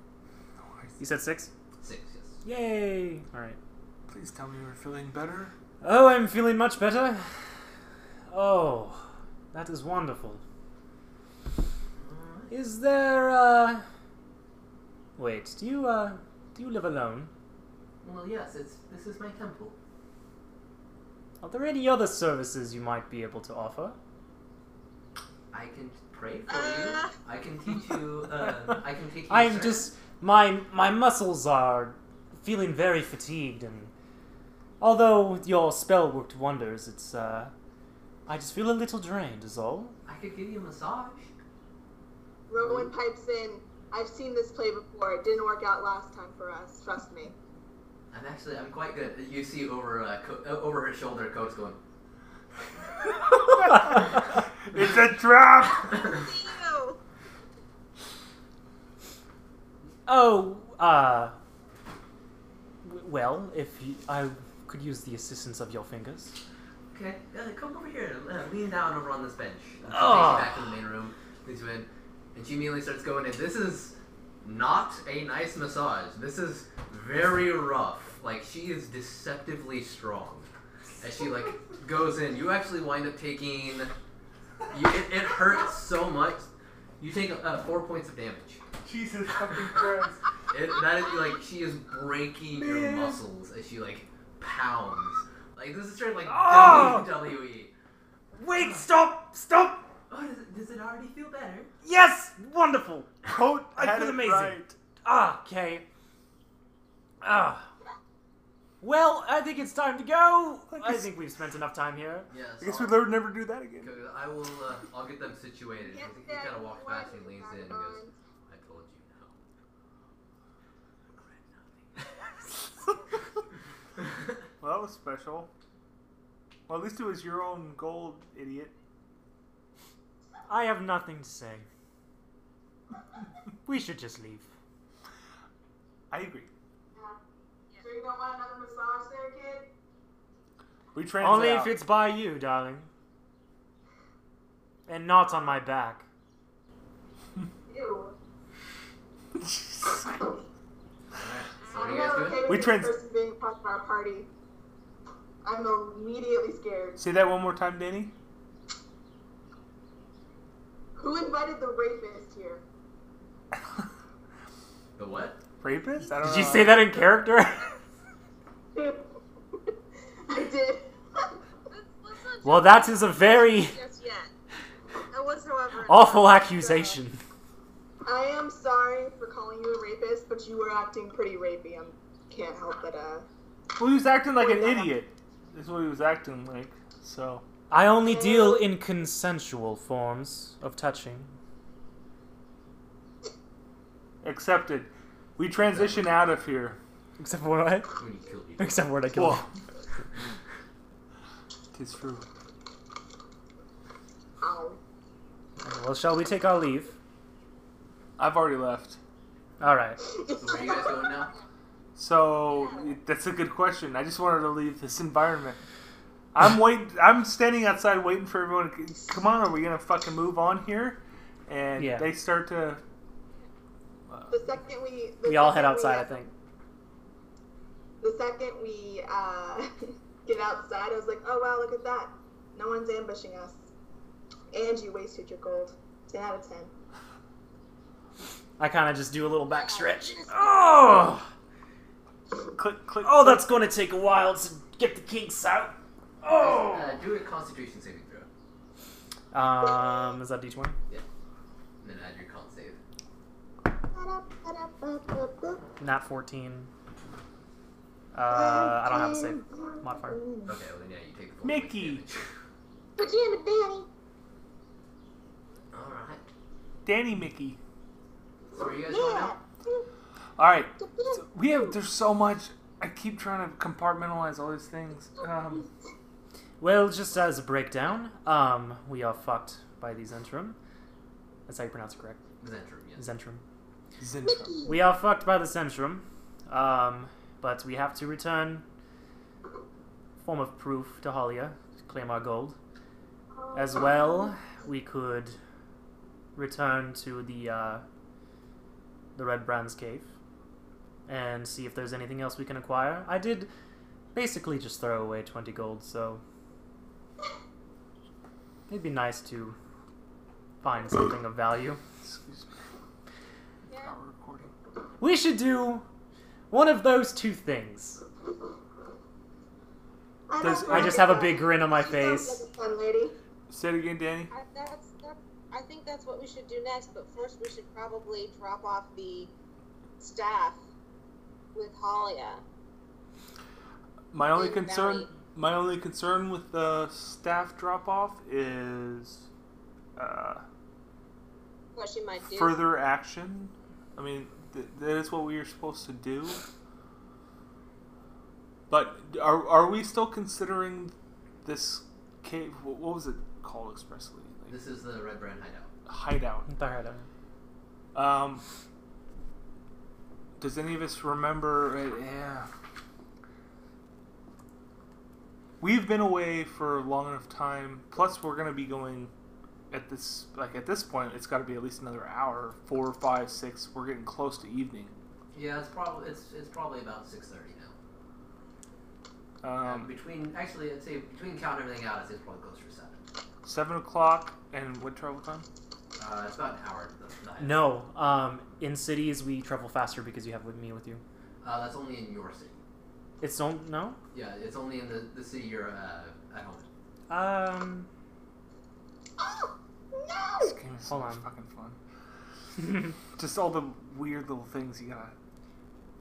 Speaker 3: You said six?
Speaker 1: Six. Yes.
Speaker 3: Yay! Alright.
Speaker 2: Please tell me you were feeling better.
Speaker 3: Oh, I'm feeling much better. Oh, that is wonderful.
Speaker 9: Uh-huh.
Speaker 3: Is there, uh. Wait, do you, uh. Do you live alone?
Speaker 1: Well, yes, it's this is my temple.
Speaker 3: Are there any other services you might be able to offer?
Speaker 1: I can pray for you. I can teach you. Uh, I can take you.
Speaker 3: I'm
Speaker 1: certain-
Speaker 3: just my my muscles are feeling very fatigued, and although your spell worked wonders, it's uh, I just feel a little drained, is all.
Speaker 1: I could give you a massage.
Speaker 9: Rowan pipes in. I've seen this play before. It didn't work out last time for us. Trust me.
Speaker 1: I'm actually I'm quite good. You see over uh, co- uh, over her shoulder, Coates going.
Speaker 2: It's a trap.
Speaker 3: Oh, uh, w- well, if you, I could use the assistance of your fingers.
Speaker 1: Okay, uh, come over here. Uh, lean down over on this bench. And she
Speaker 3: Oh.
Speaker 1: takes you back to the main room. Leads you in, and she immediately starts going in. This is not a nice massage. This is very rough. Like she is deceptively strong. As she like goes in, you actually wind up taking. You, it, it hurts so much. You take uh, four points of damage.
Speaker 12: Jesus fucking Christ.
Speaker 1: It, that is like she is breaking your
Speaker 12: Man.
Speaker 1: muscles as she like pounds. Like this is straight like E.
Speaker 12: Oh!
Speaker 1: WWE.
Speaker 12: Wait, stop! Stop!
Speaker 1: Oh, does it, does it already feel better?
Speaker 3: Yes! Wonderful!
Speaker 2: Coat
Speaker 3: I
Speaker 2: had
Speaker 3: feel
Speaker 2: it
Speaker 3: amazing.
Speaker 2: right.
Speaker 3: Ah, okay. Ah. Well, I think it's time to go. I think we've spent enough time here.
Speaker 1: Yes.
Speaker 2: I guess we'd never never do that again.
Speaker 1: Go- I will. Uh, I'll get them situated. I think he kind of walks past and leans in and goes, "I told you no."
Speaker 2: Well, that was special. Well, at least it was your own gold, idiot.
Speaker 3: I have nothing to say. We should just leave.
Speaker 2: I agree.
Speaker 9: So you don't want another massage there, kid?
Speaker 2: We translate.
Speaker 3: Only if it's by you, darling. And not on my back.
Speaker 9: Ew.
Speaker 1: So what are
Speaker 9: I'm
Speaker 1: you guys
Speaker 9: not
Speaker 1: doing?
Speaker 9: Oh, okay with
Speaker 2: We
Speaker 9: this
Speaker 2: trans-
Speaker 9: person being part of our party. I'm immediately scared.
Speaker 2: Say that one more time, Danny.
Speaker 9: Who invited the rapist here?
Speaker 1: The what?
Speaker 2: Rapist? I don't
Speaker 3: Did
Speaker 2: know.
Speaker 3: you say that in character?
Speaker 9: I did.
Speaker 3: well, that is a very
Speaker 9: Just yet. And whatsoever.
Speaker 3: awful accusation.
Speaker 9: I am sorry for calling you a rapist, but you were acting pretty rapey. I can't help but uh.
Speaker 2: Well, he was acting like an idiot. That's what he was acting like. So
Speaker 3: I only deal in consensual forms of touching.
Speaker 2: accepted. We transition out of here
Speaker 3: Except for what?
Speaker 1: When you kill people.
Speaker 3: Except for what I killed.
Speaker 2: Tis true.
Speaker 9: Ow.
Speaker 3: Well, shall we take our leave?
Speaker 2: I've already left.
Speaker 3: All right.
Speaker 1: So where are you guys going now?
Speaker 2: So that's a good question. I just wanted to leave this environment. I'm waiting. I'm standing outside waiting for everyone. to c- Come on, are we gonna fucking move on here? And
Speaker 3: Yeah.
Speaker 2: they start to.
Speaker 9: The second we. The
Speaker 3: We all
Speaker 9: second
Speaker 3: head outside,
Speaker 9: we,
Speaker 3: I think.
Speaker 9: The second we uh, get outside, I was like, oh wow, look at that. No one's ambushing us. And you wasted your gold. 10 out of 10.
Speaker 3: I kind of just do a little back stretch. Oh,
Speaker 2: Click, click.
Speaker 3: oh, that's going to take a while to get the kinks out. Oh.
Speaker 1: Uh, do a Constitution saving throw,
Speaker 3: Um, is that D20?
Speaker 1: and then add your con save.
Speaker 3: Uh, Nat 14. Uh, I don't have a save modifier.
Speaker 1: Okay, well then yeah, you take the full
Speaker 2: Mickey.
Speaker 9: Pajama Danny!
Speaker 1: All right.
Speaker 2: Danny Mickey.
Speaker 1: So where are you guys going
Speaker 9: Yeah!
Speaker 1: now?
Speaker 2: All right. So we have. There's so much. I keep trying to compartmentalize all these things. Um,
Speaker 3: Well, just as a breakdown, um, we are fucked by the Zentrum. That's how you pronounce it, correct?
Speaker 1: Zentrum, yes.
Speaker 3: Zentrum.
Speaker 2: Zentrum.
Speaker 3: We are fucked by the Centrum, um, but we have to return form of proof to Halia to claim our gold. As well, we could return to the uh, the Red Brands Cave and see if there's anything else we can acquire. I did basically just throw away twenty gold, so It'd be nice to find something of value.
Speaker 2: Excuse me.
Speaker 5: Yeah.
Speaker 2: We're recording.
Speaker 3: We should do one of those two things.
Speaker 5: I,
Speaker 2: Does-
Speaker 5: don't
Speaker 3: I
Speaker 5: like
Speaker 3: just
Speaker 5: it,
Speaker 3: have a
Speaker 5: though.
Speaker 3: big grin on my
Speaker 5: She sounds
Speaker 3: face.
Speaker 5: Like a fun lady.
Speaker 2: Say it again, Danny.
Speaker 5: I, that's, that, I think that's what we should do next, but first we should probably drop off the staff with Halia.
Speaker 2: My only
Speaker 5: Big
Speaker 2: concern,
Speaker 5: Valley.
Speaker 2: my only concern with the staff drop off is uh,
Speaker 5: What she might do.
Speaker 2: further action. I mean, th- that is what we are supposed to do. But are are we still considering this cave? wh- What was it called expressly? Like
Speaker 1: This is the Red Brand hideout.
Speaker 2: hideout.
Speaker 3: Tired of it.
Speaker 2: Um, does any of us remember? uh, yeah. We've been away for a long enough time. Plus, we're gonna be going at this like at this point. It's got to be at least another hour, four, five, six. We're getting close to evening.
Speaker 1: Yeah, it's probably it's it's probably about six thirty now. Um,
Speaker 2: Um,
Speaker 1: between actually, I'd say between count everything out, I'd say it's probably closer to seven.
Speaker 2: seven o'clock and what travel time?
Speaker 1: Uh, it's about an hour to the, the hideout.
Speaker 3: No, um, in cities we travel faster because you have with me with you.
Speaker 1: Uh, that's only in your city.
Speaker 3: It's don't no.
Speaker 1: Yeah, it's only in the, the city you're uh, at home.
Speaker 3: Um,
Speaker 5: Oh,
Speaker 2: This
Speaker 5: no!
Speaker 2: game is so
Speaker 3: Hold
Speaker 2: much
Speaker 3: on.
Speaker 2: fucking fun. Just all the weird little things you gotta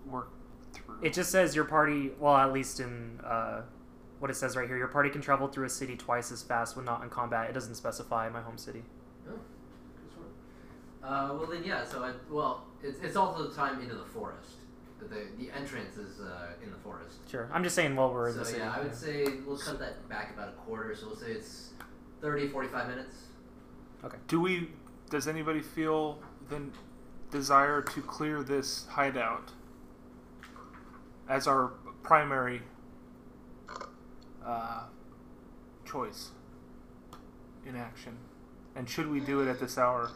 Speaker 2: work through.
Speaker 3: it just says your party. Well, at least in uh, what it says right here, your party can travel through a city twice as fast when not in combat. It doesn't specify my home city.
Speaker 1: Uh, well then, yeah. So I, well, it's, it's also the time into the forest. The the entrance is uh, in the forest.
Speaker 3: Sure. I'm just saying while we're in
Speaker 1: so
Speaker 3: the city.
Speaker 1: yeah, I
Speaker 3: yeah.
Speaker 1: would say we'll cut that back about a quarter. So we'll say it's 30, 45 minutes.
Speaker 2: Do we? Does anybody feel the desire to clear this hideout as our primary uh, choice in action? And should we do it at this hour?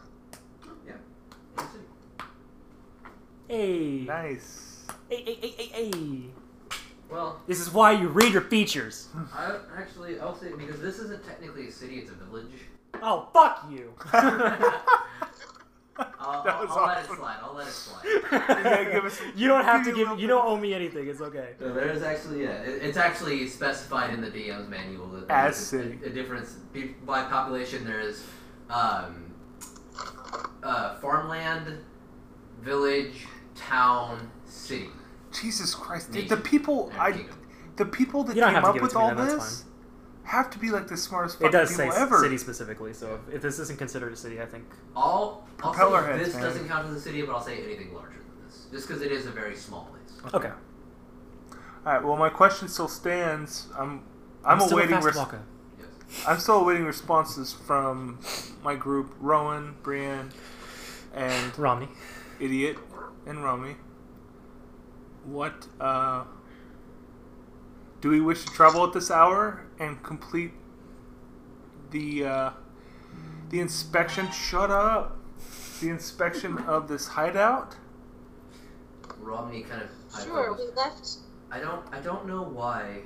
Speaker 3: Hey.
Speaker 2: Nice.
Speaker 3: Hey, hey, hey, hey, hey.
Speaker 1: Well,
Speaker 3: This is why you read your features.
Speaker 1: I actually I'll say because this isn't technically a city; it's a village.
Speaker 3: Oh, fuck you.
Speaker 1: I'll,
Speaker 2: That
Speaker 1: I'll,
Speaker 2: was
Speaker 1: I'll let it
Speaker 2: awesome.
Speaker 1: slide. I'll let it slide.
Speaker 2: give us-
Speaker 3: you don't have to
Speaker 2: give me a
Speaker 3: give. You
Speaker 2: little
Speaker 3: don't owe me anything. It's okay.
Speaker 1: So there's actually yeah, it, it's actually specified in the DM's manual that
Speaker 2: As
Speaker 1: there's
Speaker 2: city.
Speaker 1: a, a difference be- by population. There is um, uh, farmland, village, town, city.
Speaker 2: Jesus Christ!
Speaker 1: Nation.
Speaker 2: The people,
Speaker 1: and
Speaker 2: I,
Speaker 1: kingdom.
Speaker 2: the people that
Speaker 3: You don't
Speaker 2: came
Speaker 3: have to
Speaker 2: up
Speaker 3: give it
Speaker 2: with
Speaker 3: to me,
Speaker 2: all
Speaker 3: then, that's
Speaker 2: this have to be like the smartest
Speaker 3: It
Speaker 2: fucking
Speaker 3: does say
Speaker 2: people
Speaker 3: s-
Speaker 2: ever.
Speaker 3: city specifically, so if, if this isn't considered a city, I think.
Speaker 1: All I'll say
Speaker 2: Propeller heads,
Speaker 1: this
Speaker 2: man.
Speaker 1: doesn't count as a city, but I'll say anything larger than this, just because it is a very small place.
Speaker 3: Okay.
Speaker 2: All right. Well, my question still stands. I'm, I'm, awaiting. res-
Speaker 1: Yes.
Speaker 2: I'm still awaiting responses from my group: Rowan, Brienne, and
Speaker 3: Romney.
Speaker 2: Idiot, and Romy. What uh, do we wish to travel at this hour and complete the uh, the inspection? Shut up! The inspection of this hideout.
Speaker 1: Romney kind of. I
Speaker 5: Sure,
Speaker 1: was-
Speaker 5: we left.
Speaker 1: I don't. I don't know why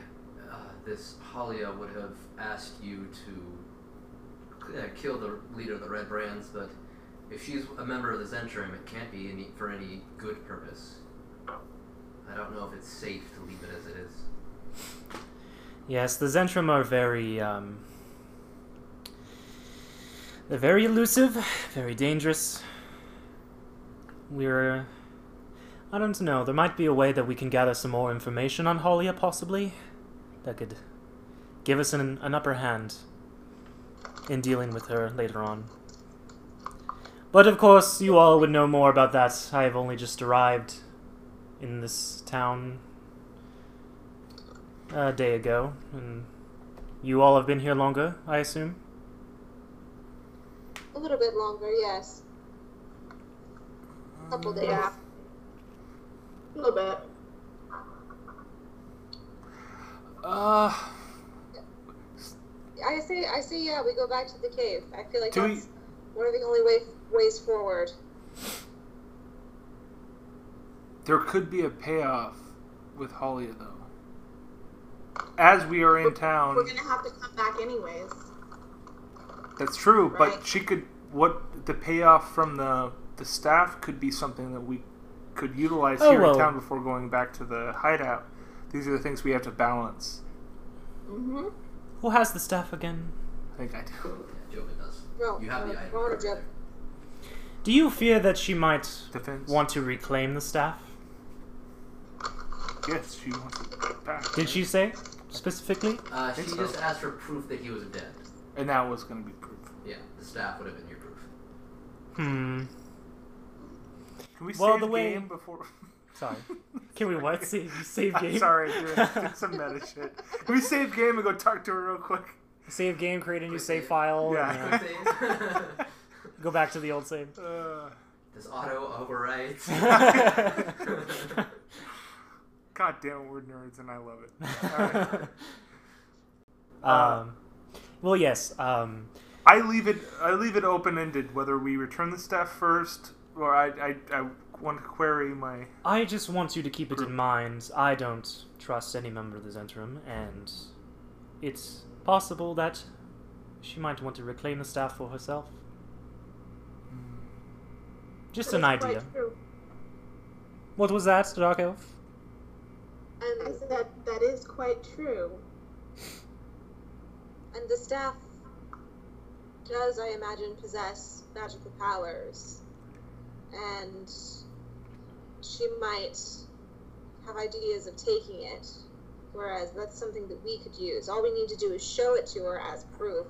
Speaker 1: uh, this Halia would have asked you to uh, kill the leader of the Red Brands, but if she's a member of the Zentrum, it can't be any, for any good purpose. I don't know if it's safe to leave it as it is.
Speaker 3: Yes, the Zentrum are very. Um, they're very elusive, very dangerous. We're. I don't know. There might be a way that we can gather some more information on Holia, possibly. That could give us an, an upper hand in dealing with her later on. But of course, you all would know more about that. I have only just arrived in this town a day ago, and you all have been here longer, I assume.
Speaker 5: A little bit longer, yes.
Speaker 3: Mm.
Speaker 5: Couple days.
Speaker 9: Yeah. A little bit.
Speaker 2: Uh,
Speaker 5: I say, I say, yeah. We go back to the cave. I feel like
Speaker 2: Do we-
Speaker 5: that's one of the only way, ways forward.
Speaker 2: there could be a payoff with Halia though. As we are in town,
Speaker 3: Um,
Speaker 9: We're gonna have to come back anyways.
Speaker 2: That's true, right? but she could. What the payoff from the the staff could be something that we could utilize oh, here well. in town before going back to the hideout. These are the things we have to balance.
Speaker 3: Mm-hmm. Who has the staff again?
Speaker 2: I think I do.
Speaker 1: Yeah, Joven does. No, you have no, the item. Right
Speaker 3: do you fear that she might
Speaker 2: Defense.
Speaker 3: want to reclaim the staff?
Speaker 2: Yes, she wants it back.
Speaker 3: Did she say specifically?
Speaker 1: Uh, she so. just asked for proof that he was dead.
Speaker 2: And that was going to be proof.
Speaker 1: Yeah, the staff would have been your proof.
Speaker 3: Hmm.
Speaker 2: Can we well, save the way... game before?
Speaker 3: Sorry. Can we what? Save, save game?
Speaker 2: I'm sorry, dude. Did some meta shit. Can we save game and go talk to her real quick?
Speaker 3: Save game, create a new save, save file.
Speaker 2: Yeah.
Speaker 3: And, uh, go back to the old save.
Speaker 1: Uh, Does auto overwrite?
Speaker 2: God damn, we're nerds and I love it.
Speaker 3: Right. Um, well, yes. Um,
Speaker 2: I leave it. I leave it open ended whether we return the staff first or I, I, I, want to query my.
Speaker 3: I just want you to keep group. it in mind. I don't trust any member of the Zentrum, and it's possible that she might want to reclaim the staff for herself. Just that an idea. What was that, Dark Elf?
Speaker 10: And I said that that is quite true. And the staff does, I imagine, possess magical powers and she might have ideas of taking it. Whereas that's something that we could use. All we need to do is show it to her as proof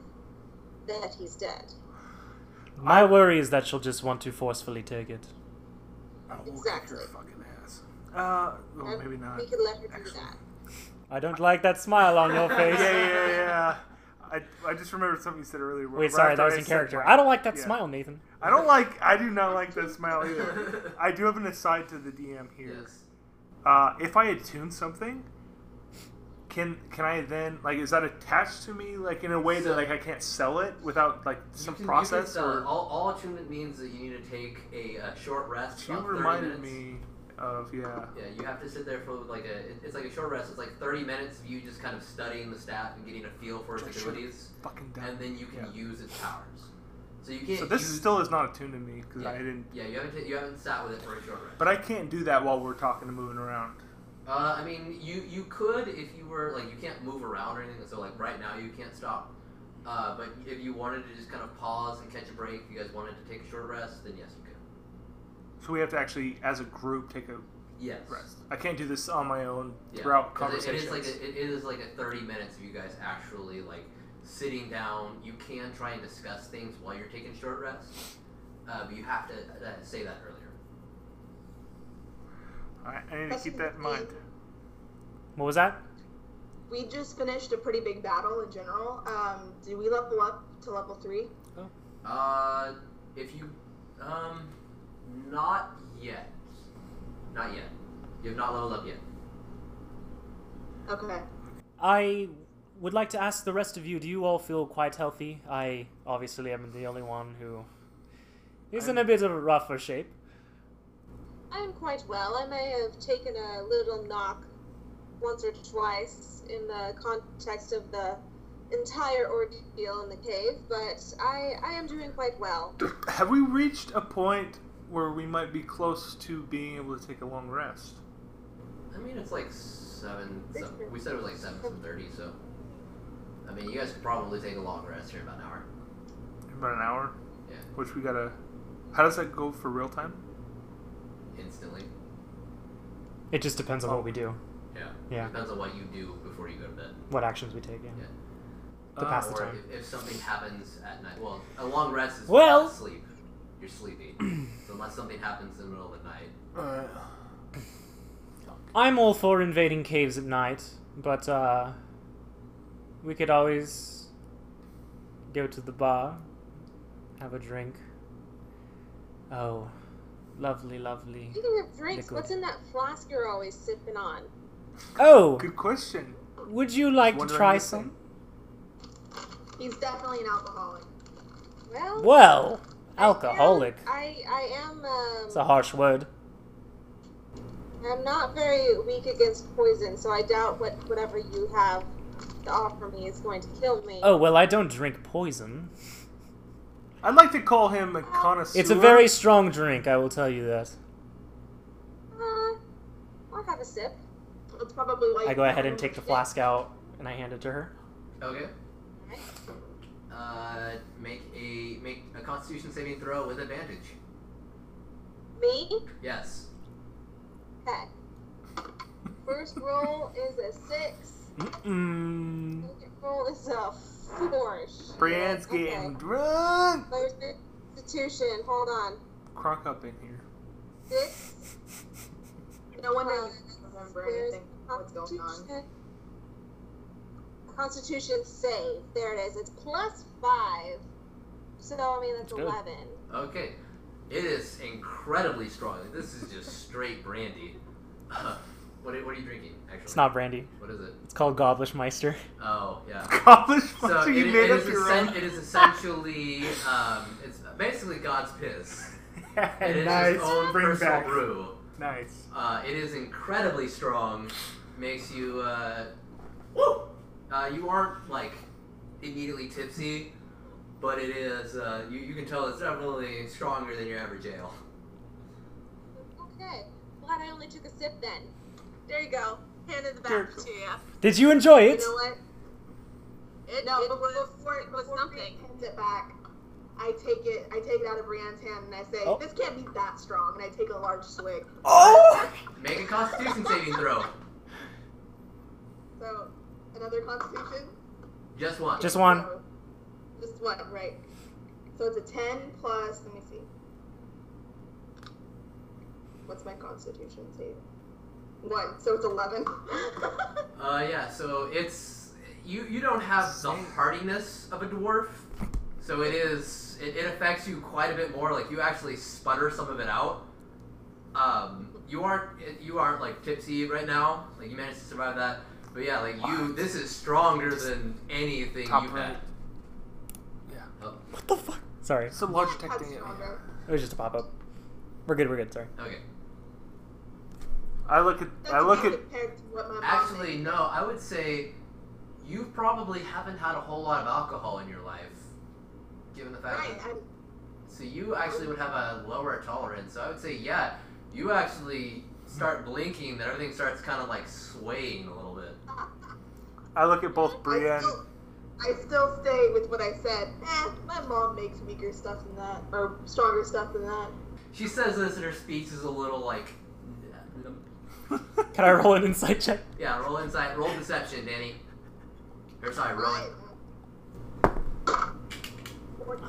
Speaker 10: that he's dead.
Speaker 3: My worry is that she'll just want to forcefully take it.
Speaker 10: Exactly.
Speaker 2: Fucking ass. Uh, well, maybe not.
Speaker 10: We could let her Actually. do that.
Speaker 3: I don't like that smile on your face.
Speaker 2: yeah, yeah, yeah. I, I just remembered something you said earlier.
Speaker 3: Wait, right sorry, that was in character. Like, I don't like that yeah. smile, Nathan.
Speaker 2: I don't like. I do not like that smile either. I do have an aside to the DM here. Yes. Uh, if I attune something, can can I then like is that attached to me like in a way so, that like I can't sell it without like some
Speaker 1: can,
Speaker 2: process
Speaker 1: or all, all, attunement means that you need to take a uh, short rest.
Speaker 2: You reminded me of yeah.
Speaker 1: Yeah, you have to sit there for like a it's like a short rest. It's like thirty minutes of you just kind of studying the staff and getting a feel for its That's abilities,
Speaker 2: fucking
Speaker 1: dumb. and then you can yeah. use its powers. So you can't.
Speaker 2: So this
Speaker 1: use,
Speaker 2: still is not attuned to me because
Speaker 1: yeah,
Speaker 2: I didn't.
Speaker 1: Yeah, you haven't you haven't sat with it for a short rest.
Speaker 2: But I can't do that while we're talking and moving around.
Speaker 1: Uh, I mean, you you could if you were like you can't move around or anything. So like right now you can't stop. Uh, but if you wanted to just kind of pause and catch a break, if you guys wanted to take a short rest, then yes, you could.
Speaker 2: So we have to actually, as a group, take a
Speaker 1: yes.
Speaker 2: rest. I can't do this on my own yeah. throughout
Speaker 1: It, it
Speaker 2: conversations.
Speaker 1: is like a, it is like a thirty minutes of you guys actually like sitting down. You can try and discuss things while you're taking short rests, uh, but you have to uh, say that earlier.
Speaker 2: All right, I need to That's keep that in mind.
Speaker 3: What was that?
Speaker 9: We just finished a pretty big battle in general. Um, did we level up to level three?
Speaker 1: Oh. Uh, if you, um. Not yet. Not yet. You have not leveled up yet.
Speaker 9: Okay.
Speaker 3: I would like to ask the rest of you do you all feel quite healthy? I obviously am the only one who is I'm... in a bit of a rougher shape.
Speaker 10: I'm quite well. I may have taken a little knock once or twice in the context of the entire ordeal in the cave, but I, I am doing quite well.
Speaker 2: Have we reached a point where we might be close to being able to take a long rest?
Speaker 1: I mean, it's like seven. So we said it was like seven, seven thirty. So, I mean, you guys could probably take a long rest here in about an hour.
Speaker 2: In about an hour.
Speaker 1: Yeah.
Speaker 2: Which we gotta. How does that go for real time?
Speaker 1: Instantly.
Speaker 3: It just depends on oh. what we do.
Speaker 1: Yeah.
Speaker 3: Yeah.
Speaker 1: It depends on what you do before you go to bed.
Speaker 3: What actions we take. yeah. yeah to pass uh, the time.
Speaker 1: If, if, something happens at night, well, a long rest is
Speaker 3: well
Speaker 1: sleep. You're sleepy, so unless something happens in the middle of the night.
Speaker 2: Uh,
Speaker 3: I'm all for invading caves at night, but uh, we could always go to the bar, have a drink. Oh, lovely, lovely.
Speaker 10: You can have drinks. Liquid. What's in that flask you're always sipping on?
Speaker 3: Oh,
Speaker 2: good question.
Speaker 3: Would you like to try some?
Speaker 9: He's definitely an alcoholic.
Speaker 10: Well,
Speaker 3: well alcoholic.
Speaker 10: I am, I, I am. Um,
Speaker 3: it's a harsh word.
Speaker 10: I'm not very weak against poison, so I doubt what whatever you have to offer me is going to kill me.
Speaker 3: Oh well, I don't drink poison.
Speaker 2: I'd like to call him a connoisseur.
Speaker 3: It's a very strong drink, I will tell you that.
Speaker 5: Uh, I'll have a sip.
Speaker 9: It's probably like.
Speaker 3: I go ahead and take the flask out and I hand it to her.
Speaker 1: Okay. Uh, make a make a Constitution saving throw with advantage.
Speaker 5: Me?
Speaker 1: Yes.
Speaker 5: Okay. First roll is a six.
Speaker 2: Mm-mm.
Speaker 5: Second roll is a four. Shit,
Speaker 2: Brienne's
Speaker 5: okay.
Speaker 2: getting drunk.
Speaker 5: There's the institution. Hold on.
Speaker 2: Crock up in here.
Speaker 5: Six.
Speaker 9: No wonder
Speaker 5: Uh,
Speaker 9: I didn't remember anything. What's going on?
Speaker 5: Constitution. Constitution save. There it is. It's plus five. So I mean that's
Speaker 2: That's good.
Speaker 5: eleven.
Speaker 1: Okay. It is incredibly strong. This is just straight brandy. Uh, what, are, what are you drinking? Actually,
Speaker 3: It's not brandy.
Speaker 1: What is it?
Speaker 3: It's called Goblishmeister.
Speaker 1: Oh yeah.
Speaker 2: Goblin
Speaker 1: So
Speaker 2: so you
Speaker 1: it-
Speaker 2: made
Speaker 1: it,
Speaker 2: up
Speaker 1: is
Speaker 2: your
Speaker 1: essen-
Speaker 2: own.
Speaker 1: it is essentially um, it's basically God's piss. It is
Speaker 7: nice.
Speaker 1: his own
Speaker 7: Bring
Speaker 1: personal
Speaker 7: back.
Speaker 1: brew.
Speaker 7: Nice.
Speaker 1: Uh, it is incredibly strong. Makes you uh, woo. Uh, you aren't like immediately tipsy, but it is. Uh, you you can tell it's definitely stronger than your average ale.
Speaker 5: Okay. Glad I only took a sip then. There you go. Handed the
Speaker 2: There
Speaker 5: back
Speaker 2: you go.
Speaker 5: to you.
Speaker 3: Did you enjoy
Speaker 5: You
Speaker 3: it?
Speaker 5: know what?
Speaker 9: It,
Speaker 5: No,
Speaker 9: it
Speaker 5: but
Speaker 9: was,
Speaker 5: before it was
Speaker 9: before
Speaker 5: something.
Speaker 9: Brienne hands it back. I take it. I take it out of Brienne's hand and I say,
Speaker 3: Oh.
Speaker 9: "This can't be that strong." And I take a large swig.
Speaker 3: Oh!
Speaker 1: Make a Constitution saving throw.
Speaker 9: So another Constitution.
Speaker 1: Just one.
Speaker 3: Just one.
Speaker 9: So, just one, right? So it's a ten plus. Let me see. What's my Constitution save? One. So it's eleven.
Speaker 1: Uh, yeah, so it's you. You don't have the hardiness of a dwarf, so it is. It, it affects you quite a bit more. Like you actually sputter some of it out. Um, you aren't. You aren't like tipsy right now. Like you managed to survive that. But yeah, like you. This is stronger than anything
Speaker 2: Top
Speaker 1: you've had. Oh,
Speaker 2: right. Yeah.
Speaker 3: What the fuck? Sorry.
Speaker 2: It's a Logitech
Speaker 9: That's
Speaker 2: thing.
Speaker 9: stronger.
Speaker 3: It was just a pop up. We're good, we're good, sorry.
Speaker 1: Okay.
Speaker 2: I look at.
Speaker 9: That's
Speaker 2: I look
Speaker 9: not
Speaker 2: at.
Speaker 9: compared to what my mom
Speaker 1: Actually,
Speaker 9: made.
Speaker 1: no. I would say you probably haven't had a whole lot of alcohol in your life, given the fact that
Speaker 9: Right. I,
Speaker 1: So you actually would have a lower tolerance. So I would say, yeah, you actually start blinking, then everything starts kind of like swaying a little bit.
Speaker 2: I look at both
Speaker 9: I
Speaker 2: Brienne.
Speaker 9: still, I still stay with what I said. Eh, my mom makes weaker stuff than that, or stronger stuff than that.
Speaker 1: She says this, and her speech is a little like,
Speaker 3: Can I roll an insight check?
Speaker 1: yeah. Roll insight, roll deception, Danny. Or sorry, roll.
Speaker 9: Right.
Speaker 3: Oh,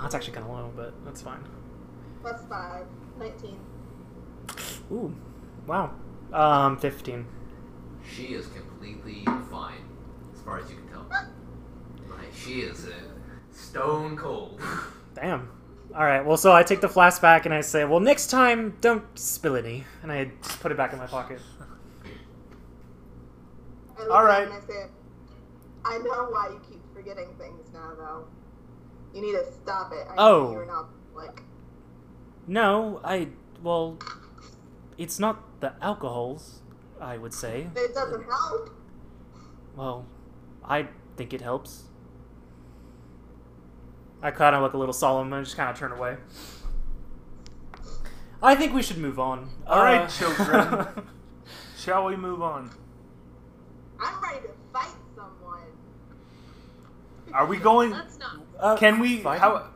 Speaker 3: that's actually kind of low, but that's fine.
Speaker 9: Plus five. 19.
Speaker 3: Ooh, wow. Um, 15.
Speaker 1: She is completely fine, as far as you can tell. Like she is uh, stone cold.
Speaker 3: Damn. All right. Well, so I take the flask back and I say, "Well, next time, don't spill any." And I just put it back in my pocket.
Speaker 9: I look
Speaker 2: All
Speaker 9: at
Speaker 2: right.
Speaker 9: him And I, say, I know why you keep forgetting things now, though. You need to stop it. I
Speaker 3: Oh.
Speaker 9: Know you're not like.
Speaker 3: No, I. Well, it's not the alcohols. I would say.
Speaker 9: But it doesn't help.
Speaker 3: Well, I think it helps. I kind of look a little solemn and just kind of turn away. I think we should move on.
Speaker 2: All right,
Speaker 3: Uh,
Speaker 2: children. Shall we move on?
Speaker 9: I'm ready to fight someone.
Speaker 2: Are we going?
Speaker 5: Let's not.
Speaker 3: uh,
Speaker 2: Can we?
Speaker 3: fine.
Speaker 2: How?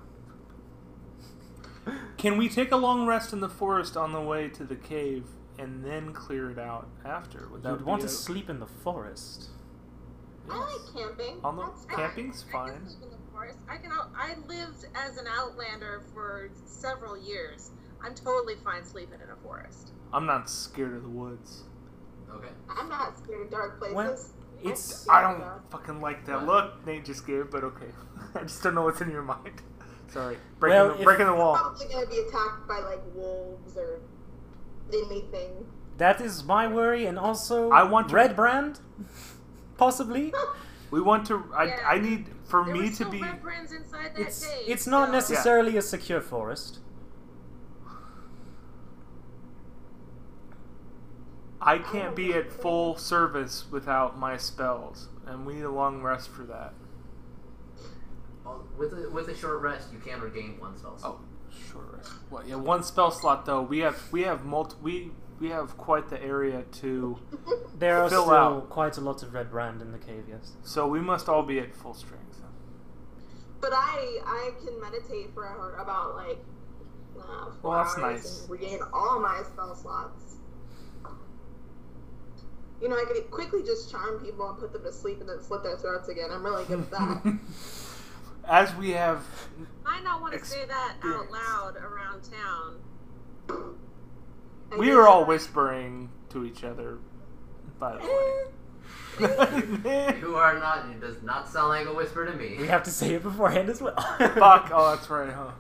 Speaker 2: Can we take a long rest in the forest on the way to the cave and then clear it out after? Would that
Speaker 3: You'd
Speaker 2: be
Speaker 3: want to
Speaker 2: a-
Speaker 3: sleep in the forest.
Speaker 5: I like camping.
Speaker 2: on the
Speaker 5: That's fine.
Speaker 2: camping's
Speaker 5: I can
Speaker 2: fine.
Speaker 5: live in the forest. I can. out- I lived as an outlander for several years. I'm totally fine sleeping in a forest.
Speaker 2: I'm not scared of the woods.
Speaker 1: Okay.
Speaker 9: I'm not scared of dark places.
Speaker 3: Well, It's
Speaker 2: I don't fucking like that look Nate just gave, but okay. I just don't know what's in your mind. Sorry, breaking,
Speaker 3: Well,
Speaker 2: the,
Speaker 3: if-
Speaker 2: breaking the
Speaker 9: I'm
Speaker 5: Oh.
Speaker 2: wall.
Speaker 9: probably gonna be attacked by like wolves or anything.
Speaker 3: that is my worry, and also
Speaker 2: I want to-
Speaker 3: red brand, possibly.
Speaker 2: We want to. I,
Speaker 5: Yeah.
Speaker 2: I need for
Speaker 5: There
Speaker 2: me
Speaker 5: were
Speaker 2: to
Speaker 5: still
Speaker 2: be.
Speaker 5: red brands inside that
Speaker 3: It's
Speaker 5: cave,
Speaker 3: it's not
Speaker 5: so-
Speaker 3: necessarily a secure forest.
Speaker 2: I can't be at full service without my spells, and we need a long rest for that.
Speaker 1: Well, with a, with a short rest, you can regain one spell slot.
Speaker 2: Oh, short rest. Well, yeah, one spell slot though. We have we have multi we we have quite the area to
Speaker 3: There are
Speaker 2: fill
Speaker 3: still
Speaker 2: out.
Speaker 3: quite a lot of red brand in the cave, yes.
Speaker 2: So we must all be at full strength.
Speaker 9: But I I can meditate for about like uh, four
Speaker 2: Well, that's
Speaker 9: hours
Speaker 2: nice.
Speaker 9: and regain all my spell slots. You know, I could quickly just charm people and put them to sleep and then slit their throats again. I'm really good at that.
Speaker 2: As we have,
Speaker 5: Might not want to say that out loud around town.
Speaker 2: we are all whispering to each other. By the
Speaker 3: Eh.
Speaker 2: way,
Speaker 1: You are not, and it does not sound like a whisper to me.
Speaker 3: We have to say it beforehand as well.
Speaker 2: fuck. Oh, that's right, huh?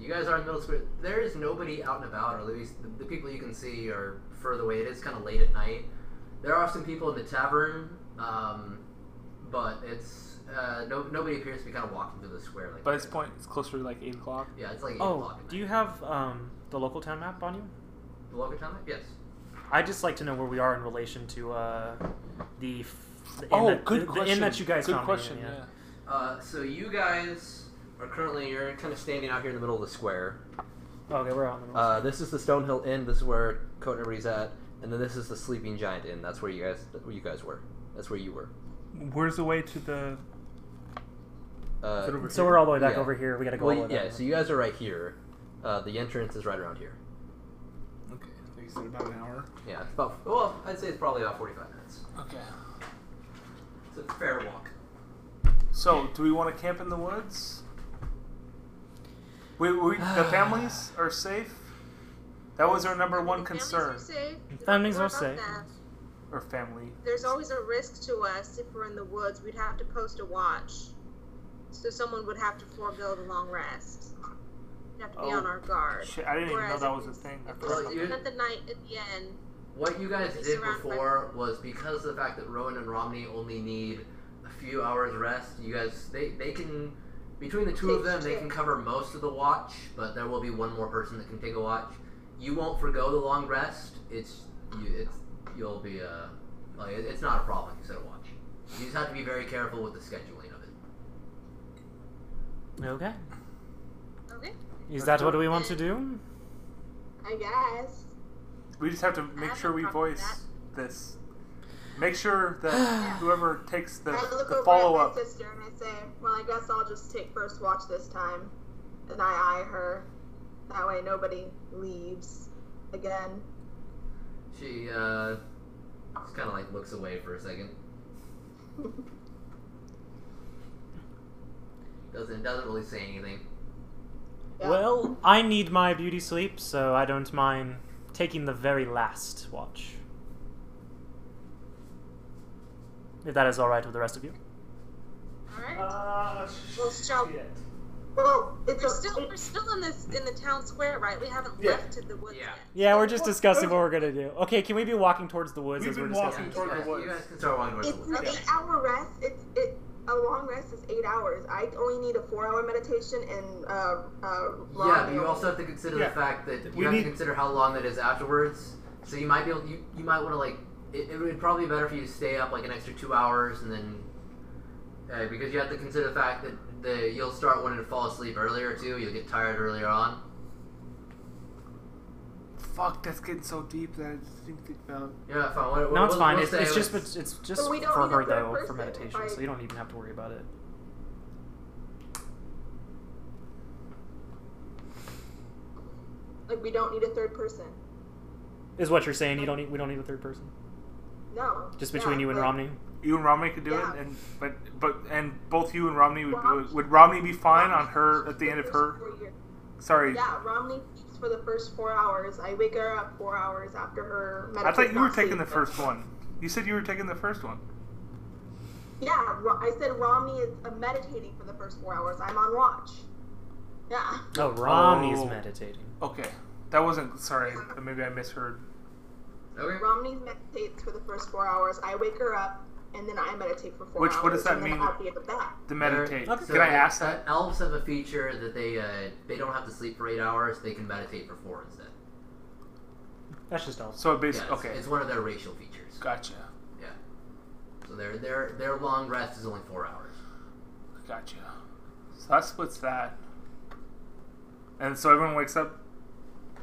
Speaker 1: You guys are in middle school. There is nobody out and about, or at least the, the people you can see are further away. It is kind of late at night. There are some people in the tavern, um, but it's uh, no, nobody appears to be kind of walking through the square. Like
Speaker 2: By this point, it's closer to like eight o'clock.
Speaker 1: yeah, it's like eight
Speaker 3: Oh,
Speaker 1: o'clock.
Speaker 3: do you have um, the local town map on you?
Speaker 1: The local town map? Yes.
Speaker 3: I just like to know where we are in relation to uh, the, f- the inn
Speaker 2: Oh,
Speaker 3: that,
Speaker 2: good
Speaker 3: the, the
Speaker 2: question.
Speaker 3: inn that you guys
Speaker 2: good
Speaker 3: found. me in,
Speaker 2: question.
Speaker 3: yeah.
Speaker 2: yeah.
Speaker 1: Uh, so you guys are currently you're kind of standing out here in the middle of the square.
Speaker 3: Okay, we're on the north.
Speaker 1: Uh, this is the Stonehill Inn. This is where Coat and everybody's at, and then this is the Sleeping Giant Inn. That's where you guys where you guys were. That's where you were.
Speaker 13: Where's the way to the?
Speaker 1: Uh,
Speaker 13: Is it
Speaker 2: uh,
Speaker 13: over
Speaker 3: so
Speaker 13: here?
Speaker 3: we're all the way back
Speaker 1: yeah.
Speaker 3: over here. We gotta go
Speaker 1: Well,
Speaker 3: all the way
Speaker 1: yeah,
Speaker 3: back.
Speaker 1: so you guys are right here. Uh, the entrance is right around here.
Speaker 13: Okay, I think you said about an hour.
Speaker 1: Yeah, it's about, well, I'd say it's probably about 45 minutes.
Speaker 2: Okay.
Speaker 1: It's a fair walk.
Speaker 2: So, do we want to camp in the woods? We, we the families are safe. That was our number one concern,
Speaker 5: Families are safe.
Speaker 3: Families
Speaker 5: Don't
Speaker 3: are
Speaker 5: worry
Speaker 3: safe.
Speaker 5: about that.
Speaker 2: or family.
Speaker 5: There's always a risk to us if we're in the woods. We'd have to post a watch, so someone would have to forego the long rest. We'd have to be
Speaker 2: Oh,
Speaker 5: on our guard.
Speaker 2: Shit, I didn't even know
Speaker 5: Whereas
Speaker 2: that
Speaker 5: if
Speaker 2: was a
Speaker 5: we-
Speaker 2: thing. I
Speaker 5: If we
Speaker 2: forgot about
Speaker 1: Well, you-
Speaker 5: spend the night at the end,
Speaker 1: What you guys
Speaker 5: Be
Speaker 1: did
Speaker 5: surrounded by-
Speaker 1: before was because of the fact that Rowan and Romney only need a few hours rest, you guys, they, they can, between the two of them, they can cover most of the watch, but there will be one more person that can take a watch. You won't forego the long rest. It's, you, it's, you'll be, uh, like, it- it's not a problem if you set a watch. You just have to be very careful with the scheduling of it.
Speaker 3: Okay.
Speaker 5: okay,
Speaker 3: Is that what we want to do?
Speaker 9: I guess.
Speaker 2: that. We just have to
Speaker 5: I
Speaker 2: make
Speaker 5: have
Speaker 2: sure
Speaker 5: no
Speaker 2: we
Speaker 5: problem with
Speaker 2: voice this. Make sure that whoever takes the,
Speaker 9: I look
Speaker 2: the
Speaker 9: over
Speaker 2: follow
Speaker 9: at
Speaker 2: up.
Speaker 9: my sister and I say, "Well, I guess I'll just take first watch this time," and I eye her. That way, nobody leaves again.
Speaker 1: She uh, just kind of like looks away for a second. doesn't doesn't really say anything.
Speaker 9: Yeah.
Speaker 3: Well, I need my beauty sleep, so I don't mind taking the very last watch. If that is alright with the rest of you.
Speaker 5: all right.
Speaker 14: Ah,
Speaker 5: Well, shall-
Speaker 14: shit.
Speaker 9: Well, it's
Speaker 5: we're
Speaker 9: a-
Speaker 5: still we're still in this in the town square, right? We haven't
Speaker 13: Yeah.
Speaker 5: left to the woods
Speaker 1: Yeah.
Speaker 5: yet.
Speaker 3: Yeah, we're just discussing what we're gonna do. Okay, can we be walking towards the woods
Speaker 13: We've
Speaker 3: as we're
Speaker 13: been
Speaker 3: discussing?
Speaker 13: walking
Speaker 1: you,
Speaker 13: toward the
Speaker 1: guys, you
Speaker 13: woods.
Speaker 1: guys can start walking towards the
Speaker 9: It's
Speaker 1: woods.
Speaker 9: an eight-hour rest. It's it. A long rest is eight hours. I only need a four-hour meditation and uh, uh, long
Speaker 1: Yeah, but you
Speaker 9: meal.
Speaker 1: also have to consider
Speaker 13: Yeah.
Speaker 1: the fact that you
Speaker 13: We
Speaker 1: have
Speaker 13: need-
Speaker 1: to consider how long that is afterwards. So you might be able you, you might want to like it, it would probably be better for you to stay up like an extra two hours and then uh, because you have to consider the fact that the you'll start wanting to fall asleep earlier too. You'll get tired earlier on.
Speaker 2: Fuck, that's getting so deep that I didn't think think about.
Speaker 1: Yeah, fine. What,
Speaker 3: No, it's
Speaker 1: what-
Speaker 3: fine.
Speaker 1: we'll
Speaker 3: It's,
Speaker 1: say
Speaker 3: it's just
Speaker 1: let's-
Speaker 3: it's, it's just
Speaker 9: But we don't
Speaker 3: for
Speaker 9: need a
Speaker 3: her
Speaker 9: third
Speaker 3: though for
Speaker 9: person,
Speaker 3: meditation, so
Speaker 9: like-
Speaker 3: you don't even have to worry about it.
Speaker 9: like we don't need a third person.
Speaker 3: Is what you're saying? You don't need we don't need a third person.
Speaker 9: No.
Speaker 3: Just between
Speaker 9: Yeah,
Speaker 3: you and
Speaker 9: but-
Speaker 3: Romney.
Speaker 2: You and Romney could do
Speaker 9: Yeah.
Speaker 2: it, and but but and both you and Romney would do it. would Romney be fine on her at the end of her?
Speaker 9: Four years.
Speaker 2: Sorry,
Speaker 9: Yeah, Romney sleeps for the first four hours. I wake her up four hours after her.
Speaker 2: I thought
Speaker 9: meditation,
Speaker 2: you were
Speaker 9: not
Speaker 2: taking the
Speaker 9: sleep.
Speaker 2: first one. You said you were taking the first one.
Speaker 9: Yeah, Ro- I said Romney is uh, meditating for the first four hours. I'm on watch. Yeah.
Speaker 3: Oh, Romney's
Speaker 2: Oh.
Speaker 3: meditating.
Speaker 2: Okay, that wasn't sorry. Maybe I misheard.
Speaker 1: Okay.
Speaker 9: Romney meditates for the first four hours. I wake her up, and then I meditate for four
Speaker 2: Which-
Speaker 9: hours.
Speaker 2: what does that
Speaker 9: and then
Speaker 2: mean?
Speaker 9: I'll be at the back.
Speaker 2: The meditate.
Speaker 3: Okay.
Speaker 2: Can I ask
Speaker 1: uh,
Speaker 2: that?
Speaker 1: Elves have a feature that they uh, they don't have to sleep for eight hours; they can meditate for four instead.
Speaker 3: That's just all.
Speaker 2: So
Speaker 1: Yeah,
Speaker 2: basically,
Speaker 1: it's,
Speaker 2: okay,
Speaker 1: it's one of their racial features.
Speaker 2: gotcha.
Speaker 1: So their their their long rest is only four hours.
Speaker 15: Gotcha. So that splits that. And so everyone wakes up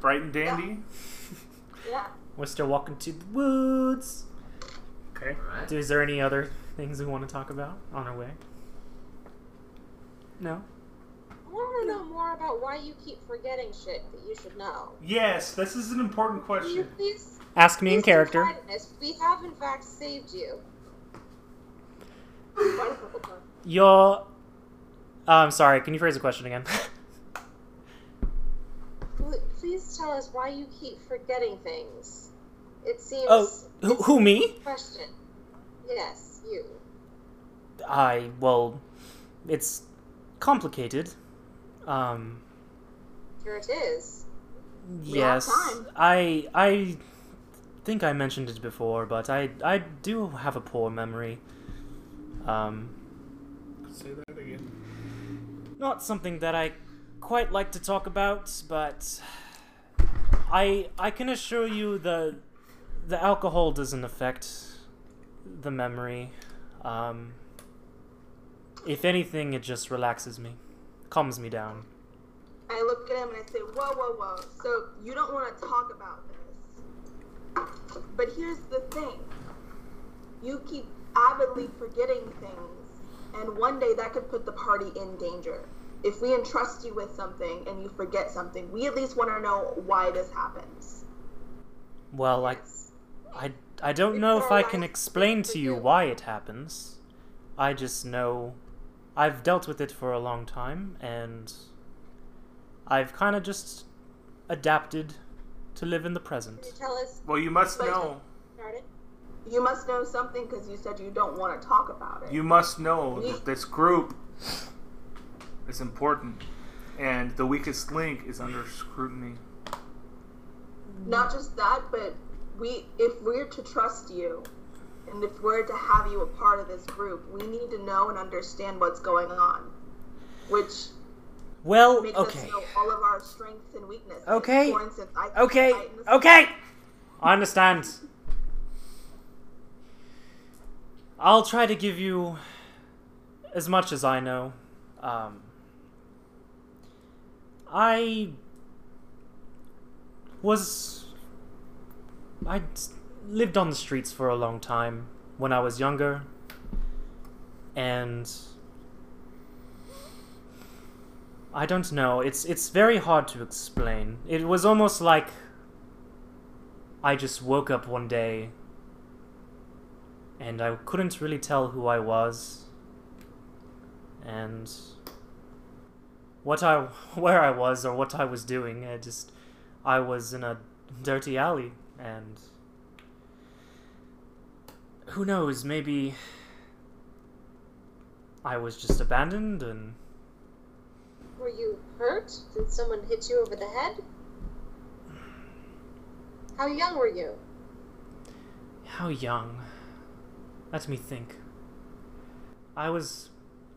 Speaker 15: bright and dandy.
Speaker 10: Yeah.
Speaker 3: We're still walking to the woods.
Speaker 15: Okay.
Speaker 1: Alright.
Speaker 3: Is there any other things we want to talk about on our way? No.
Speaker 10: I want to know more about why you keep forgetting shit that you should know.
Speaker 15: Yes, this is an important
Speaker 10: Will you
Speaker 15: question.
Speaker 10: please
Speaker 3: Ask me in
Speaker 10: please confide
Speaker 3: character.
Speaker 10: in us? We have in fact saved you.
Speaker 3: Your. Uh, I'm sorry. Can you phrase the question again?
Speaker 10: Pl- Please tell us why you keep forgetting things. It seems
Speaker 3: oh, who, who me?
Speaker 10: question. Yes, you.
Speaker 3: I well, it's complicated. Um.
Speaker 10: Here it is. We have
Speaker 3: Yes.
Speaker 10: time.
Speaker 3: I I think I mentioned it before, but I I do have a poor memory. Um.
Speaker 7: Say that again.
Speaker 3: not something that I quite like to talk about, but I I can assure you the the alcohol doesn't affect the memory. Um, if anything, it just relaxes me, calms me down.
Speaker 9: I look at him and I say, "Whoa, whoa, whoa! So you don't want to talk about this? But here's the thing: you keep avidly forgetting things, and one day that could put the party in danger. If we entrust you with something and you forget something, we at least want to know why this happens.
Speaker 3: Well, I I I don't know if I can explain to you why it happens. I just know I've dealt with it for a long time and I've kind of just adapted to live in the present.
Speaker 10: Can you tell us
Speaker 15: Well, you must
Speaker 9: But-
Speaker 15: know.
Speaker 10: started?
Speaker 9: You must know something because you said you don't want to talk about it.
Speaker 15: You must know that this group is important, and the weakest link is under scrutiny.
Speaker 9: Not just that, but we if we're to trust you and if we're to have you a part of this group, we need to know and understand what's going on. Which
Speaker 3: Well,
Speaker 9: makes
Speaker 3: okay.
Speaker 9: us know all of our strengths and weaknesses.
Speaker 3: Okay.
Speaker 9: For instance, I think
Speaker 3: Okay.
Speaker 9: Titan's-
Speaker 3: Okay. I understand. I'll try to give you as much as I know. Um, I was. I s- lived on the streets for a long time when I was younger. And. I don't know. It's it's very hard to explain. It was almost like I just woke up one day and I couldn't really tell who I was and what I where I was or what I was doing. I just I was in a dirty alley and who knows, maybe I was just abandoned and
Speaker 10: Were you hurt? Did someone hit you over the head? How young were you?
Speaker 3: How young? Let me think. I was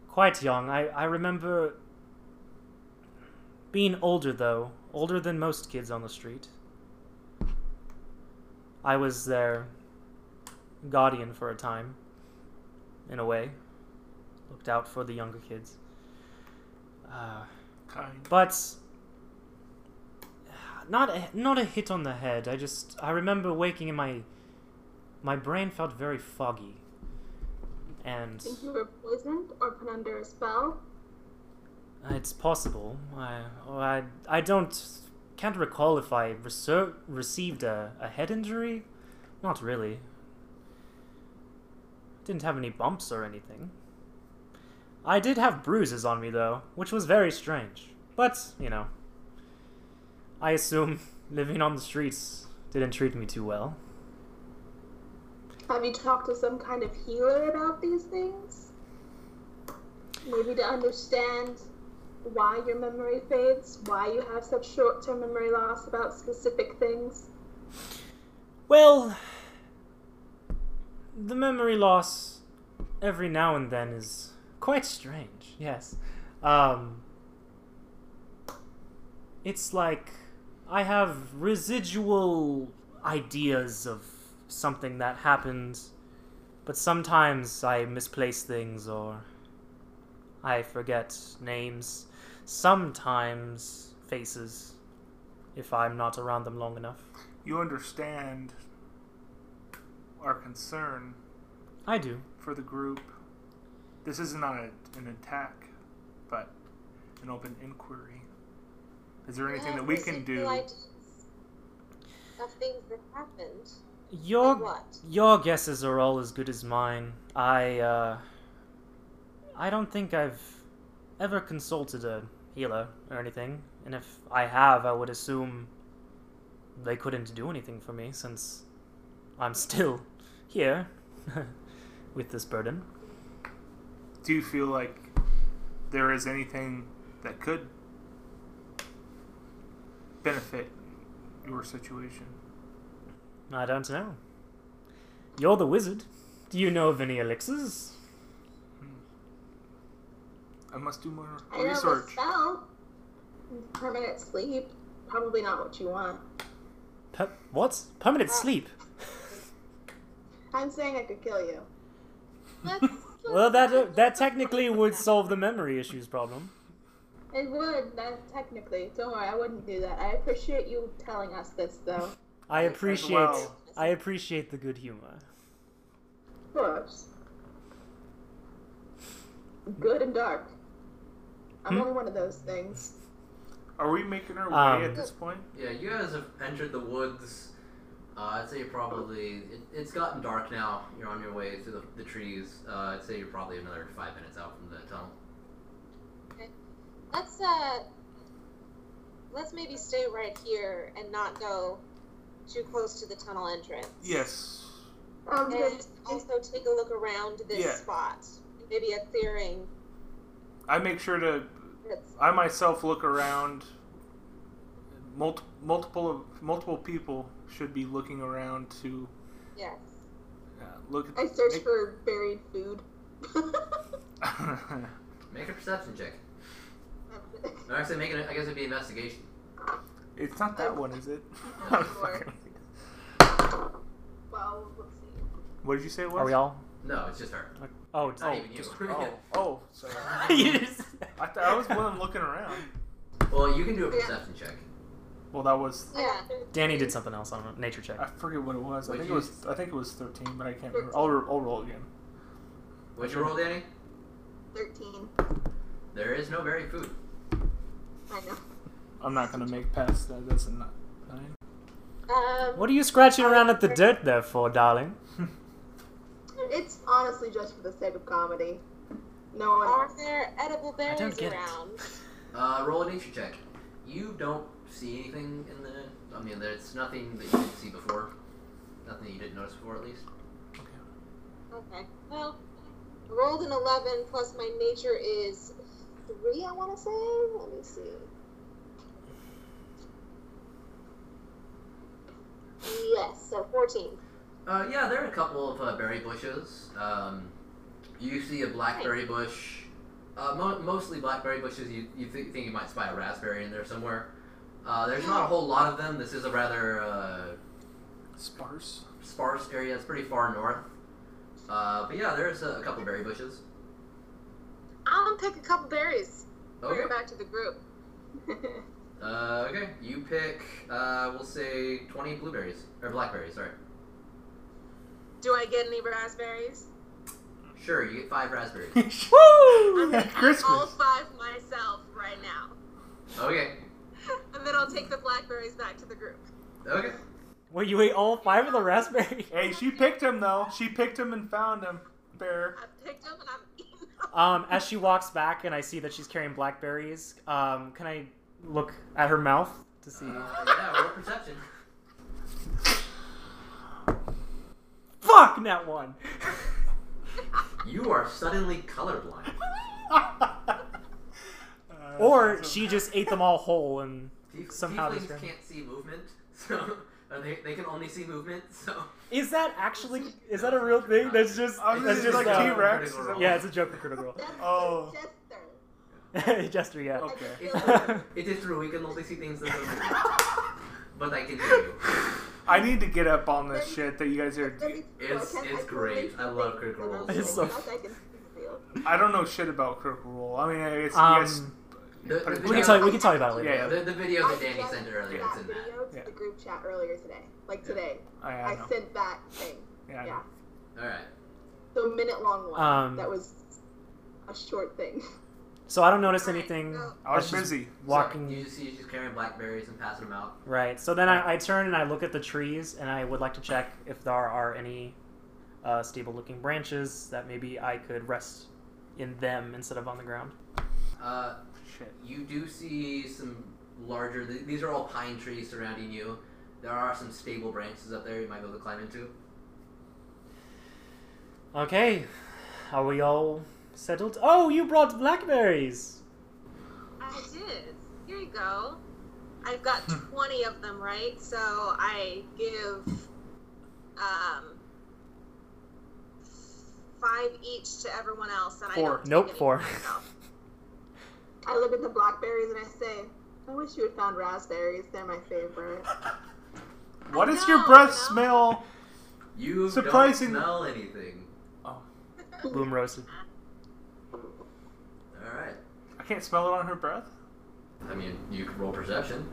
Speaker 3: quite young. I, I remember being older, though, older than most kids on the street. I was their guardian for a time, in a way. Looked out for the younger kids. Uh,
Speaker 15: Kind.
Speaker 3: but not a, not a hit on the head. I just I remember waking and my my brain felt very foggy,
Speaker 9: I
Speaker 3: and
Speaker 9: think you were poisoned or put under a spell.
Speaker 3: it's possible. I or I I don't can't recall if I reser- received a, a head injury. Not really. Didn't have any bumps or anything. I did have bruises on me though, which was very strange. But you know, I assume living on the streets didn't treat me too well.
Speaker 9: Have you talked to some kind of healer about these things? Maybe to understand why your memory fades, why you have such short term memory loss about specific things.
Speaker 3: Well, the memory loss every now and then is quite strange. Yes. Um It's like I have residual ideas of something that happened, but sometimes I misplace things or I forget names, sometimes faces, if I'm not around them long enough.
Speaker 2: You understand our concern.
Speaker 3: I do.
Speaker 2: For the group. This is not a, an attack, but an open inquiry. Is there anything
Speaker 10: Oh,
Speaker 2: that we can do?
Speaker 10: Of things that happened.
Speaker 3: Your
Speaker 10: Like what?
Speaker 3: your guesses are all as good as mine. I uh, I don't think I've ever consulted a healer or anything, and if I have, I would assume they couldn't do anything for me since I'm still here with this burden.
Speaker 2: Do you feel like there is anything that could benefit your situation?
Speaker 3: I don't know. You're the wizard. Do you know of any elixirs?
Speaker 2: I must do more
Speaker 9: I know the
Speaker 2: research.
Speaker 9: spell. Permanent sleep. Probably not what you want.
Speaker 3: Per- what?
Speaker 10: Uh,
Speaker 3: Permanent sleep.
Speaker 9: I'm saying I could kill you.
Speaker 3: Well, that uh, that technically would solve the memory issues problem.
Speaker 9: It would, that technically. Don't worry, I wouldn't do that. I appreciate you telling us this, though.
Speaker 3: I
Speaker 9: As
Speaker 3: appreciate
Speaker 9: well.
Speaker 3: I appreciate the good humor.
Speaker 9: Of course. Good and dark. I'm
Speaker 3: Hmm?
Speaker 9: only one of those things.
Speaker 2: Are we making our way
Speaker 3: Um,
Speaker 2: at this point?
Speaker 1: Yeah, you guys have entered the woods. Uh, I'd say you're probably. It, it's gotten dark now. You're on your way through the, the trees. Uh, I'd say you're probably another five minutes out from the tunnel.
Speaker 10: Let's uh, let's maybe stay right here and not go too close to the tunnel entrance.
Speaker 2: Yes.
Speaker 9: Um,
Speaker 10: And also take a look around this
Speaker 2: Yeah.
Speaker 10: spot. Maybe a clearing.
Speaker 2: I make sure to.
Speaker 10: That's,
Speaker 2: I myself look around. Multi- multiple of multiple people should be looking around to
Speaker 10: yes.
Speaker 2: uh, look. At,
Speaker 9: I search for buried food.
Speaker 1: Make a perception check. Or actually, make it. I guess it'd be investigation.
Speaker 2: it's not that one, is it?
Speaker 9: Not sure. well, let's see.
Speaker 2: what did you say it was?
Speaker 3: Are we all?
Speaker 1: No, it's just her.
Speaker 3: Oh, it's,
Speaker 1: Not
Speaker 3: oh.
Speaker 1: even you.
Speaker 2: Just- oh, oh, sorry.
Speaker 3: You just-
Speaker 2: I, th- I was one looking around.
Speaker 1: Well, you can do a
Speaker 9: Yeah.
Speaker 1: perception check.
Speaker 2: Well, that was
Speaker 10: Yeah.
Speaker 3: Danny did something else on a nature check.
Speaker 2: I forget what it was. I
Speaker 1: Would
Speaker 2: think it
Speaker 1: you-
Speaker 2: was I think it was thirteen, but I can't remember. I'll, ro- I'll roll again.
Speaker 1: What'd you roll, Danny?
Speaker 9: 13.
Speaker 1: There is no berry food.
Speaker 9: I know.
Speaker 2: I'm not gonna make past that. That's a ni- nine.
Speaker 10: Um,
Speaker 3: What are you scratching around at the dirt there for, darling?
Speaker 9: It's honestly just for the sake of comedy. No one
Speaker 10: are
Speaker 9: else.
Speaker 10: there edible
Speaker 3: don't
Speaker 10: berries
Speaker 3: get it.
Speaker 10: around?
Speaker 1: Uh, roll a nature check. You don't see anything in the. I mean, there's nothing that you didn't see before. Nothing that you didn't notice before, at least.
Speaker 10: Okay. Well, I rolled an 11 plus my nature is 3, I want to say. Let me see. Yes, so 14.
Speaker 1: Uh, yeah, there are a couple of uh, berry bushes. Um, you see a blackberry bush. Uh, mo- mostly blackberry bushes. You, you thi- think you might spy a raspberry in there somewhere. Uh, there's not a whole lot of them. This is a rather uh,
Speaker 2: Sparse.
Speaker 1: sparse area. It's pretty far north. Uh, but yeah, there's a, a couple berry bushes.
Speaker 10: I'm going to pick a couple berries. Bring
Speaker 1: Okay.
Speaker 10: it back to the group.
Speaker 1: Uh, okay. You pick. Uh, we'll say 20 blueberries or blackberries. Sorry.
Speaker 10: Do I get any raspberries?
Speaker 1: Sure. You get five raspberries.
Speaker 2: Woo!
Speaker 10: I'm
Speaker 2: At
Speaker 10: going to eat all
Speaker 2: Christmas.
Speaker 10: five myself right now.
Speaker 1: okay.
Speaker 10: And then I'll take the blackberries back to the group.
Speaker 1: Okay.
Speaker 3: Wait, you ate all five of the raspberry?
Speaker 2: Hey, she picked him though. She picked him and found him. Bear.
Speaker 10: I picked them and I'm eating them.
Speaker 3: Um, as she walks back and I see that she's carrying blackberries, um, can I look at her mouth to see?
Speaker 1: Uh, yeah. Roll perception.
Speaker 3: Fuck, that one!
Speaker 1: You are suddenly colorblind.
Speaker 2: Uh,
Speaker 3: Or she just ate them all whole and
Speaker 1: Tief-
Speaker 3: somehow
Speaker 1: tieflings
Speaker 3: this round.
Speaker 1: can't see movement, so or they, they can only see movement. So
Speaker 3: Is that actually is that a real thing? That's just
Speaker 2: I was
Speaker 3: that's
Speaker 2: just
Speaker 3: just
Speaker 2: like
Speaker 3: uh,
Speaker 2: T Rex.
Speaker 3: Yeah, it's a joke for Critical
Speaker 9: That's the
Speaker 2: Oh.
Speaker 9: jester.
Speaker 3: Role. Jester, yeah.
Speaker 2: Okay.
Speaker 1: it, it is true. We can only see things that are moving, but I can hear you.
Speaker 2: I need to get up on this shit that you guys are.
Speaker 9: Let me-
Speaker 1: It's-
Speaker 9: I can't-
Speaker 1: it's
Speaker 9: I can
Speaker 1: great.
Speaker 9: reach
Speaker 1: I
Speaker 9: the
Speaker 1: love
Speaker 9: thing
Speaker 1: critical
Speaker 9: for
Speaker 1: roles
Speaker 9: those
Speaker 3: so
Speaker 9: things
Speaker 3: much.
Speaker 9: I can feel.
Speaker 2: I don't know shit about critical role. I mean, it's
Speaker 3: Um,
Speaker 2: yes.
Speaker 1: The-
Speaker 2: put
Speaker 1: the
Speaker 2: it
Speaker 3: We can
Speaker 1: video-
Speaker 3: tell you. We can talk about it later.
Speaker 2: Yeah,
Speaker 1: The, the video
Speaker 9: I
Speaker 1: that Danny
Speaker 9: just
Speaker 1: sent earlier,
Speaker 9: sent
Speaker 1: it's in
Speaker 9: that
Speaker 1: that.
Speaker 9: video to
Speaker 2: Yeah.
Speaker 9: the group chat earlier today, like
Speaker 1: Yeah.
Speaker 9: today.
Speaker 2: I,
Speaker 9: I,
Speaker 2: I know.
Speaker 9: sent that thing.
Speaker 2: Yeah, I know.
Speaker 9: yeah,
Speaker 1: All right.
Speaker 9: the minute long one.
Speaker 3: Um,
Speaker 9: that was a short thing.
Speaker 3: So I don't notice
Speaker 2: I
Speaker 3: anything.
Speaker 2: was
Speaker 3: That's just-
Speaker 2: busy.
Speaker 3: Walking.
Speaker 1: So you see, she's carrying blackberries and passing them out.
Speaker 3: Right. So then I, I turn and I look at the trees, and I would like to check if there are any uh, stable-looking branches that maybe I could rest in them instead of on the ground.
Speaker 1: Uh,
Speaker 2: Shit.
Speaker 1: You do see some larger. Th- these are all pine trees surrounding you. There are some stable branches up there you might be able to climb into.
Speaker 3: Okay. Are we all settled? Oh, you brought blackberries.
Speaker 10: I did. Here you go. I've got
Speaker 2: Hmm.
Speaker 10: 20 of them, right? So I give um, five each to everyone else, and I
Speaker 2: Four.
Speaker 10: don't take
Speaker 3: Nope,
Speaker 10: any
Speaker 3: four.
Speaker 10: for myself.
Speaker 9: I look at the blackberries and I say, I wish you had found raspberries. They're my favorite.
Speaker 2: What
Speaker 10: I
Speaker 2: does
Speaker 10: know,
Speaker 2: your breath
Speaker 10: you know?
Speaker 2: smell?
Speaker 1: You
Speaker 2: Surprising-
Speaker 1: don't smell anything.
Speaker 3: Boom roasted.
Speaker 1: All right.
Speaker 2: I can't smell it on her breath.
Speaker 1: I mean, you can roll perception.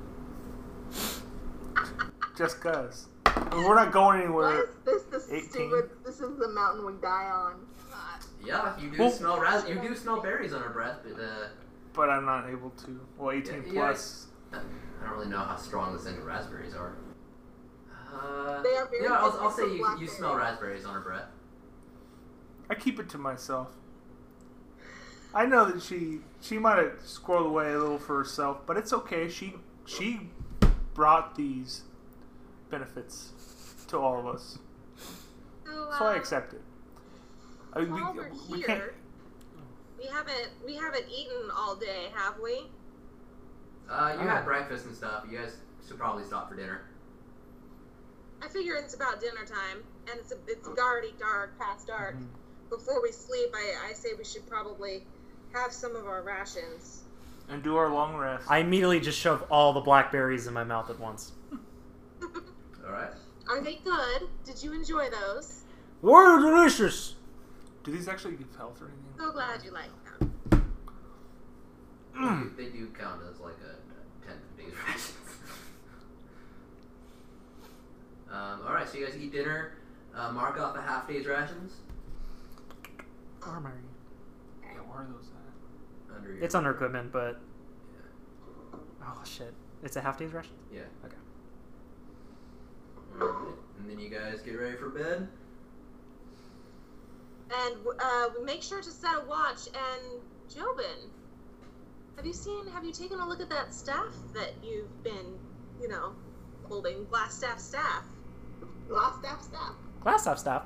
Speaker 2: Just cause. I mean, we're not going
Speaker 9: Why
Speaker 2: anywhere.
Speaker 9: is this the
Speaker 2: 18?
Speaker 9: stupid? This is the mountain we die on.
Speaker 1: Yeah, you do
Speaker 2: Well-
Speaker 1: smell ras- You do smell berries on her breath, but uh,
Speaker 2: But I'm not able to. Well, 18
Speaker 1: Yeah, yeah.
Speaker 2: plus.
Speaker 1: I don't really know how strong the scent of raspberries are. Uh,
Speaker 9: They are very
Speaker 1: yeah, I'll, I'll
Speaker 9: different
Speaker 1: say
Speaker 9: from
Speaker 1: you, you smell raspberries
Speaker 9: blackberries.
Speaker 1: on her breath.
Speaker 2: I keep it to myself. I know that she she might have squirreled away a little for herself, but it's okay. She she brought these benefits to all of us,
Speaker 10: So,
Speaker 2: so I
Speaker 10: uh,
Speaker 2: accept it. I mean,
Speaker 10: while we're
Speaker 2: we, we can't.
Speaker 10: here, we haven't we haven't eaten all day, have we?
Speaker 1: Uh, you
Speaker 2: Oh.
Speaker 1: had breakfast and stuff. You guys should probably stop for dinner.
Speaker 10: I figure it's about dinner time, and it's it's
Speaker 2: Oh.
Speaker 10: already dark, past dark.
Speaker 2: Mm-hmm. Mhm.
Speaker 10: Before we sleep, I, I say we should probably have some of our rations.
Speaker 2: and do our long rest.
Speaker 3: I immediately just shove all the blackberries in my mouth at once.
Speaker 1: All right.
Speaker 10: Are they good? Did you enjoy those?
Speaker 3: We're delicious.
Speaker 2: do these actually give health or anything?
Speaker 10: So glad you like them.
Speaker 1: They, do, they do count as like a tenth of day's rations. um, all right, so you guys eat dinner. Uh, mark off a half day's rations
Speaker 10: Oh.
Speaker 3: Armory.
Speaker 2: Yeah, where are those at?
Speaker 1: under your.
Speaker 3: It's under equipment, but oh shit, it's a half day's ration.
Speaker 1: Yeah.
Speaker 3: Okay.
Speaker 1: All right. And then you guys get ready for bed.
Speaker 10: And uh, make sure to set a watch. And Jobin, have you seen? Have you taken a look at that staff that you've been, you know, holding? Glass staff staff.
Speaker 9: Last staff staff.
Speaker 3: Glass half staff.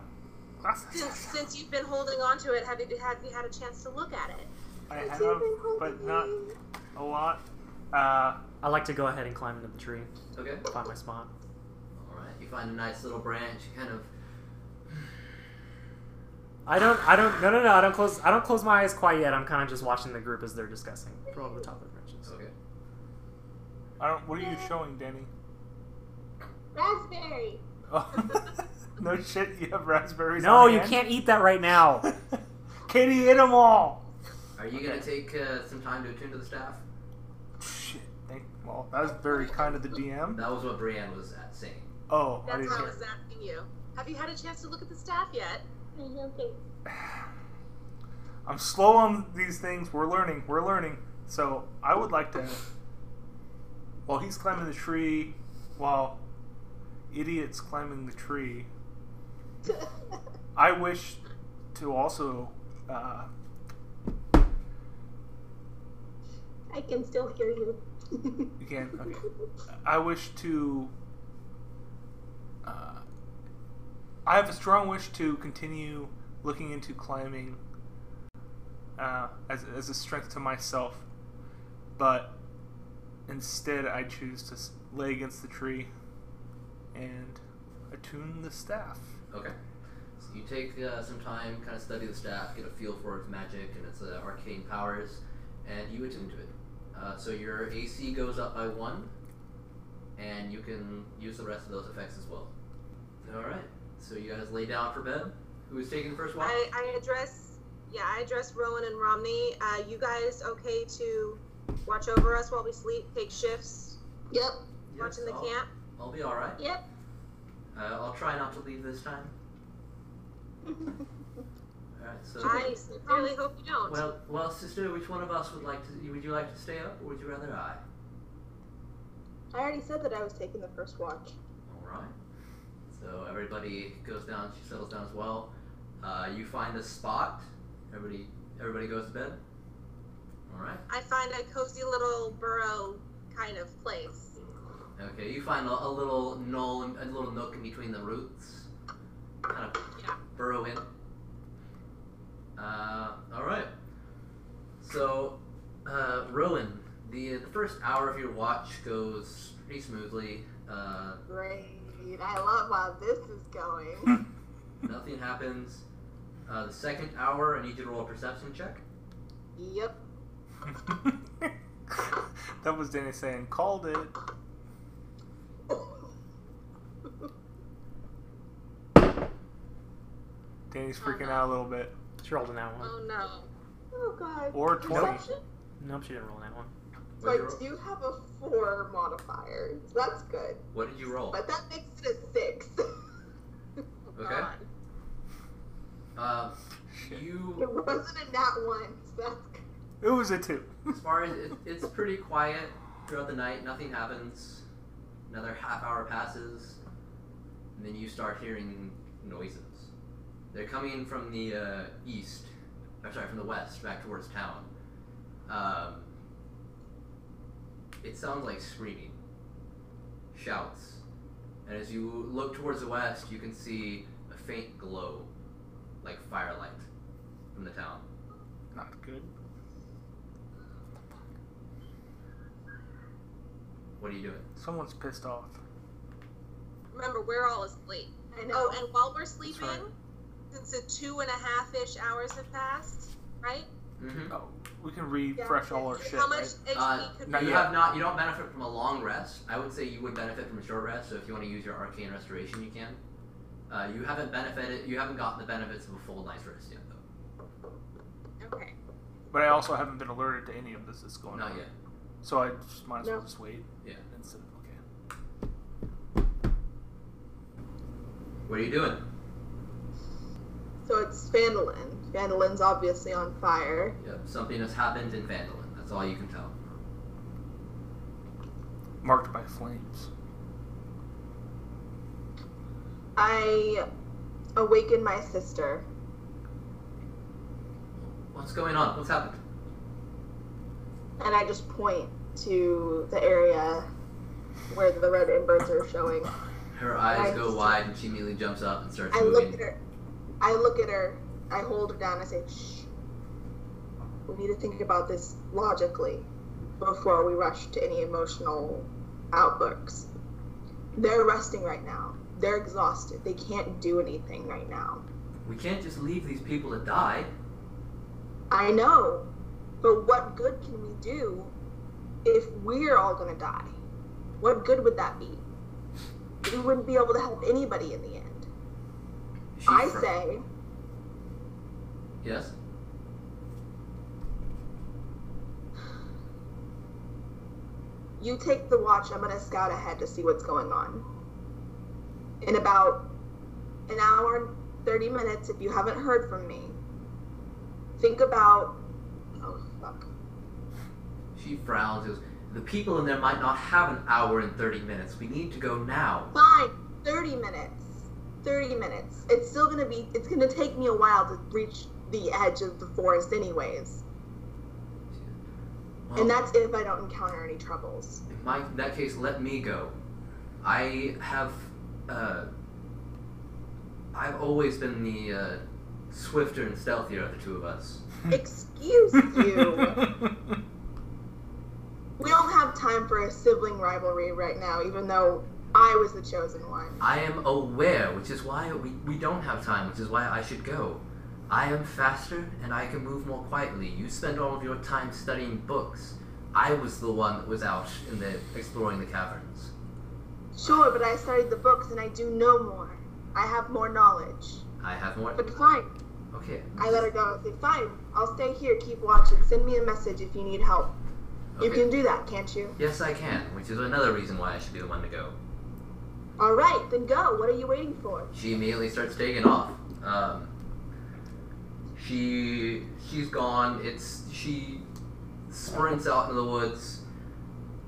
Speaker 10: Since since you've been holding on to it, have you have you had a chance to look at it?
Speaker 2: I have, but not a lot. Uh,
Speaker 3: I like to go ahead and climb into the tree,
Speaker 1: Okay.
Speaker 3: find my spot.
Speaker 1: All right. You find a nice little branch. You kind of.
Speaker 3: I don't. I don't. No, no, no. I don't close. I don't close my eyes quite yet. I'm kind of just watching the group as they're discussing from over the top of the branches.
Speaker 1: Okay.
Speaker 2: I don't. What are you showing, Danny?
Speaker 9: Raspberry.
Speaker 2: Oh, no shit. You have raspberries.
Speaker 3: No,
Speaker 2: on
Speaker 3: you
Speaker 2: hand?
Speaker 3: can't eat that right now.
Speaker 2: Katie ate them all.
Speaker 1: Are you gonna take uh, some time to attune to the staff?
Speaker 2: Shit. Thank, well, that was very kind of the DM.
Speaker 1: That was what Brienne was at saying.
Speaker 2: Oh, I
Speaker 10: That's
Speaker 2: didn't
Speaker 10: what I
Speaker 2: hear.
Speaker 10: was asking you. Have you had a chance to look at the staff yet?
Speaker 2: I'm slow on these things. We're learning. We're learning. So I would like to. While he's climbing the tree, while idiot's climbing the tree, I wish to also. Uh,
Speaker 9: I can still hear you.
Speaker 2: you can. Okay. I wish to. Uh, I have a strong wish to continue looking into climbing uh, as, as a strength to myself, but instead I choose to s- lay against the tree and attune the staff.
Speaker 1: Okay. So you take uh, some time, kind of study the staff, get a feel for its magic and its uh, arcane powers, and you attune to it. Uh, so your AC goes up by one, and you can use the rest of those effects as well. All right. So you guys lay down for bed. Who's taking the first watch?
Speaker 10: I, I address Yeah, I address Rowan and Romney. Uh, you guys okay to watch over us while we sleep, take shifts?
Speaker 5: Yep.
Speaker 10: Watching the
Speaker 1: I'll,
Speaker 10: camp?
Speaker 1: I'll be alright.
Speaker 10: Yep.
Speaker 1: Uh, I'll try not to leave this time. alright, so.
Speaker 10: I really hope you don't.
Speaker 1: Well, well, sister, which one of us would like to? Would you like to stay up, or would you rather I?
Speaker 5: I already said that I was taking the first watch.
Speaker 1: All right. So everybody goes down. She settles down as well. Uh, you find a spot. Everybody, everybody goes to bed. All right.
Speaker 10: I find a cozy little burrow kind of place.
Speaker 1: Okay. You find a, a little knoll, a little nook in between the roots. Kind of
Speaker 10: Yeah.
Speaker 1: burrow in. Uh, all right. So, uh, Rowan, the the first hour of your watch goes pretty smoothly. Uh,
Speaker 9: Great. I love how this is going.
Speaker 1: Nothing happens. Uh, the second hour, I need you to roll a perception check.
Speaker 9: yep.
Speaker 15: that was Danny saying, called it.
Speaker 10: Oh,
Speaker 15: Danny's freaking out a little bit.
Speaker 3: She rolled in that one.
Speaker 10: Oh no.
Speaker 9: Oh god.
Speaker 15: Or 20.
Speaker 9: Perception?
Speaker 3: Nope, she didn't roll in that one.
Speaker 9: So I
Speaker 1: What'd you roll?
Speaker 9: do have a four modifier. So that's good.
Speaker 1: What did you roll?
Speaker 9: But that makes it a six.
Speaker 1: Okay. Uh,
Speaker 9: it
Speaker 1: you,
Speaker 9: wasn't a nat one, so that's good.
Speaker 15: It was a two.
Speaker 1: as far as it, it's pretty quiet throughout the night. Nothing happens. Another half hour passes, and then you start hearing noises. They're coming from the uh, east. I'm sorry, from the west, back towards town. Um, it sounds like screaming, shouts, and as you look towards the west, you can see a faint glow, like firelight, from the town.
Speaker 15: Not good.
Speaker 1: What are you doing?
Speaker 15: Someone's pissed off.
Speaker 10: Remember, we're all asleep.
Speaker 9: I know.
Speaker 10: Oh, and while we're sleeping,
Speaker 15: right.
Speaker 10: since the two and a half ish hours have passed, right?
Speaker 1: Mm-hmm.
Speaker 15: Oh, we can refresh all our
Speaker 10: Like,
Speaker 15: shit.
Speaker 10: How much
Speaker 15: right?
Speaker 10: HP
Speaker 1: Uh,
Speaker 10: could
Speaker 1: No,
Speaker 15: Not
Speaker 10: we
Speaker 1: you
Speaker 15: yet.
Speaker 1: have not. You don't benefit from a long rest. I would say you would benefit from a short rest. So if you want to use your arcane restoration, you can. Uh, you haven't benefited. You haven't gotten the benefits of a full night's rest yet, though.
Speaker 10: Okay.
Speaker 15: But I also haven't been alerted to any of this that's going
Speaker 1: Not
Speaker 15: on.
Speaker 1: yet.
Speaker 15: So I just might as well
Speaker 9: No.
Speaker 15: just wait.
Speaker 1: Yeah.
Speaker 15: Instead of, okay.
Speaker 1: What are you doing?
Speaker 9: So it's Phandalin. Phandalin's obviously on fire.
Speaker 1: Yep. Something has happened in Vandalin. That's all you can tell.
Speaker 15: Marked by flames.
Speaker 9: I awaken my sister.
Speaker 1: What's going on? What's happened?
Speaker 9: and I just point to the area where the red embers are showing.
Speaker 1: Her eyes
Speaker 9: I
Speaker 1: go
Speaker 9: just-
Speaker 1: wide, and she immediately jumps up and starts
Speaker 9: I
Speaker 1: moving.
Speaker 9: look at her. I look at her. I hold her down. I say, "Shh. We need to think about this logically before we rush to any emotional outbursts. They're resting right now. They're exhausted. They can't do anything right now.
Speaker 1: We can't just leave these people to die.
Speaker 9: I know, but what good can we do if we're all gonna die? What good would that be? We wouldn't be able to help anybody in the end.
Speaker 1: She's
Speaker 9: I
Speaker 1: fr-
Speaker 9: say,
Speaker 1: Yes.
Speaker 9: you take the watch. I'm gonna scout ahead to see what's going on. In about an hour and 30 minutes, if you haven't heard from me, think about. Oh, fuck.
Speaker 1: She frowns. Goes, the people in there might not have an hour and thirty minutes. We need to go now.
Speaker 9: Fine, 30 minutes. 30 minutes. It's still gonna be, it's gonna take me a while to reach the edge of the forest, anyways.
Speaker 1: Well,
Speaker 9: And that's if I don't encounter any troubles.
Speaker 1: In my in that case, let me go. I have, uh, I've always been the uh, swifter and stealthier of the two of us.
Speaker 9: Excuse you. we don't have time for a sibling rivalry right now, even though I was the chosen one.
Speaker 1: I am aware, which is why we, we don't have time, which is why I should go. I am faster and I can move more quietly. You spend all of your time studying books. I was the one that was out in the exploring the caverns.
Speaker 9: Sure, but I studied the books and I do know more. I have more knowledge.
Speaker 1: I have more.
Speaker 9: But fine,
Speaker 1: Okay.
Speaker 9: I let her go. I said, fine, I'll stay here, keep watching. Send me a message if you need help. You
Speaker 1: Okay.
Speaker 9: can do that, can't you?
Speaker 1: Yes, I can, which is another reason why I should be the one to go.
Speaker 9: All right, then go. What are you waiting for?
Speaker 1: She immediately starts taking off. Um, she she's gone. It's she sprints out into the woods.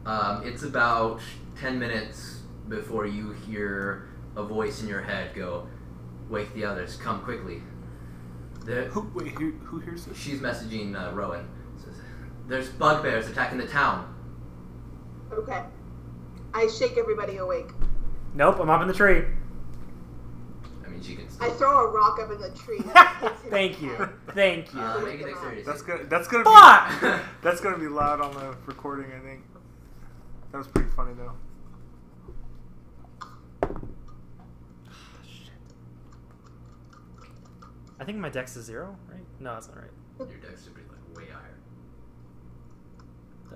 Speaker 1: Um, it's about ten minutes before you hear a voice in your head go, "Wake the others! Come quickly!" There,
Speaker 2: Who, wait, who, who hears this?
Speaker 1: she's messaging uh, Rowan. Says, "There's bugbears attacking the town."
Speaker 9: Okay. I shake everybody awake.
Speaker 3: Nope, I'm up in the tree.
Speaker 1: I mean, she can.
Speaker 9: I
Speaker 1: Still,
Speaker 9: throw a rock up in the tree.
Speaker 3: Thank you. Thank you.
Speaker 1: uh, make a dexterity.
Speaker 15: That's
Speaker 1: save.
Speaker 15: gonna that's gonna be
Speaker 3: Fuck!
Speaker 15: that's gonna be loud on the recording. I think that was pretty funny though.
Speaker 3: I think my dex is zero, right? No, that's not right.
Speaker 1: Your dex should be like way higher.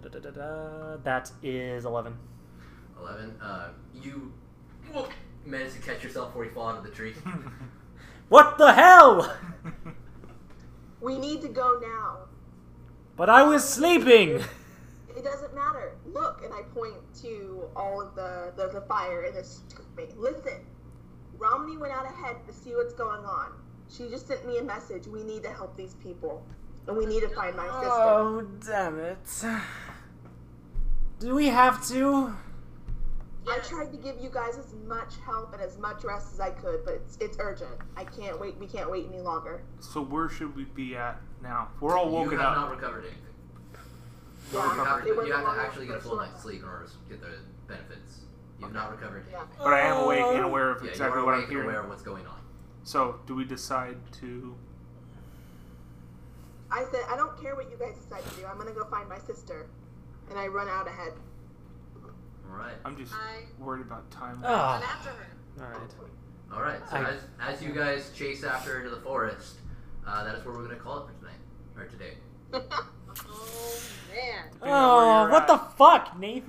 Speaker 3: Da, da, da, da, da. That is 11.
Speaker 1: 11. Uh, you whoop, managed to catch yourself before you fall out of the tree.
Speaker 3: What the hell?
Speaker 9: We need to go now.
Speaker 3: But I was sleeping!
Speaker 9: It doesn't matter. Look, and I point to all of the the, the fire in this me. Listen, Romney went out ahead to see what's going on. She just sent me a message. We need to help these people, and we need to find my sister.
Speaker 3: Oh. damn it. Do we have to?
Speaker 9: I tried to give you guys as much help and as much rest as I could, but it's, it's urgent. I can't wait. We can't wait any longer.
Speaker 2: So where should we be at now? We're all
Speaker 1: you
Speaker 2: woken
Speaker 1: have
Speaker 2: up.
Speaker 1: not recovered anything.
Speaker 9: Yeah,
Speaker 1: you have
Speaker 9: it
Speaker 1: to,
Speaker 9: went
Speaker 1: you have to
Speaker 9: along
Speaker 1: actually get a
Speaker 9: for
Speaker 1: full
Speaker 9: sure.
Speaker 1: night's sleep in order to get the benefits. You've not recovered
Speaker 9: Yeah.
Speaker 1: anything.
Speaker 2: But I am awake and aware of
Speaker 1: Yeah,
Speaker 2: exactly
Speaker 1: you're
Speaker 2: what
Speaker 1: awake
Speaker 2: I'm
Speaker 1: and
Speaker 2: hearing.
Speaker 1: aware of what's going on.
Speaker 2: So do we decide to?
Speaker 9: I said, I don't care what you guys decide to do. I'm gonna go find my sister, and I run out ahead.
Speaker 1: Alright.
Speaker 2: I'm just
Speaker 10: I
Speaker 2: worried about time.
Speaker 10: run
Speaker 3: Oh.
Speaker 10: after her.
Speaker 3: Alright.
Speaker 1: Alright, so
Speaker 3: I-
Speaker 1: as, as you guys chase after her into the forest, uh, that is where we're going to call it for tonight. Or today.
Speaker 10: Oh man.
Speaker 3: Ah, Oh, what the fuck, Nathan?